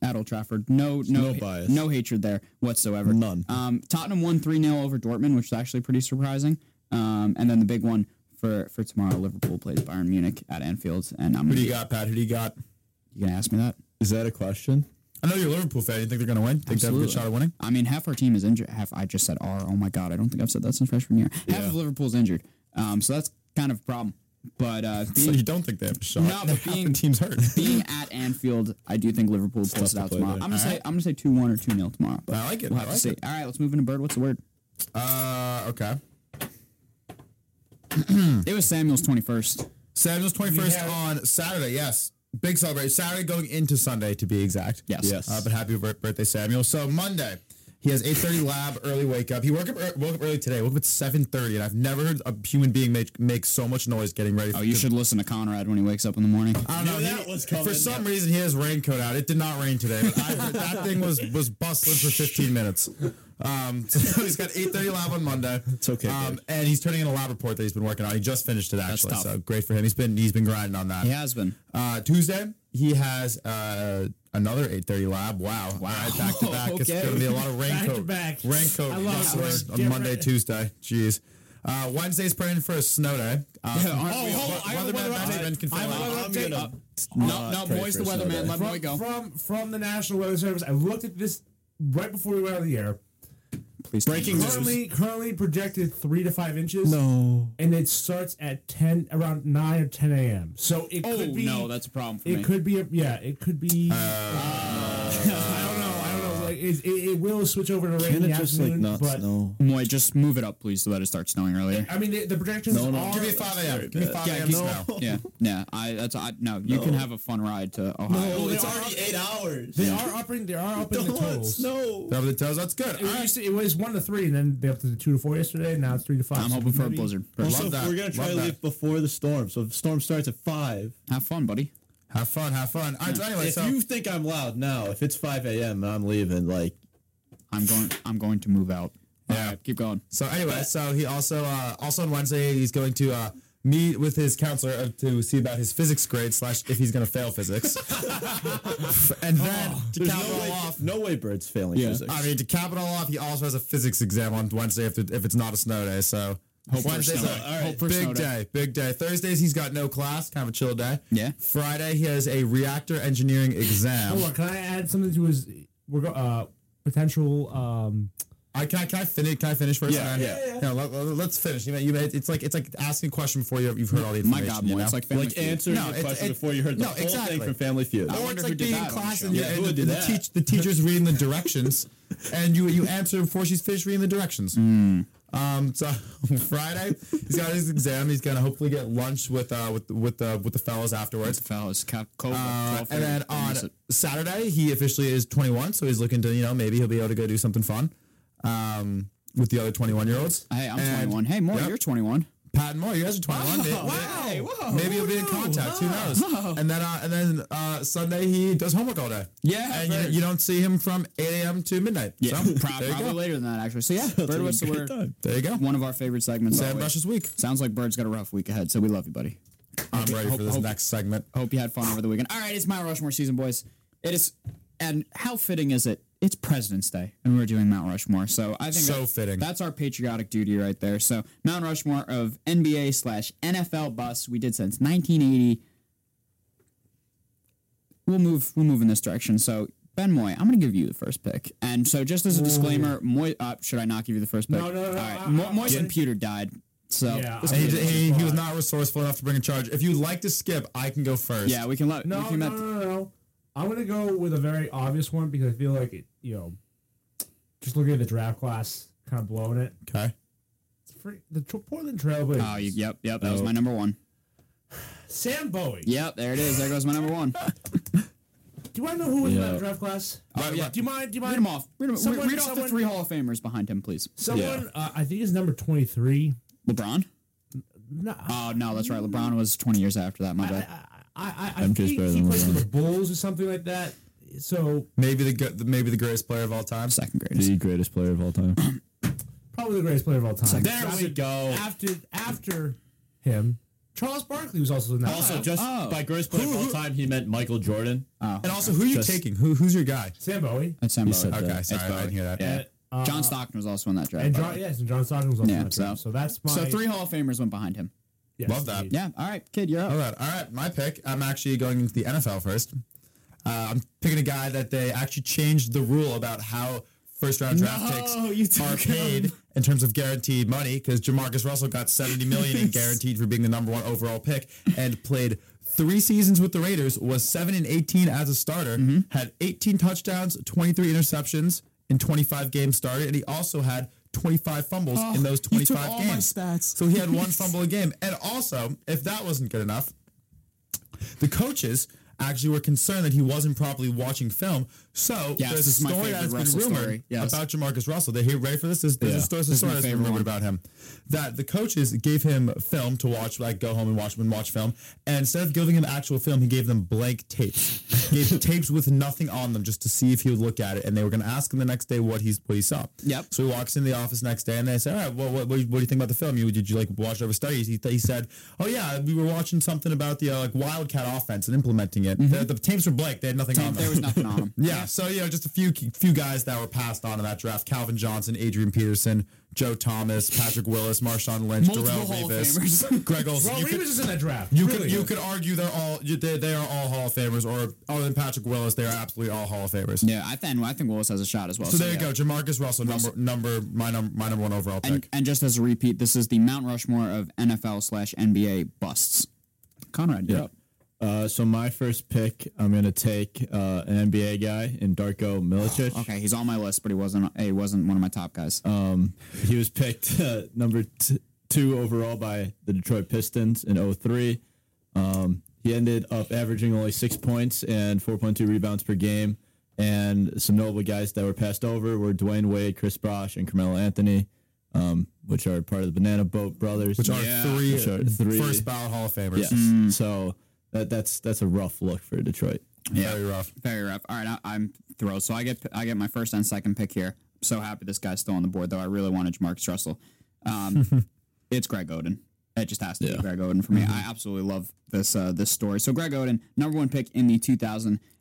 [SPEAKER 1] At Old Trafford, no, no,
[SPEAKER 4] No
[SPEAKER 1] ha-
[SPEAKER 4] bias.
[SPEAKER 1] no hatred there whatsoever.
[SPEAKER 4] None.
[SPEAKER 1] Um, Tottenham won 3 0 over Dortmund, which is actually pretty surprising. Um, and then the big one for, for tomorrow, Liverpool plays Bayern Munich at Anfield. And I'm
[SPEAKER 2] Who
[SPEAKER 1] gonna,
[SPEAKER 2] do you
[SPEAKER 1] you
[SPEAKER 2] got, Pat? Who do you got?
[SPEAKER 1] gonna ask me that?
[SPEAKER 4] Is that a question?
[SPEAKER 2] I know you're a Liverpool fan. You think they're going to win? Think they have a
[SPEAKER 1] Absolutely.
[SPEAKER 2] good shot at winning?
[SPEAKER 1] I mean, half our team is injured. Half I just said our. Oh my god, I don't think I've said that since freshman year. Half of Liverpool's injured, um, so that's kind of a problem. But uh,
[SPEAKER 2] So
[SPEAKER 1] being,
[SPEAKER 2] you don't think they have a shot?
[SPEAKER 1] No, but
[SPEAKER 2] Half the
[SPEAKER 1] being-
[SPEAKER 2] team's hurt.
[SPEAKER 1] being at Anfield, I do think Liverpool pulls it
[SPEAKER 4] tough to
[SPEAKER 1] out
[SPEAKER 4] play
[SPEAKER 1] tomorrow.
[SPEAKER 4] there.
[SPEAKER 1] I'm gonna say I'm gonna say two one or two 0 tomorrow. But
[SPEAKER 2] I like it.
[SPEAKER 1] We'll
[SPEAKER 2] I
[SPEAKER 1] have
[SPEAKER 2] like
[SPEAKER 1] to see.
[SPEAKER 2] it.
[SPEAKER 1] All right, let's move into Bird. What's the word?
[SPEAKER 2] Uh, okay.
[SPEAKER 1] It was Samuel's twenty first.
[SPEAKER 2] Samuel's 21st
[SPEAKER 3] have-
[SPEAKER 2] on Saturday. Yes. Big celebration. Saturday going into Sunday, to be exact.
[SPEAKER 1] Yes.
[SPEAKER 4] Yes.
[SPEAKER 2] Uh, but happy bir- birthday, Samuel. So Monday, he has 8.30 lab, early wake up. He woke up, ear- woke up early today. Woke up at 7.30, and I've never heard a human being make, make so much noise getting ready.
[SPEAKER 1] Oh, you should listen to Conrad when he wakes up in the morning.
[SPEAKER 2] I don't know.
[SPEAKER 4] Knew that
[SPEAKER 2] he-
[SPEAKER 4] was coming.
[SPEAKER 2] For some reason, he has raincoat out. It did not rain today, but I heard that thing was was bustling for 15 minutes. Um, so he's got 8:30 lab on Monday. It's
[SPEAKER 4] okay,
[SPEAKER 2] Um,
[SPEAKER 4] Greg.
[SPEAKER 2] and he's turning in a lab report that he's been working on. He just finished it actually,
[SPEAKER 1] tough.
[SPEAKER 2] so great for him. He's been he's been grinding on that.
[SPEAKER 1] He has been.
[SPEAKER 2] Uh, Tuesday, he has uh, another 8:30 lab. Wow. Wow. back to back. It's
[SPEAKER 1] Okay.
[SPEAKER 2] going to be a lot of raincoat.
[SPEAKER 3] back.
[SPEAKER 2] Raincoat.
[SPEAKER 3] I love
[SPEAKER 2] rustling
[SPEAKER 3] how we're
[SPEAKER 2] on Monday,
[SPEAKER 3] different.
[SPEAKER 2] Tuesday. Jeez. Uh, Wednesday's praying for a snow day. Uh,
[SPEAKER 1] Yeah, aren't we all?
[SPEAKER 2] weatherman Benjamin can fill out.
[SPEAKER 4] I'm gonna
[SPEAKER 1] No,
[SPEAKER 4] not
[SPEAKER 1] no,
[SPEAKER 4] pray
[SPEAKER 1] boys,
[SPEAKER 4] for
[SPEAKER 1] the
[SPEAKER 4] a snow
[SPEAKER 1] weatherman.
[SPEAKER 4] day.
[SPEAKER 1] Let me
[SPEAKER 3] From,
[SPEAKER 1] go.
[SPEAKER 3] from from the National Weather Service, I looked at this right before we went out of the air.
[SPEAKER 1] Please
[SPEAKER 4] Breaking news.
[SPEAKER 3] Currently, currently projected three to five inches.
[SPEAKER 4] No.
[SPEAKER 3] and it starts at ten around nine or ten a.m. So it
[SPEAKER 1] Oh
[SPEAKER 3] could be
[SPEAKER 1] no, that's a problem for
[SPEAKER 3] it
[SPEAKER 1] me.
[SPEAKER 3] could be a, yeah it could be. I don't know. I don't know. Like it, it, it will switch over to rain in
[SPEAKER 4] Can
[SPEAKER 3] the
[SPEAKER 4] it just like
[SPEAKER 3] afternoon,
[SPEAKER 4] not
[SPEAKER 3] but
[SPEAKER 4] snow?
[SPEAKER 1] Moy, just move it up, please, so that it starts snowing earlier.
[SPEAKER 3] I mean the, the projections
[SPEAKER 4] No, no.
[SPEAKER 3] are.
[SPEAKER 2] Give me 5 a.m. Give me 5
[SPEAKER 1] Yeah,
[SPEAKER 2] a.m.
[SPEAKER 1] keep-
[SPEAKER 2] snow.
[SPEAKER 1] Yeah, yeah. I that's I no. You can have a fun ride to Ohio.
[SPEAKER 4] Oh,
[SPEAKER 3] it's already
[SPEAKER 4] eight hours.
[SPEAKER 3] They are upping. They are upping the totals.
[SPEAKER 4] snow.
[SPEAKER 2] Rub the toes. That's good.
[SPEAKER 3] It, used to- it was one to three, and then they upped it to two to four yesterday. And now it's three to five.
[SPEAKER 1] I'm
[SPEAKER 3] So
[SPEAKER 1] hoping for a
[SPEAKER 3] maybe-
[SPEAKER 1] blizzard.
[SPEAKER 2] Love
[SPEAKER 4] Also,
[SPEAKER 2] that.
[SPEAKER 4] we're gonna try
[SPEAKER 2] Love
[SPEAKER 4] to
[SPEAKER 2] that.
[SPEAKER 4] leave before the storm. So if the storm starts at five,
[SPEAKER 1] Have fun, buddy.
[SPEAKER 2] Have fun. Have fun. All right. So anyway,
[SPEAKER 4] if
[SPEAKER 2] so
[SPEAKER 4] you think I'm loud now, if it's five a.m. and I'm leaving, like
[SPEAKER 1] I'm going. I'm going to move out.
[SPEAKER 2] Yeah.
[SPEAKER 1] All right, keep going.
[SPEAKER 2] so anyway, so he also uh, also on Wednesday he's going to uh, meet with his counselor uh, to see about his physics grade slash if he's going to fail physics. and then
[SPEAKER 1] Oh,
[SPEAKER 2] to cap it
[SPEAKER 4] no,
[SPEAKER 2] all
[SPEAKER 4] way,
[SPEAKER 2] off,
[SPEAKER 4] no way Bird's failing
[SPEAKER 1] Yeah.
[SPEAKER 4] physics.
[SPEAKER 2] I mean, to cap it all off, he also has a physics exam on Wednesday if, it- if it's not a snow day. So
[SPEAKER 1] for
[SPEAKER 2] Wednesday's
[SPEAKER 1] snow.
[SPEAKER 2] a
[SPEAKER 1] All right. Hope for
[SPEAKER 2] big
[SPEAKER 1] snow
[SPEAKER 2] day. big day. Thursdays he's got no class, kind of a chill day.
[SPEAKER 1] Yeah. Oh
[SPEAKER 2] Friday he has a reactor engineering
[SPEAKER 3] Hold
[SPEAKER 2] exam.
[SPEAKER 3] on, can I add something to his we're go, uh, potential? Um,
[SPEAKER 2] I can I, can I finish? Can I finish first?
[SPEAKER 4] Yeah,
[SPEAKER 2] Ryan?
[SPEAKER 4] yeah, yeah.
[SPEAKER 2] No, let, us finish. You, know, you, it's like it's like asking a question before you, you've heard all the
[SPEAKER 1] My
[SPEAKER 2] information.
[SPEAKER 1] God,
[SPEAKER 2] you
[SPEAKER 1] boy,
[SPEAKER 2] know?
[SPEAKER 1] it's like family
[SPEAKER 4] like
[SPEAKER 1] Feud.
[SPEAKER 4] answering
[SPEAKER 2] No,
[SPEAKER 4] the
[SPEAKER 2] it's-
[SPEAKER 4] question
[SPEAKER 2] it-
[SPEAKER 4] before you heard the
[SPEAKER 2] no,
[SPEAKER 4] whole thing
[SPEAKER 2] exactly.
[SPEAKER 4] from Family Feud.
[SPEAKER 1] I
[SPEAKER 2] Or
[SPEAKER 1] wonder
[SPEAKER 2] it's
[SPEAKER 1] who did
[SPEAKER 2] like being in
[SPEAKER 1] that on
[SPEAKER 2] class
[SPEAKER 1] the
[SPEAKER 2] and,
[SPEAKER 1] show.
[SPEAKER 2] you-
[SPEAKER 4] Yeah,
[SPEAKER 2] and
[SPEAKER 4] who
[SPEAKER 2] the,
[SPEAKER 4] did
[SPEAKER 2] the
[SPEAKER 4] that?
[SPEAKER 2] teach, the teacher's reading the directions, and you you answer before she's finished reading the directions.
[SPEAKER 1] Hmm.
[SPEAKER 2] Um, so Friday, he's got his exam. He's gonna hopefully get lunch with uh with with the with the fellows afterwards.
[SPEAKER 1] fellas. Cap- Cobra,
[SPEAKER 2] Uh,
[SPEAKER 1] 12:30.
[SPEAKER 2] and then
[SPEAKER 1] Don't
[SPEAKER 2] on
[SPEAKER 1] miss it.
[SPEAKER 2] Saturday, he officially is 21, so he's looking to you know maybe he'll be able to go do something fun. Um. With the other 21 year olds.
[SPEAKER 1] Hey, I'm
[SPEAKER 2] And
[SPEAKER 1] 21. Hey, Moore,
[SPEAKER 2] Yep.
[SPEAKER 1] you're 21.
[SPEAKER 2] Patton Moore, you guys are
[SPEAKER 1] Oh,
[SPEAKER 2] 21. May- may- Maybe you'll be in contact. Who knows? And then uh, and then uh, Sunday he does homework all day.
[SPEAKER 1] Yeah,
[SPEAKER 2] and
[SPEAKER 1] Bird.
[SPEAKER 2] you, you don't see him from 8 a.m. to midnight.
[SPEAKER 1] Yeah,
[SPEAKER 2] so,
[SPEAKER 1] prob-
[SPEAKER 2] there you
[SPEAKER 1] probably
[SPEAKER 2] go.
[SPEAKER 1] later than that, actually. So, yeah, Bird
[SPEAKER 4] a
[SPEAKER 1] Whistle,
[SPEAKER 4] good
[SPEAKER 1] we're-
[SPEAKER 4] time.
[SPEAKER 2] There you go.
[SPEAKER 1] one of our favorite segments.
[SPEAKER 2] Sam
[SPEAKER 1] always.
[SPEAKER 2] Rush's week.
[SPEAKER 1] Sounds like Bird's got a rough week ahead, so we love you, buddy.
[SPEAKER 2] I'm ready for this
[SPEAKER 1] hope-
[SPEAKER 2] next segment.
[SPEAKER 1] Hope you had fun over the weekend. All right, it's Mount Rushmore season, boys. It is, and how fitting is it? It's President's Day, and we're doing Mount Rushmore. So I think
[SPEAKER 2] So
[SPEAKER 1] that-
[SPEAKER 2] fitting.
[SPEAKER 1] That's our patriotic duty right there. So Mount Rushmore of NBA slash NFL bus we did since 1980. We'll move. We'll move in this direction. So Ben Moy, I'm going to give you the first pick. And so just as a disclaimer, Moy, uh, should I not give you the first pick?
[SPEAKER 3] No, no, no,
[SPEAKER 1] All
[SPEAKER 3] no,
[SPEAKER 1] right,
[SPEAKER 3] I-
[SPEAKER 1] Mo-
[SPEAKER 3] I-
[SPEAKER 1] Moy's
[SPEAKER 3] I-
[SPEAKER 1] computer died. So
[SPEAKER 3] Yeah,
[SPEAKER 1] this
[SPEAKER 3] I-
[SPEAKER 2] And he,
[SPEAKER 1] could-
[SPEAKER 2] did- he, he was not resourceful enough to bring a charge. If you'd like to skip, I can go first.
[SPEAKER 1] yeah, we can let.
[SPEAKER 3] no,
[SPEAKER 1] we
[SPEAKER 3] no,
[SPEAKER 1] can
[SPEAKER 3] no,
[SPEAKER 1] let
[SPEAKER 3] no, no. I'm gonna go with a very obvious one because I feel like it, you know, just looking at the draft class, kind of blowing it.
[SPEAKER 2] Okay.
[SPEAKER 3] It's free, the Tr- Portland Trailblazers.
[SPEAKER 1] Oh, you, yep, yep. That was my number one.
[SPEAKER 3] Sam Bowie.
[SPEAKER 1] Yep, there it is. There goes my number one.
[SPEAKER 3] Do I know who was in
[SPEAKER 4] Yeah.
[SPEAKER 3] that draft class?
[SPEAKER 1] Oh, yeah.
[SPEAKER 3] Do you mind? Do you mind?
[SPEAKER 1] Read them off. Read, 'em- re-
[SPEAKER 3] Someone-
[SPEAKER 1] read off the
[SPEAKER 3] someone-
[SPEAKER 1] three Hall of Famers behind him, please.
[SPEAKER 3] Someone,
[SPEAKER 4] Yeah.
[SPEAKER 3] uh, I think is number 23.
[SPEAKER 1] LeBron?
[SPEAKER 3] No, I,
[SPEAKER 1] Oh, no, that's right. LeBron was 20 years after that. My
[SPEAKER 3] I,
[SPEAKER 1] bad.
[SPEAKER 3] I, I, I
[SPEAKER 4] I'm
[SPEAKER 3] think
[SPEAKER 4] just
[SPEAKER 3] he
[SPEAKER 4] better than
[SPEAKER 3] plays for
[SPEAKER 4] LeBron.
[SPEAKER 3] the Bulls or something like that. So
[SPEAKER 2] Maybe the go- the- maybe the greatest player of all time.
[SPEAKER 1] Second grade.
[SPEAKER 4] The greatest player of all time.
[SPEAKER 3] probably the greatest player of all time.
[SPEAKER 2] There we go.
[SPEAKER 3] After after him, Charles Barkley was also in that.
[SPEAKER 4] Also,
[SPEAKER 3] class.
[SPEAKER 4] just
[SPEAKER 1] Oh.
[SPEAKER 4] by greatest player of all time, he meant Michael Jordan.
[SPEAKER 1] Uh,
[SPEAKER 2] And also, who are you
[SPEAKER 4] Just-
[SPEAKER 2] taking? Who who's your guy?
[SPEAKER 3] Sam Bowie.
[SPEAKER 1] That's him.
[SPEAKER 4] said
[SPEAKER 1] Bowie.
[SPEAKER 4] that.
[SPEAKER 2] Okay,
[SPEAKER 4] It's
[SPEAKER 2] sorry, I didn't hear that.
[SPEAKER 1] Yeah.
[SPEAKER 3] Uh,
[SPEAKER 1] John Stockton was also in that draft.
[SPEAKER 3] And
[SPEAKER 1] by the
[SPEAKER 3] John,
[SPEAKER 1] way.
[SPEAKER 3] yes, and John Stockton was also
[SPEAKER 1] Yeah,
[SPEAKER 3] in that.
[SPEAKER 1] so-
[SPEAKER 3] So, so that's my
[SPEAKER 1] So three Hall of Famers went behind him.
[SPEAKER 3] yes,
[SPEAKER 2] Love that.
[SPEAKER 3] indeed.
[SPEAKER 1] Yeah. All right, kid, you're up.
[SPEAKER 2] All right, all right. My pick. I'm actually going into the NFL first. Uh, I'm picking a guy that they actually changed the rule about how first round draft
[SPEAKER 1] No, you
[SPEAKER 2] picks
[SPEAKER 1] took
[SPEAKER 2] are paid
[SPEAKER 1] him.
[SPEAKER 2] in terms of guaranteed money because Jamarcus Russell got 70 million in guaranteed for being the number one overall pick and played three seasons with the Raiders. Was seven and 18 as a starter.
[SPEAKER 1] Mm-hmm.
[SPEAKER 2] Had 18 touchdowns, 23 interceptions in 25 games started, and he also had 25 fumbles in those
[SPEAKER 1] you took
[SPEAKER 2] 25
[SPEAKER 1] all my
[SPEAKER 2] games.
[SPEAKER 1] stats.
[SPEAKER 2] So he had one fumble a game. And also, if that wasn't good enough, the coaches actually were concerned that he wasn't properly watching film. So
[SPEAKER 1] Yes,
[SPEAKER 2] there's a
[SPEAKER 1] this is my
[SPEAKER 2] story
[SPEAKER 1] favorite
[SPEAKER 2] that's been
[SPEAKER 1] Russell
[SPEAKER 2] rumored
[SPEAKER 1] story. Yes.
[SPEAKER 2] about Jamarcus Russell. They hear ready for this? There's, there's
[SPEAKER 4] Yeah.
[SPEAKER 2] a story, there's a
[SPEAKER 1] This is my
[SPEAKER 2] story that's been
[SPEAKER 1] favorite
[SPEAKER 2] rumored
[SPEAKER 1] one.
[SPEAKER 2] about him that the coaches gave him film to watch, like go home and watch and watch film. And instead of giving him actual film, he gave them blank tapes, gave tapes with nothing on them, just to see if he would look at it. And they were going to ask him the next day what he's what he saw.
[SPEAKER 1] Yep.
[SPEAKER 2] So he walks into the office next day, and they say, "All right, well, what, what, do you- what do you think about the film? You did you like watch it over studies?" He, he said, "Oh yeah, we were watching something about the uh, like Wildcat offense and implementing it. The, the tapes were blank; they had nothing on them.
[SPEAKER 1] Mm-hmm. There was nothing on him.
[SPEAKER 2] Yeah, so you know, just a few few guys that were passed on in that draft: Calvin Johnson, Adrian Peterson, Joe Thomas, Patrick Willis, Marshawn Lynch,
[SPEAKER 1] Multiple
[SPEAKER 2] Darrell
[SPEAKER 1] Hall of
[SPEAKER 2] Revis,
[SPEAKER 1] Famers.
[SPEAKER 2] Greg Olson.
[SPEAKER 3] Well,
[SPEAKER 2] You
[SPEAKER 3] Reeves
[SPEAKER 2] could,
[SPEAKER 3] was in that draft.
[SPEAKER 2] you
[SPEAKER 3] really.
[SPEAKER 2] could you could argue they're all you, they, they are all Hall of Famers, or other than Patrick Willis, they are absolutely all Hall of Famers.
[SPEAKER 1] Yeah, I think, I think Willis has a shot as well.
[SPEAKER 2] So there you
[SPEAKER 1] yeah.
[SPEAKER 2] go, Jamarcus Russell, number number my number my number one overall pick.
[SPEAKER 1] And, and just as a repeat, this is the Mount Rushmore of NFL slash NBA busts. Conrad, you're up.
[SPEAKER 4] Uh, so my first pick, I'm gonna take uh, an NBA guy in Darko Milicic.
[SPEAKER 2] Oh,
[SPEAKER 1] Okay, he's on my list, but he wasn't. He wasn't one of my top guys.
[SPEAKER 4] He was picked uh, number t- two overall by the Detroit Pistons in 03. Um, he ended up averaging only six points and 4.2 rebounds per game. And some notable guys that were passed over were Dwayne Wade, Chris Bosh, and Carmelo Anthony, um, which are part of the Banana Boat Brothers.
[SPEAKER 2] which are
[SPEAKER 1] Yeah.
[SPEAKER 2] three Mm.
[SPEAKER 4] Which are
[SPEAKER 2] first
[SPEAKER 4] three.
[SPEAKER 2] ballot Hall of Famers.
[SPEAKER 4] yes. So that, that's that's a rough look for Detroit.
[SPEAKER 2] Very rough.
[SPEAKER 1] Very rough. All right, I, I'm thrilled. So I get I get my first and second pick here. so happy this guy's still on the board, though. I really wanted Marcus Russell. Um, it's Greg Oden. That just has to
[SPEAKER 4] Yeah.
[SPEAKER 1] be Greg Oden for me. I absolutely love this uh, this story. So Greg Oden, number one pick in the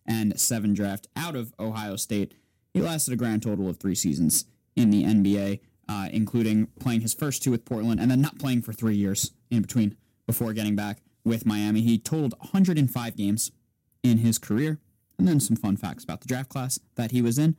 [SPEAKER 1] 2007 draft out of Ohio State. He lasted a grand total of three seasons in the NBA, uh, including playing his first two with Portland and then not playing for three years in between before getting back with Miami. He totaled 105 games in his career. And then some fun facts about the draft class that he was in.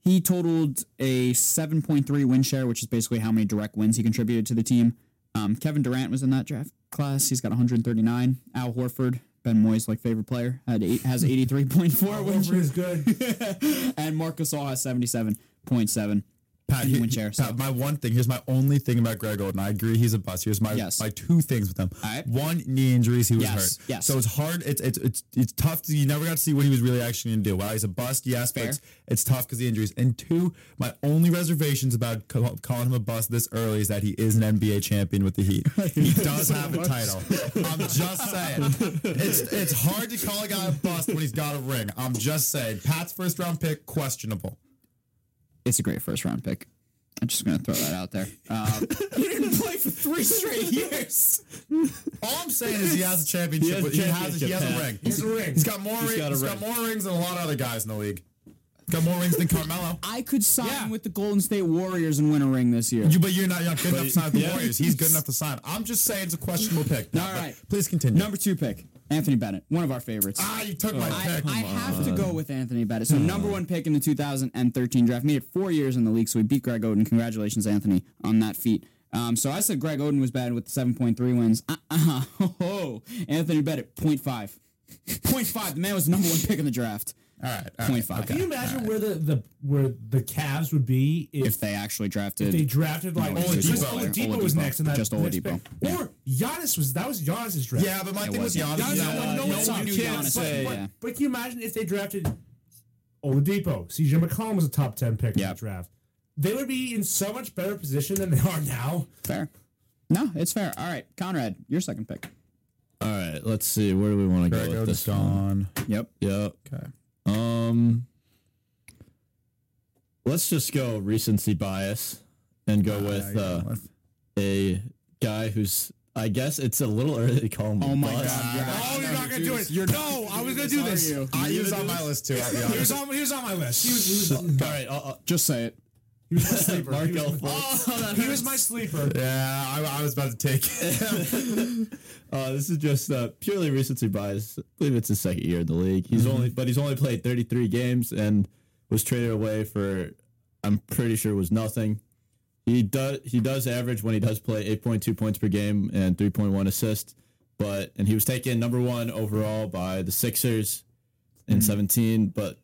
[SPEAKER 1] He totaled a 7.3 win share, which is basically how many direct wins he contributed to the team. Um, Kevin Durant was in that draft class. He's got 139. Al Horford, Ben Moyes, like favorite player, had eight, has 83.4 win
[SPEAKER 3] Horford
[SPEAKER 1] share.
[SPEAKER 3] is good.
[SPEAKER 1] and Marcus All has 77.7.
[SPEAKER 2] Pat,
[SPEAKER 1] in the
[SPEAKER 2] he-
[SPEAKER 1] win chair,
[SPEAKER 2] Pat,
[SPEAKER 1] so.
[SPEAKER 2] my one thing, here's my only thing about Greg Oden. I agree he's a bust. Here's my
[SPEAKER 1] Yes.
[SPEAKER 2] my two things with him.
[SPEAKER 1] Alright.
[SPEAKER 2] One, knee injuries, he was
[SPEAKER 1] Yes,
[SPEAKER 2] hurt.
[SPEAKER 1] yes.
[SPEAKER 2] So it's hard. It's it's it's it's tough. To, you never got to see what he was really actually going to do. Well, Uh, he's a bust, yes,
[SPEAKER 1] Fair.
[SPEAKER 2] but it's, it's tough because the injuries. And two, my only reservations about ca- calling him a bust this early is that he is an NBA champion with the Heat. He does have a title. I'm just saying. It's it's hard to call a guy a bust when he's got a ring. I'm just saying. Pat's first round pick questionable.
[SPEAKER 1] It's a great first round pick. I'm just going to throw that out there. Uh, he didn't play for three straight years.
[SPEAKER 2] All I'm saying is he has a championship.
[SPEAKER 4] has
[SPEAKER 2] He
[SPEAKER 4] a
[SPEAKER 2] has, he has, a, he
[SPEAKER 4] championship,
[SPEAKER 2] has a
[SPEAKER 4] Pat.
[SPEAKER 2] ring.
[SPEAKER 3] He's a ring.
[SPEAKER 2] He's got more rings.
[SPEAKER 4] got a
[SPEAKER 2] He's got more rings than a lot of other guys in the league. Got more rings than Carmelo.
[SPEAKER 1] I could sign
[SPEAKER 2] Yeah.
[SPEAKER 1] with the Golden State Warriors and win a ring this year.
[SPEAKER 2] You, but you're not, you're not good enough to sign with the
[SPEAKER 4] yeah.
[SPEAKER 2] Warriors. He's good enough to sign. I'm just saying it's a questionable pick.
[SPEAKER 1] All
[SPEAKER 2] but
[SPEAKER 1] right.
[SPEAKER 2] Please continue.
[SPEAKER 1] Number two pick, Anthony Bennett, one of our favorites.
[SPEAKER 2] ah, you took my
[SPEAKER 1] Oh, I,
[SPEAKER 2] pick.
[SPEAKER 1] I have to go with Anthony Bennett. So number one pick in the 2013 draft. Made it four years in the league, so we beat Greg Oden. Congratulations, Anthony, on that feat. Um, so I said Greg Oden was bad with 7.3 wins. Uh, uh, oh, Anthony Bennett, 0.5. 0.5. The man was the number one pick in the draft.
[SPEAKER 2] all right. all right.
[SPEAKER 1] 0.5.
[SPEAKER 3] Can you imagine where the, the where the Cavs would be if,
[SPEAKER 1] If they actually drafted.
[SPEAKER 3] they drafted like
[SPEAKER 1] No, it's
[SPEAKER 3] just
[SPEAKER 2] Oladipo.
[SPEAKER 3] Oladipo was
[SPEAKER 1] Oladipo.
[SPEAKER 3] next in that
[SPEAKER 1] Just
[SPEAKER 3] next
[SPEAKER 1] Oladipo.
[SPEAKER 3] pick. Or Giannis was that was Giannis's draft.
[SPEAKER 2] Yeah, but my thing was
[SPEAKER 1] wasn't.
[SPEAKER 2] Giannis.
[SPEAKER 3] Giannis,
[SPEAKER 2] Yeah,
[SPEAKER 3] no one- no one
[SPEAKER 2] yeah, yeah.
[SPEAKER 3] saw
[SPEAKER 1] you
[SPEAKER 3] Giannis.
[SPEAKER 1] can't
[SPEAKER 3] But-
[SPEAKER 1] say,
[SPEAKER 3] but,
[SPEAKER 1] yeah.
[SPEAKER 3] but can you imagine if they drafted Oladipo, CJ McCollum was a top ten pick in
[SPEAKER 1] Yep.
[SPEAKER 3] the draft? They would be in so much better position than they are now.
[SPEAKER 1] fair. No, it's fair. All right, Conrad, your second pick.
[SPEAKER 4] All right, let's see. Where do we want to
[SPEAKER 2] Greg
[SPEAKER 4] go with
[SPEAKER 2] Oden's
[SPEAKER 4] this one?
[SPEAKER 2] gone.
[SPEAKER 1] Yep.
[SPEAKER 4] Yep.
[SPEAKER 2] Okay.
[SPEAKER 4] Um, let's just go recency bias and go
[SPEAKER 2] Ah, Yeah,
[SPEAKER 4] with
[SPEAKER 2] you're
[SPEAKER 4] uh,
[SPEAKER 2] going with-
[SPEAKER 4] a guy who's. I guess it's a little early to call him. a
[SPEAKER 1] Oh my
[SPEAKER 4] bust.
[SPEAKER 1] God. you're
[SPEAKER 2] Oh,
[SPEAKER 1] actually
[SPEAKER 2] you're not
[SPEAKER 1] gonna
[SPEAKER 2] gonna do it.
[SPEAKER 1] You're
[SPEAKER 2] no, I was gonna do this.
[SPEAKER 1] you?
[SPEAKER 2] I, Ah, he was on my list too. I'll be
[SPEAKER 3] He was
[SPEAKER 2] honest.
[SPEAKER 3] on he was on my list. He was, he was,
[SPEAKER 4] All right, uh, uh,
[SPEAKER 1] Just say it.
[SPEAKER 3] he was my sleeper. Oh,
[SPEAKER 4] Mark
[SPEAKER 3] he, was my,
[SPEAKER 4] Elford.
[SPEAKER 3] he was my sleeper.
[SPEAKER 2] Yeah, I, I was about to take.
[SPEAKER 4] Uh, this is just uh, purely recency bias. I believe it's his second year in the league. He's only, but he's only played 33 games and was traded away for, I'm pretty sure, was nothing. He does he does average when he does play 8.2 points per game and 3.1 assists, but and he was taken number one overall by the Sixers in 17. But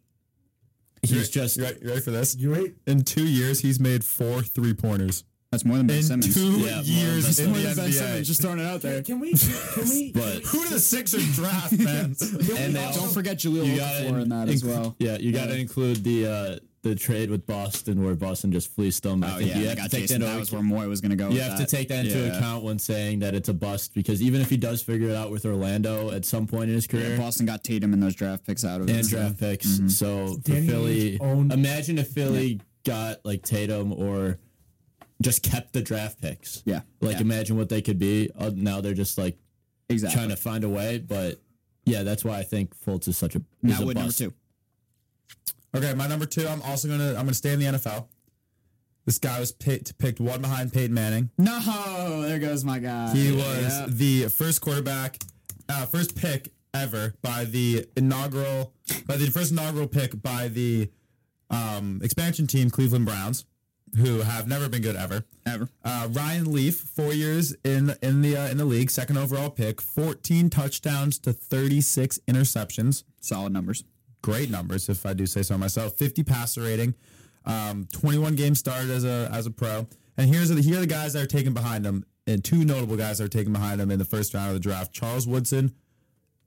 [SPEAKER 4] he's just
[SPEAKER 2] You ready, you ready for this?
[SPEAKER 3] You right?
[SPEAKER 2] In two years, he's made four three pointers.
[SPEAKER 1] That's more than Ben
[SPEAKER 2] In
[SPEAKER 1] Simmons.
[SPEAKER 2] two
[SPEAKER 4] Yeah, more
[SPEAKER 2] years
[SPEAKER 4] than
[SPEAKER 2] in the
[SPEAKER 4] Ben
[SPEAKER 1] More than Ben Simmons,
[SPEAKER 2] NBA.
[SPEAKER 1] Just throwing it out there.
[SPEAKER 3] Can we can we
[SPEAKER 4] but
[SPEAKER 2] Who did the Sixers draft, man?
[SPEAKER 4] and they
[SPEAKER 1] Don't
[SPEAKER 4] also,
[SPEAKER 1] forget Jaleel
[SPEAKER 4] you gotta
[SPEAKER 1] Okafor in that as
[SPEAKER 4] inc-
[SPEAKER 1] well.
[SPEAKER 4] Yeah, you got to include the uh, the trade with Boston where Boston just fleeced them. I
[SPEAKER 1] Oh
[SPEAKER 4] think
[SPEAKER 1] yeah,
[SPEAKER 4] you
[SPEAKER 1] I
[SPEAKER 4] have to
[SPEAKER 1] got
[SPEAKER 4] take
[SPEAKER 1] Jason.
[SPEAKER 4] that
[SPEAKER 1] That
[SPEAKER 4] into
[SPEAKER 1] was where Moy was gonna go.
[SPEAKER 4] You have to take that into
[SPEAKER 1] Yeah.
[SPEAKER 4] account when saying that it's a bust because even if he does figure it out with Orlando at some point in his career
[SPEAKER 1] Boston Mm-hmm. got Tatum and those draft picks out of it.
[SPEAKER 4] and draft picks, so for
[SPEAKER 3] Danny
[SPEAKER 4] Philly,
[SPEAKER 3] Ainge's own-
[SPEAKER 4] imagine if Philly got like Tatum or just kept the draft picks.
[SPEAKER 1] Yeah,
[SPEAKER 4] Like
[SPEAKER 1] yeah.
[SPEAKER 4] imagine what they could be. Uh, now they're just like
[SPEAKER 1] exactly.
[SPEAKER 4] trying to find a way, but yeah, that's why I think Fultz is such a is
[SPEAKER 1] Now
[SPEAKER 4] a
[SPEAKER 1] would number
[SPEAKER 4] bust.
[SPEAKER 1] two.
[SPEAKER 2] Okay, my number two. I'm also gonna I'm gonna stay in the NFL. This guy was picked picked one behind Peyton Manning.
[SPEAKER 1] No, there goes my guy.
[SPEAKER 2] He was
[SPEAKER 1] Yeah.
[SPEAKER 2] the first quarterback, uh, first pick ever by the inaugural by the first inaugural pick by the um, expansion team Cleveland Browns, who have never been good ever.
[SPEAKER 1] ever.
[SPEAKER 2] Uh, Ryan Leaf, four years in in the uh, in the league, second overall pick, 14 touchdowns to 36 interceptions
[SPEAKER 1] Solid numbers.
[SPEAKER 2] great numbers, if I do say so myself. 50 passer rating, um, 21 games started as a as a pro. And here's the, here are the guys that are taken behind him, and two notable guys that are taken behind him in the first round of the draft: Charles Woodson,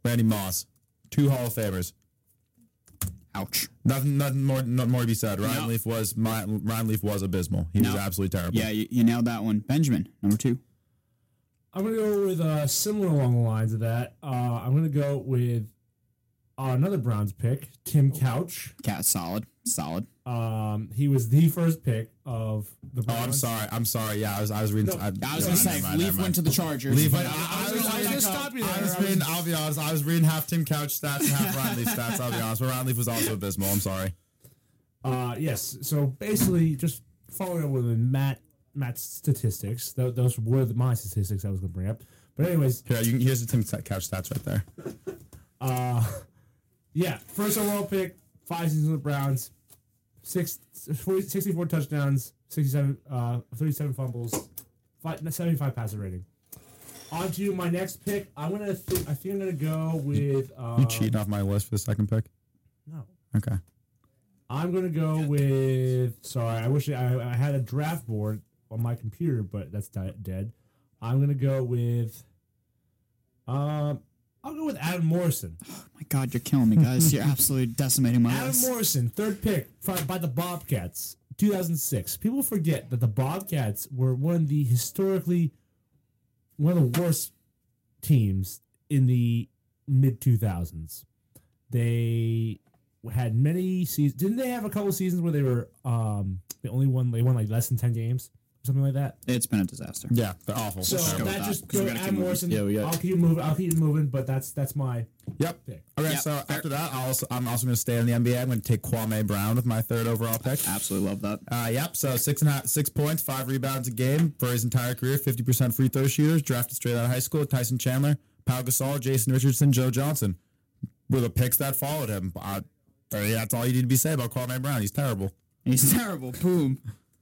[SPEAKER 2] Randy Moss, two Hall of Famers.
[SPEAKER 1] Ouch.
[SPEAKER 2] Nothing, nothing more, nothing more to be said. Ryan
[SPEAKER 1] No.
[SPEAKER 2] Leaf was my, Ryan Leaf was abysmal. He was
[SPEAKER 1] No.
[SPEAKER 2] absolutely terrible.
[SPEAKER 1] Yeah, you, you nailed that one. Benjamin, number two.
[SPEAKER 3] I'm gonna go with uh, similar along the lines of that. Uh, I'm gonna go with Uh, another Browns pick, Tim Couch.
[SPEAKER 1] Cat solid, solid.
[SPEAKER 3] Um, he was the first pick of the
[SPEAKER 2] Oh,
[SPEAKER 3] Browns.
[SPEAKER 2] I'm sorry. I'm sorry. Yeah, I was. I was reading.
[SPEAKER 3] No,
[SPEAKER 1] I was gonna say,
[SPEAKER 2] never mind,
[SPEAKER 1] Leaf
[SPEAKER 2] never
[SPEAKER 1] went to
[SPEAKER 2] mind.
[SPEAKER 1] the Chargers.
[SPEAKER 2] Leaf went.
[SPEAKER 1] but
[SPEAKER 2] I, I,
[SPEAKER 1] was
[SPEAKER 2] was,
[SPEAKER 1] gonna
[SPEAKER 2] I,
[SPEAKER 1] say- oh
[SPEAKER 2] was,
[SPEAKER 3] stop you
[SPEAKER 2] I
[SPEAKER 3] there.
[SPEAKER 2] was
[SPEAKER 3] I was-
[SPEAKER 2] reading. I'll be honest. I was reading half Tim Couch stats and half Ryan Leaf stats. I'll be honest. But Ryan Leaf was also abysmal. I'm sorry.
[SPEAKER 3] Uh, yes. So basically, just following up with Matt Matt's statistics. Tho- those were the, my statistics I was going to bring up. But anyways,
[SPEAKER 2] Here, you can, here's the Tim Couch stats right there.
[SPEAKER 3] yeah, first overall pick, five seasons with the Browns, six, 40, 64 touchdowns, 67, uh, 37 fumbles, five, 75 passer rating. On to my next pick. I'm gonna. Th- I think I'm gonna go with. Uh,
[SPEAKER 2] You cheating off my list for the second pick.
[SPEAKER 3] No.
[SPEAKER 2] Okay.
[SPEAKER 3] I'm gonna go with. Sorry, I wish I, I had a draft board on my computer, but that's di- dead. I'm gonna go with. Um, I'll go with Adam Morrison.
[SPEAKER 1] Oh my God, you're killing me, guys. You're absolutely decimating my
[SPEAKER 3] Adam
[SPEAKER 1] list.
[SPEAKER 3] Morrison, third pick fro- by the Bobcats, 2006. People forget that the Bobcats were one of the historically one of the worst teams in the mid 2000s. They had many seasons. Didn't they have a couple seasons where they were um they only won they won like less than 10 games, something like that.
[SPEAKER 1] It's been a disaster.
[SPEAKER 2] Yeah, they're awful.
[SPEAKER 3] So
[SPEAKER 1] Let's go
[SPEAKER 2] Terrible.
[SPEAKER 1] with
[SPEAKER 3] that
[SPEAKER 1] that,
[SPEAKER 3] just
[SPEAKER 1] 'cause we
[SPEAKER 3] go
[SPEAKER 1] gotta keep
[SPEAKER 3] Adam
[SPEAKER 1] moving.
[SPEAKER 3] Morrison.
[SPEAKER 4] Yeah, we got-
[SPEAKER 3] I'll keep moving. I'll keep moving, but that's that's my
[SPEAKER 2] Yep.
[SPEAKER 3] pick.
[SPEAKER 2] Okay,
[SPEAKER 1] Yep,
[SPEAKER 2] so
[SPEAKER 1] fair.
[SPEAKER 2] after that, I'll also, I'm also going to stay in the NBA. I'm going to take Kwame Brown with my third overall pick.
[SPEAKER 1] Absolutely love that.
[SPEAKER 2] Uh, yep. So six and a half, six points, five rebounds a game for his entire career. Fifty percent free throw shooters. Drafted straight out of high school. Tyson Chandler, Pau Gasol, Jason Richardson, Joe Johnson were the picks that followed him. Uh, that's all you need to be said about Kwame Brown. He's terrible.
[SPEAKER 1] He's terrible. Boom.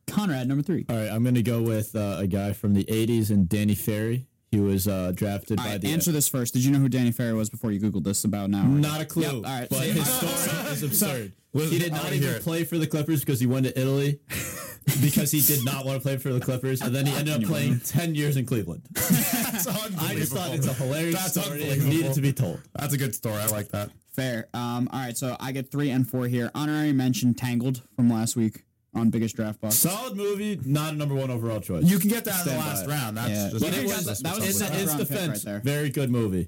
[SPEAKER 1] Conrad, number three.
[SPEAKER 4] All right, I'm going to go with uh, a guy from the 80s and Danny Ferry. He was uh, drafted
[SPEAKER 1] All
[SPEAKER 4] by
[SPEAKER 1] right,
[SPEAKER 4] the
[SPEAKER 1] answer this first. Did you know who Danny Ferry was before you Googled this about now?
[SPEAKER 4] Not a clue.
[SPEAKER 1] Yep, all right.
[SPEAKER 4] But
[SPEAKER 1] Same.
[SPEAKER 4] his story is absurd.
[SPEAKER 2] Listen,
[SPEAKER 4] he did
[SPEAKER 2] I
[SPEAKER 4] not
[SPEAKER 2] wanna hear
[SPEAKER 4] even
[SPEAKER 2] it.
[SPEAKER 4] play for the Clippers because he went to Italy because he did not want to play for the Clippers, and then he ended up playing ten years in Cleveland.
[SPEAKER 2] That's unbelievable.
[SPEAKER 4] I just thought it's a hilarious
[SPEAKER 2] That's
[SPEAKER 4] story. It
[SPEAKER 2] unbelievable.
[SPEAKER 4] needed to be told.
[SPEAKER 2] That's a good story. I like that.
[SPEAKER 1] Fair. Um, all right, so I get three and four here. Honorary mention Tangled from last week on Biggest Draft Box.
[SPEAKER 4] Solid movie, not a number one overall choice.
[SPEAKER 2] You can get that in
[SPEAKER 4] Stand
[SPEAKER 2] the
[SPEAKER 4] by
[SPEAKER 2] last
[SPEAKER 4] it.
[SPEAKER 2] round. That's
[SPEAKER 1] Yeah.
[SPEAKER 2] just
[SPEAKER 1] But it was-
[SPEAKER 2] that's
[SPEAKER 1] that was
[SPEAKER 4] it's
[SPEAKER 2] what's
[SPEAKER 1] a-
[SPEAKER 2] up with
[SPEAKER 1] it's
[SPEAKER 4] his
[SPEAKER 1] round pick
[SPEAKER 4] defense.
[SPEAKER 1] right there.
[SPEAKER 4] very good movie.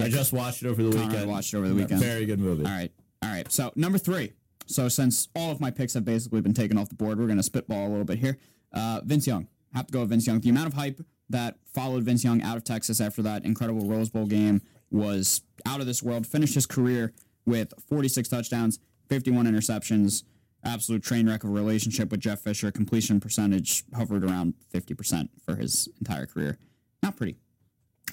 [SPEAKER 4] I just watched it over the
[SPEAKER 1] Conrad
[SPEAKER 4] weekend.
[SPEAKER 1] watched it over the weekend.
[SPEAKER 4] Very good movie.
[SPEAKER 1] All right. All right. So number three. So since all of my picks have basically been taken off the board, we're gonna spitball a little bit here. Uh, Vince Young. Have to go with Vince Young. The amount of hype that followed Vince Young out of Texas after that incredible Rose Bowl game was out of this world. Finished his career with 46 touchdowns, 51 interceptions, absolute train wreck of a relationship with Jeff Fisher. Completion percentage hovered around 50% for his entire career. Not pretty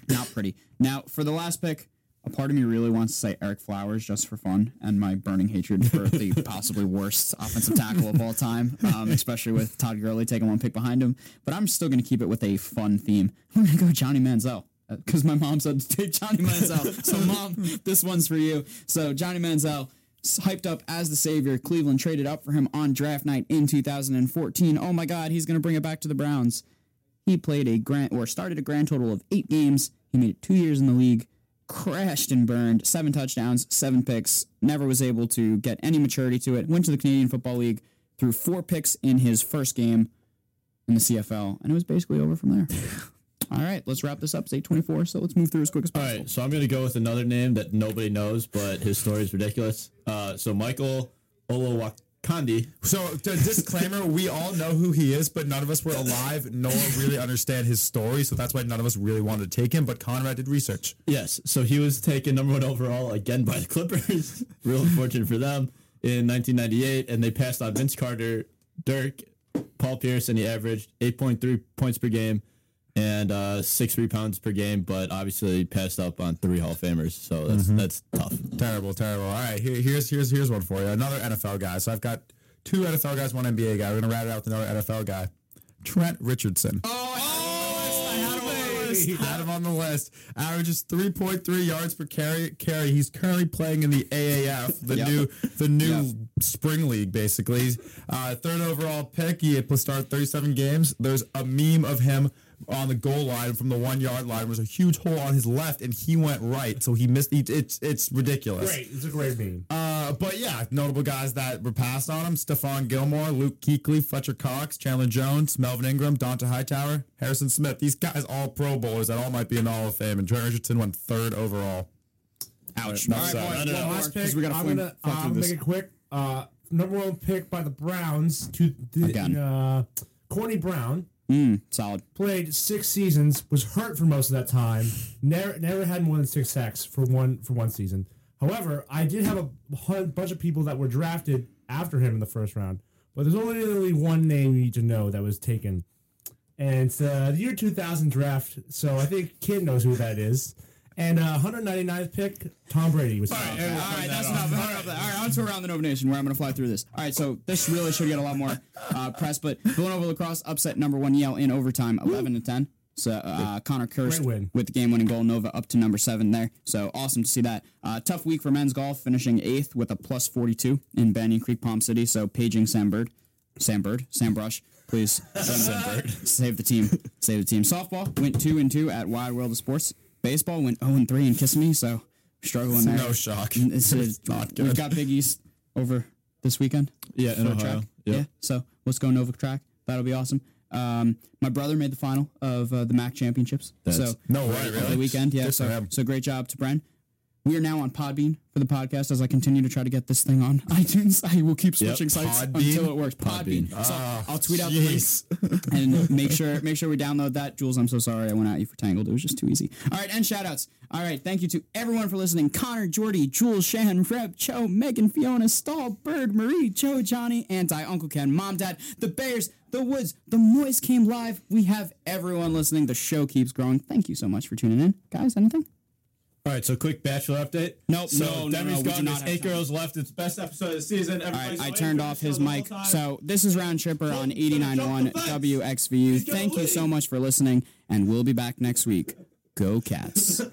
[SPEAKER 1] not pretty. Now, for the last pick, a part of me really wants to say Eric Flowers just for fun and my burning hatred for the possibly worst offensive tackle of all time, um, especially with Todd Gurley taking one pick behind him. But I'm still going to keep it with a fun theme. I'm going to go Johnny Manziel because my mom said to take Johnny Manziel. so, mom, this one's for you. So, Johnny Manziel. s- Hyped up as the savior, Cleveland traded up for him on draft night in 2014. Oh my God, he's going to bring it back to the Browns. He played a grand or started a grand total of eight games. He made it two years in the league, crashed and burned, seven touchdowns, seven picks, never was able to get any maturity to it. Went to the Canadian Football League, threw four picks in his first game in the CFL, and it was basically over from there. All right, let's wrap this up. It's 824, so let's move through as quick as
[SPEAKER 4] All
[SPEAKER 1] possible.
[SPEAKER 4] right, so I'm going to go with another name that nobody knows, but his story is ridiculous. Uh, so Michael Olowokandi.
[SPEAKER 2] So, to disclaimer: we all know who he is, but none of us were alive nor really understand his story. So that's why none of us really wanted to take him. But Conrad did research.
[SPEAKER 4] Yes, so he was taken number one overall again by the Clippers. Real unfortunate for them in 1998, and they passed on Vince Carter, Dirk, Paul Pierce, and he averaged 8.3 points per game and uh, six rebounds per game. But obviously, passed up on three Hall of Famers, so that's
[SPEAKER 1] Mm-hmm.
[SPEAKER 4] that's tough.
[SPEAKER 2] Terrible, terrible. All right, here, here's here's here's one for you. Another NFL guy. So I've got two NFL guys, one NBA guy. We're gonna round it out with another NFL guy, Trent Richardson. Oh, I had him on the list. I had him on the list. Averages three point three yards per carry. Carry. He's currently playing in the AAF, the
[SPEAKER 1] Yep.
[SPEAKER 2] new the new spring league, basically. He's, Uh, third overall pick. He had started thirty seven games. There's a meme of him. On the goal line from the one yard line was a huge hole on his left, and he went right, so he missed. He, it's it's ridiculous.
[SPEAKER 3] Great, it's a great meme.
[SPEAKER 2] Uh, but yeah, notable guys that were passed on him: Stephon Gilmore, Luke Kuechly, Fletcher Cox, Chandler Jones, Melvin Ingram, Donta Hightower, Harrison Smith. These guys all Pro Bowlers that all might be in the Hall of Fame, and Trent Richardson went third overall.
[SPEAKER 1] Ouch.
[SPEAKER 2] Enough
[SPEAKER 1] All right,
[SPEAKER 2] said.
[SPEAKER 1] boys,
[SPEAKER 2] No, no,
[SPEAKER 1] one
[SPEAKER 2] no.
[SPEAKER 1] more,
[SPEAKER 3] Last
[SPEAKER 1] 'cause
[SPEAKER 3] pick.
[SPEAKER 1] we gotta
[SPEAKER 3] I'm
[SPEAKER 1] fling-
[SPEAKER 3] gonna,
[SPEAKER 1] fuck
[SPEAKER 3] uh,
[SPEAKER 1] through
[SPEAKER 3] make
[SPEAKER 1] this.
[SPEAKER 3] a quick uh, number one pick by the Browns to the
[SPEAKER 1] Again.
[SPEAKER 3] uh, Corny Brown.
[SPEAKER 1] Mm, solid.
[SPEAKER 3] Played six seasons, was hurt for most of that time. Never, never had more than six sacks for one for one season. However, I did have a hun- bunch of people that were drafted after him in the first round, but there's only really one name you need to know that was taken, and it's uh, the year 2000 draft. So I think Kid knows who that is. And uh, 199th pick, Tom Brady was.
[SPEAKER 1] All right, that's enough. All right, all right, on to around the nation where I'm going to fly through this. All right, so this really should get a lot more uh, press, but Villanova lacrosse upset number one Yale in overtime, 11 to 10. So uh, Connor Kirst
[SPEAKER 3] Great win.
[SPEAKER 1] with the game-winning goal, Nova up to number seven there. So awesome to see that. Uh, tough week for men's golf, finishing eighth with a plus 42 in Banyan Creek, Palm City. So paging Sam Bird, Sam Bird, Sam Brush, please save the team, save the team. Softball went two and two at Wide World of Sports. Baseball went 0 and three in Kiss Me. So struggling there.
[SPEAKER 2] No shock.
[SPEAKER 1] It's, it's
[SPEAKER 2] not
[SPEAKER 1] We've
[SPEAKER 2] good.
[SPEAKER 1] got Big East over this weekend.
[SPEAKER 4] Yeah, in
[SPEAKER 1] for
[SPEAKER 4] Ohio.
[SPEAKER 1] Track.
[SPEAKER 4] Yep.
[SPEAKER 1] Yeah. So let's go Novak track. That'll be awesome. Um, my brother made the final of uh, the MAC championships. so
[SPEAKER 4] That's-
[SPEAKER 2] No way,
[SPEAKER 1] over the
[SPEAKER 2] really.
[SPEAKER 1] weekend, yeah.
[SPEAKER 2] Good for
[SPEAKER 1] So,
[SPEAKER 2] him.
[SPEAKER 1] so great job to Bren. We are now on Podbean for the podcast as I continue to try to get this thing on iTunes. I will keep switching sites
[SPEAKER 2] Podbean?
[SPEAKER 1] until it works. Podbean.
[SPEAKER 4] Podbean.
[SPEAKER 1] So I'll tweet out the links and make sure make sure we download that. Jules, I'm so sorry I went at you for Tangled. It was just too easy. All right, and shout outs. All right, thank you to everyone for listening. Connor, Jordy, Jules, Shan, Reb, Cho, Megan, Fiona, Stahl, Bird, Marie, Joe, Johnny, Anti, Uncle Ken, Mom, Dad, the Bears, the Woods, the Moist came live. We have everyone listening. The show keeps growing. Thank you so much for tuning in. Guys, anything?
[SPEAKER 4] All right, so quick bachelor update.
[SPEAKER 1] Nope,
[SPEAKER 4] so
[SPEAKER 1] no, no, no,
[SPEAKER 4] Debbie's
[SPEAKER 1] we do
[SPEAKER 4] gone.
[SPEAKER 1] not
[SPEAKER 4] There's
[SPEAKER 1] have
[SPEAKER 4] eight
[SPEAKER 1] time.
[SPEAKER 4] girls left. It's best episode of the season.
[SPEAKER 1] All right,
[SPEAKER 4] Everybody's
[SPEAKER 1] I
[SPEAKER 4] waiting
[SPEAKER 1] turned
[SPEAKER 4] for
[SPEAKER 1] off
[SPEAKER 4] this
[SPEAKER 1] his
[SPEAKER 4] show the whole
[SPEAKER 1] mic.
[SPEAKER 4] time.
[SPEAKER 1] So this is Round Tripper on
[SPEAKER 4] he's gonna
[SPEAKER 1] 89.1
[SPEAKER 4] jump the fence.
[SPEAKER 1] WXVU.
[SPEAKER 4] gonna
[SPEAKER 1] Thank you so
[SPEAKER 4] leave.
[SPEAKER 1] much for listening, and we'll be back next week. Go Cats.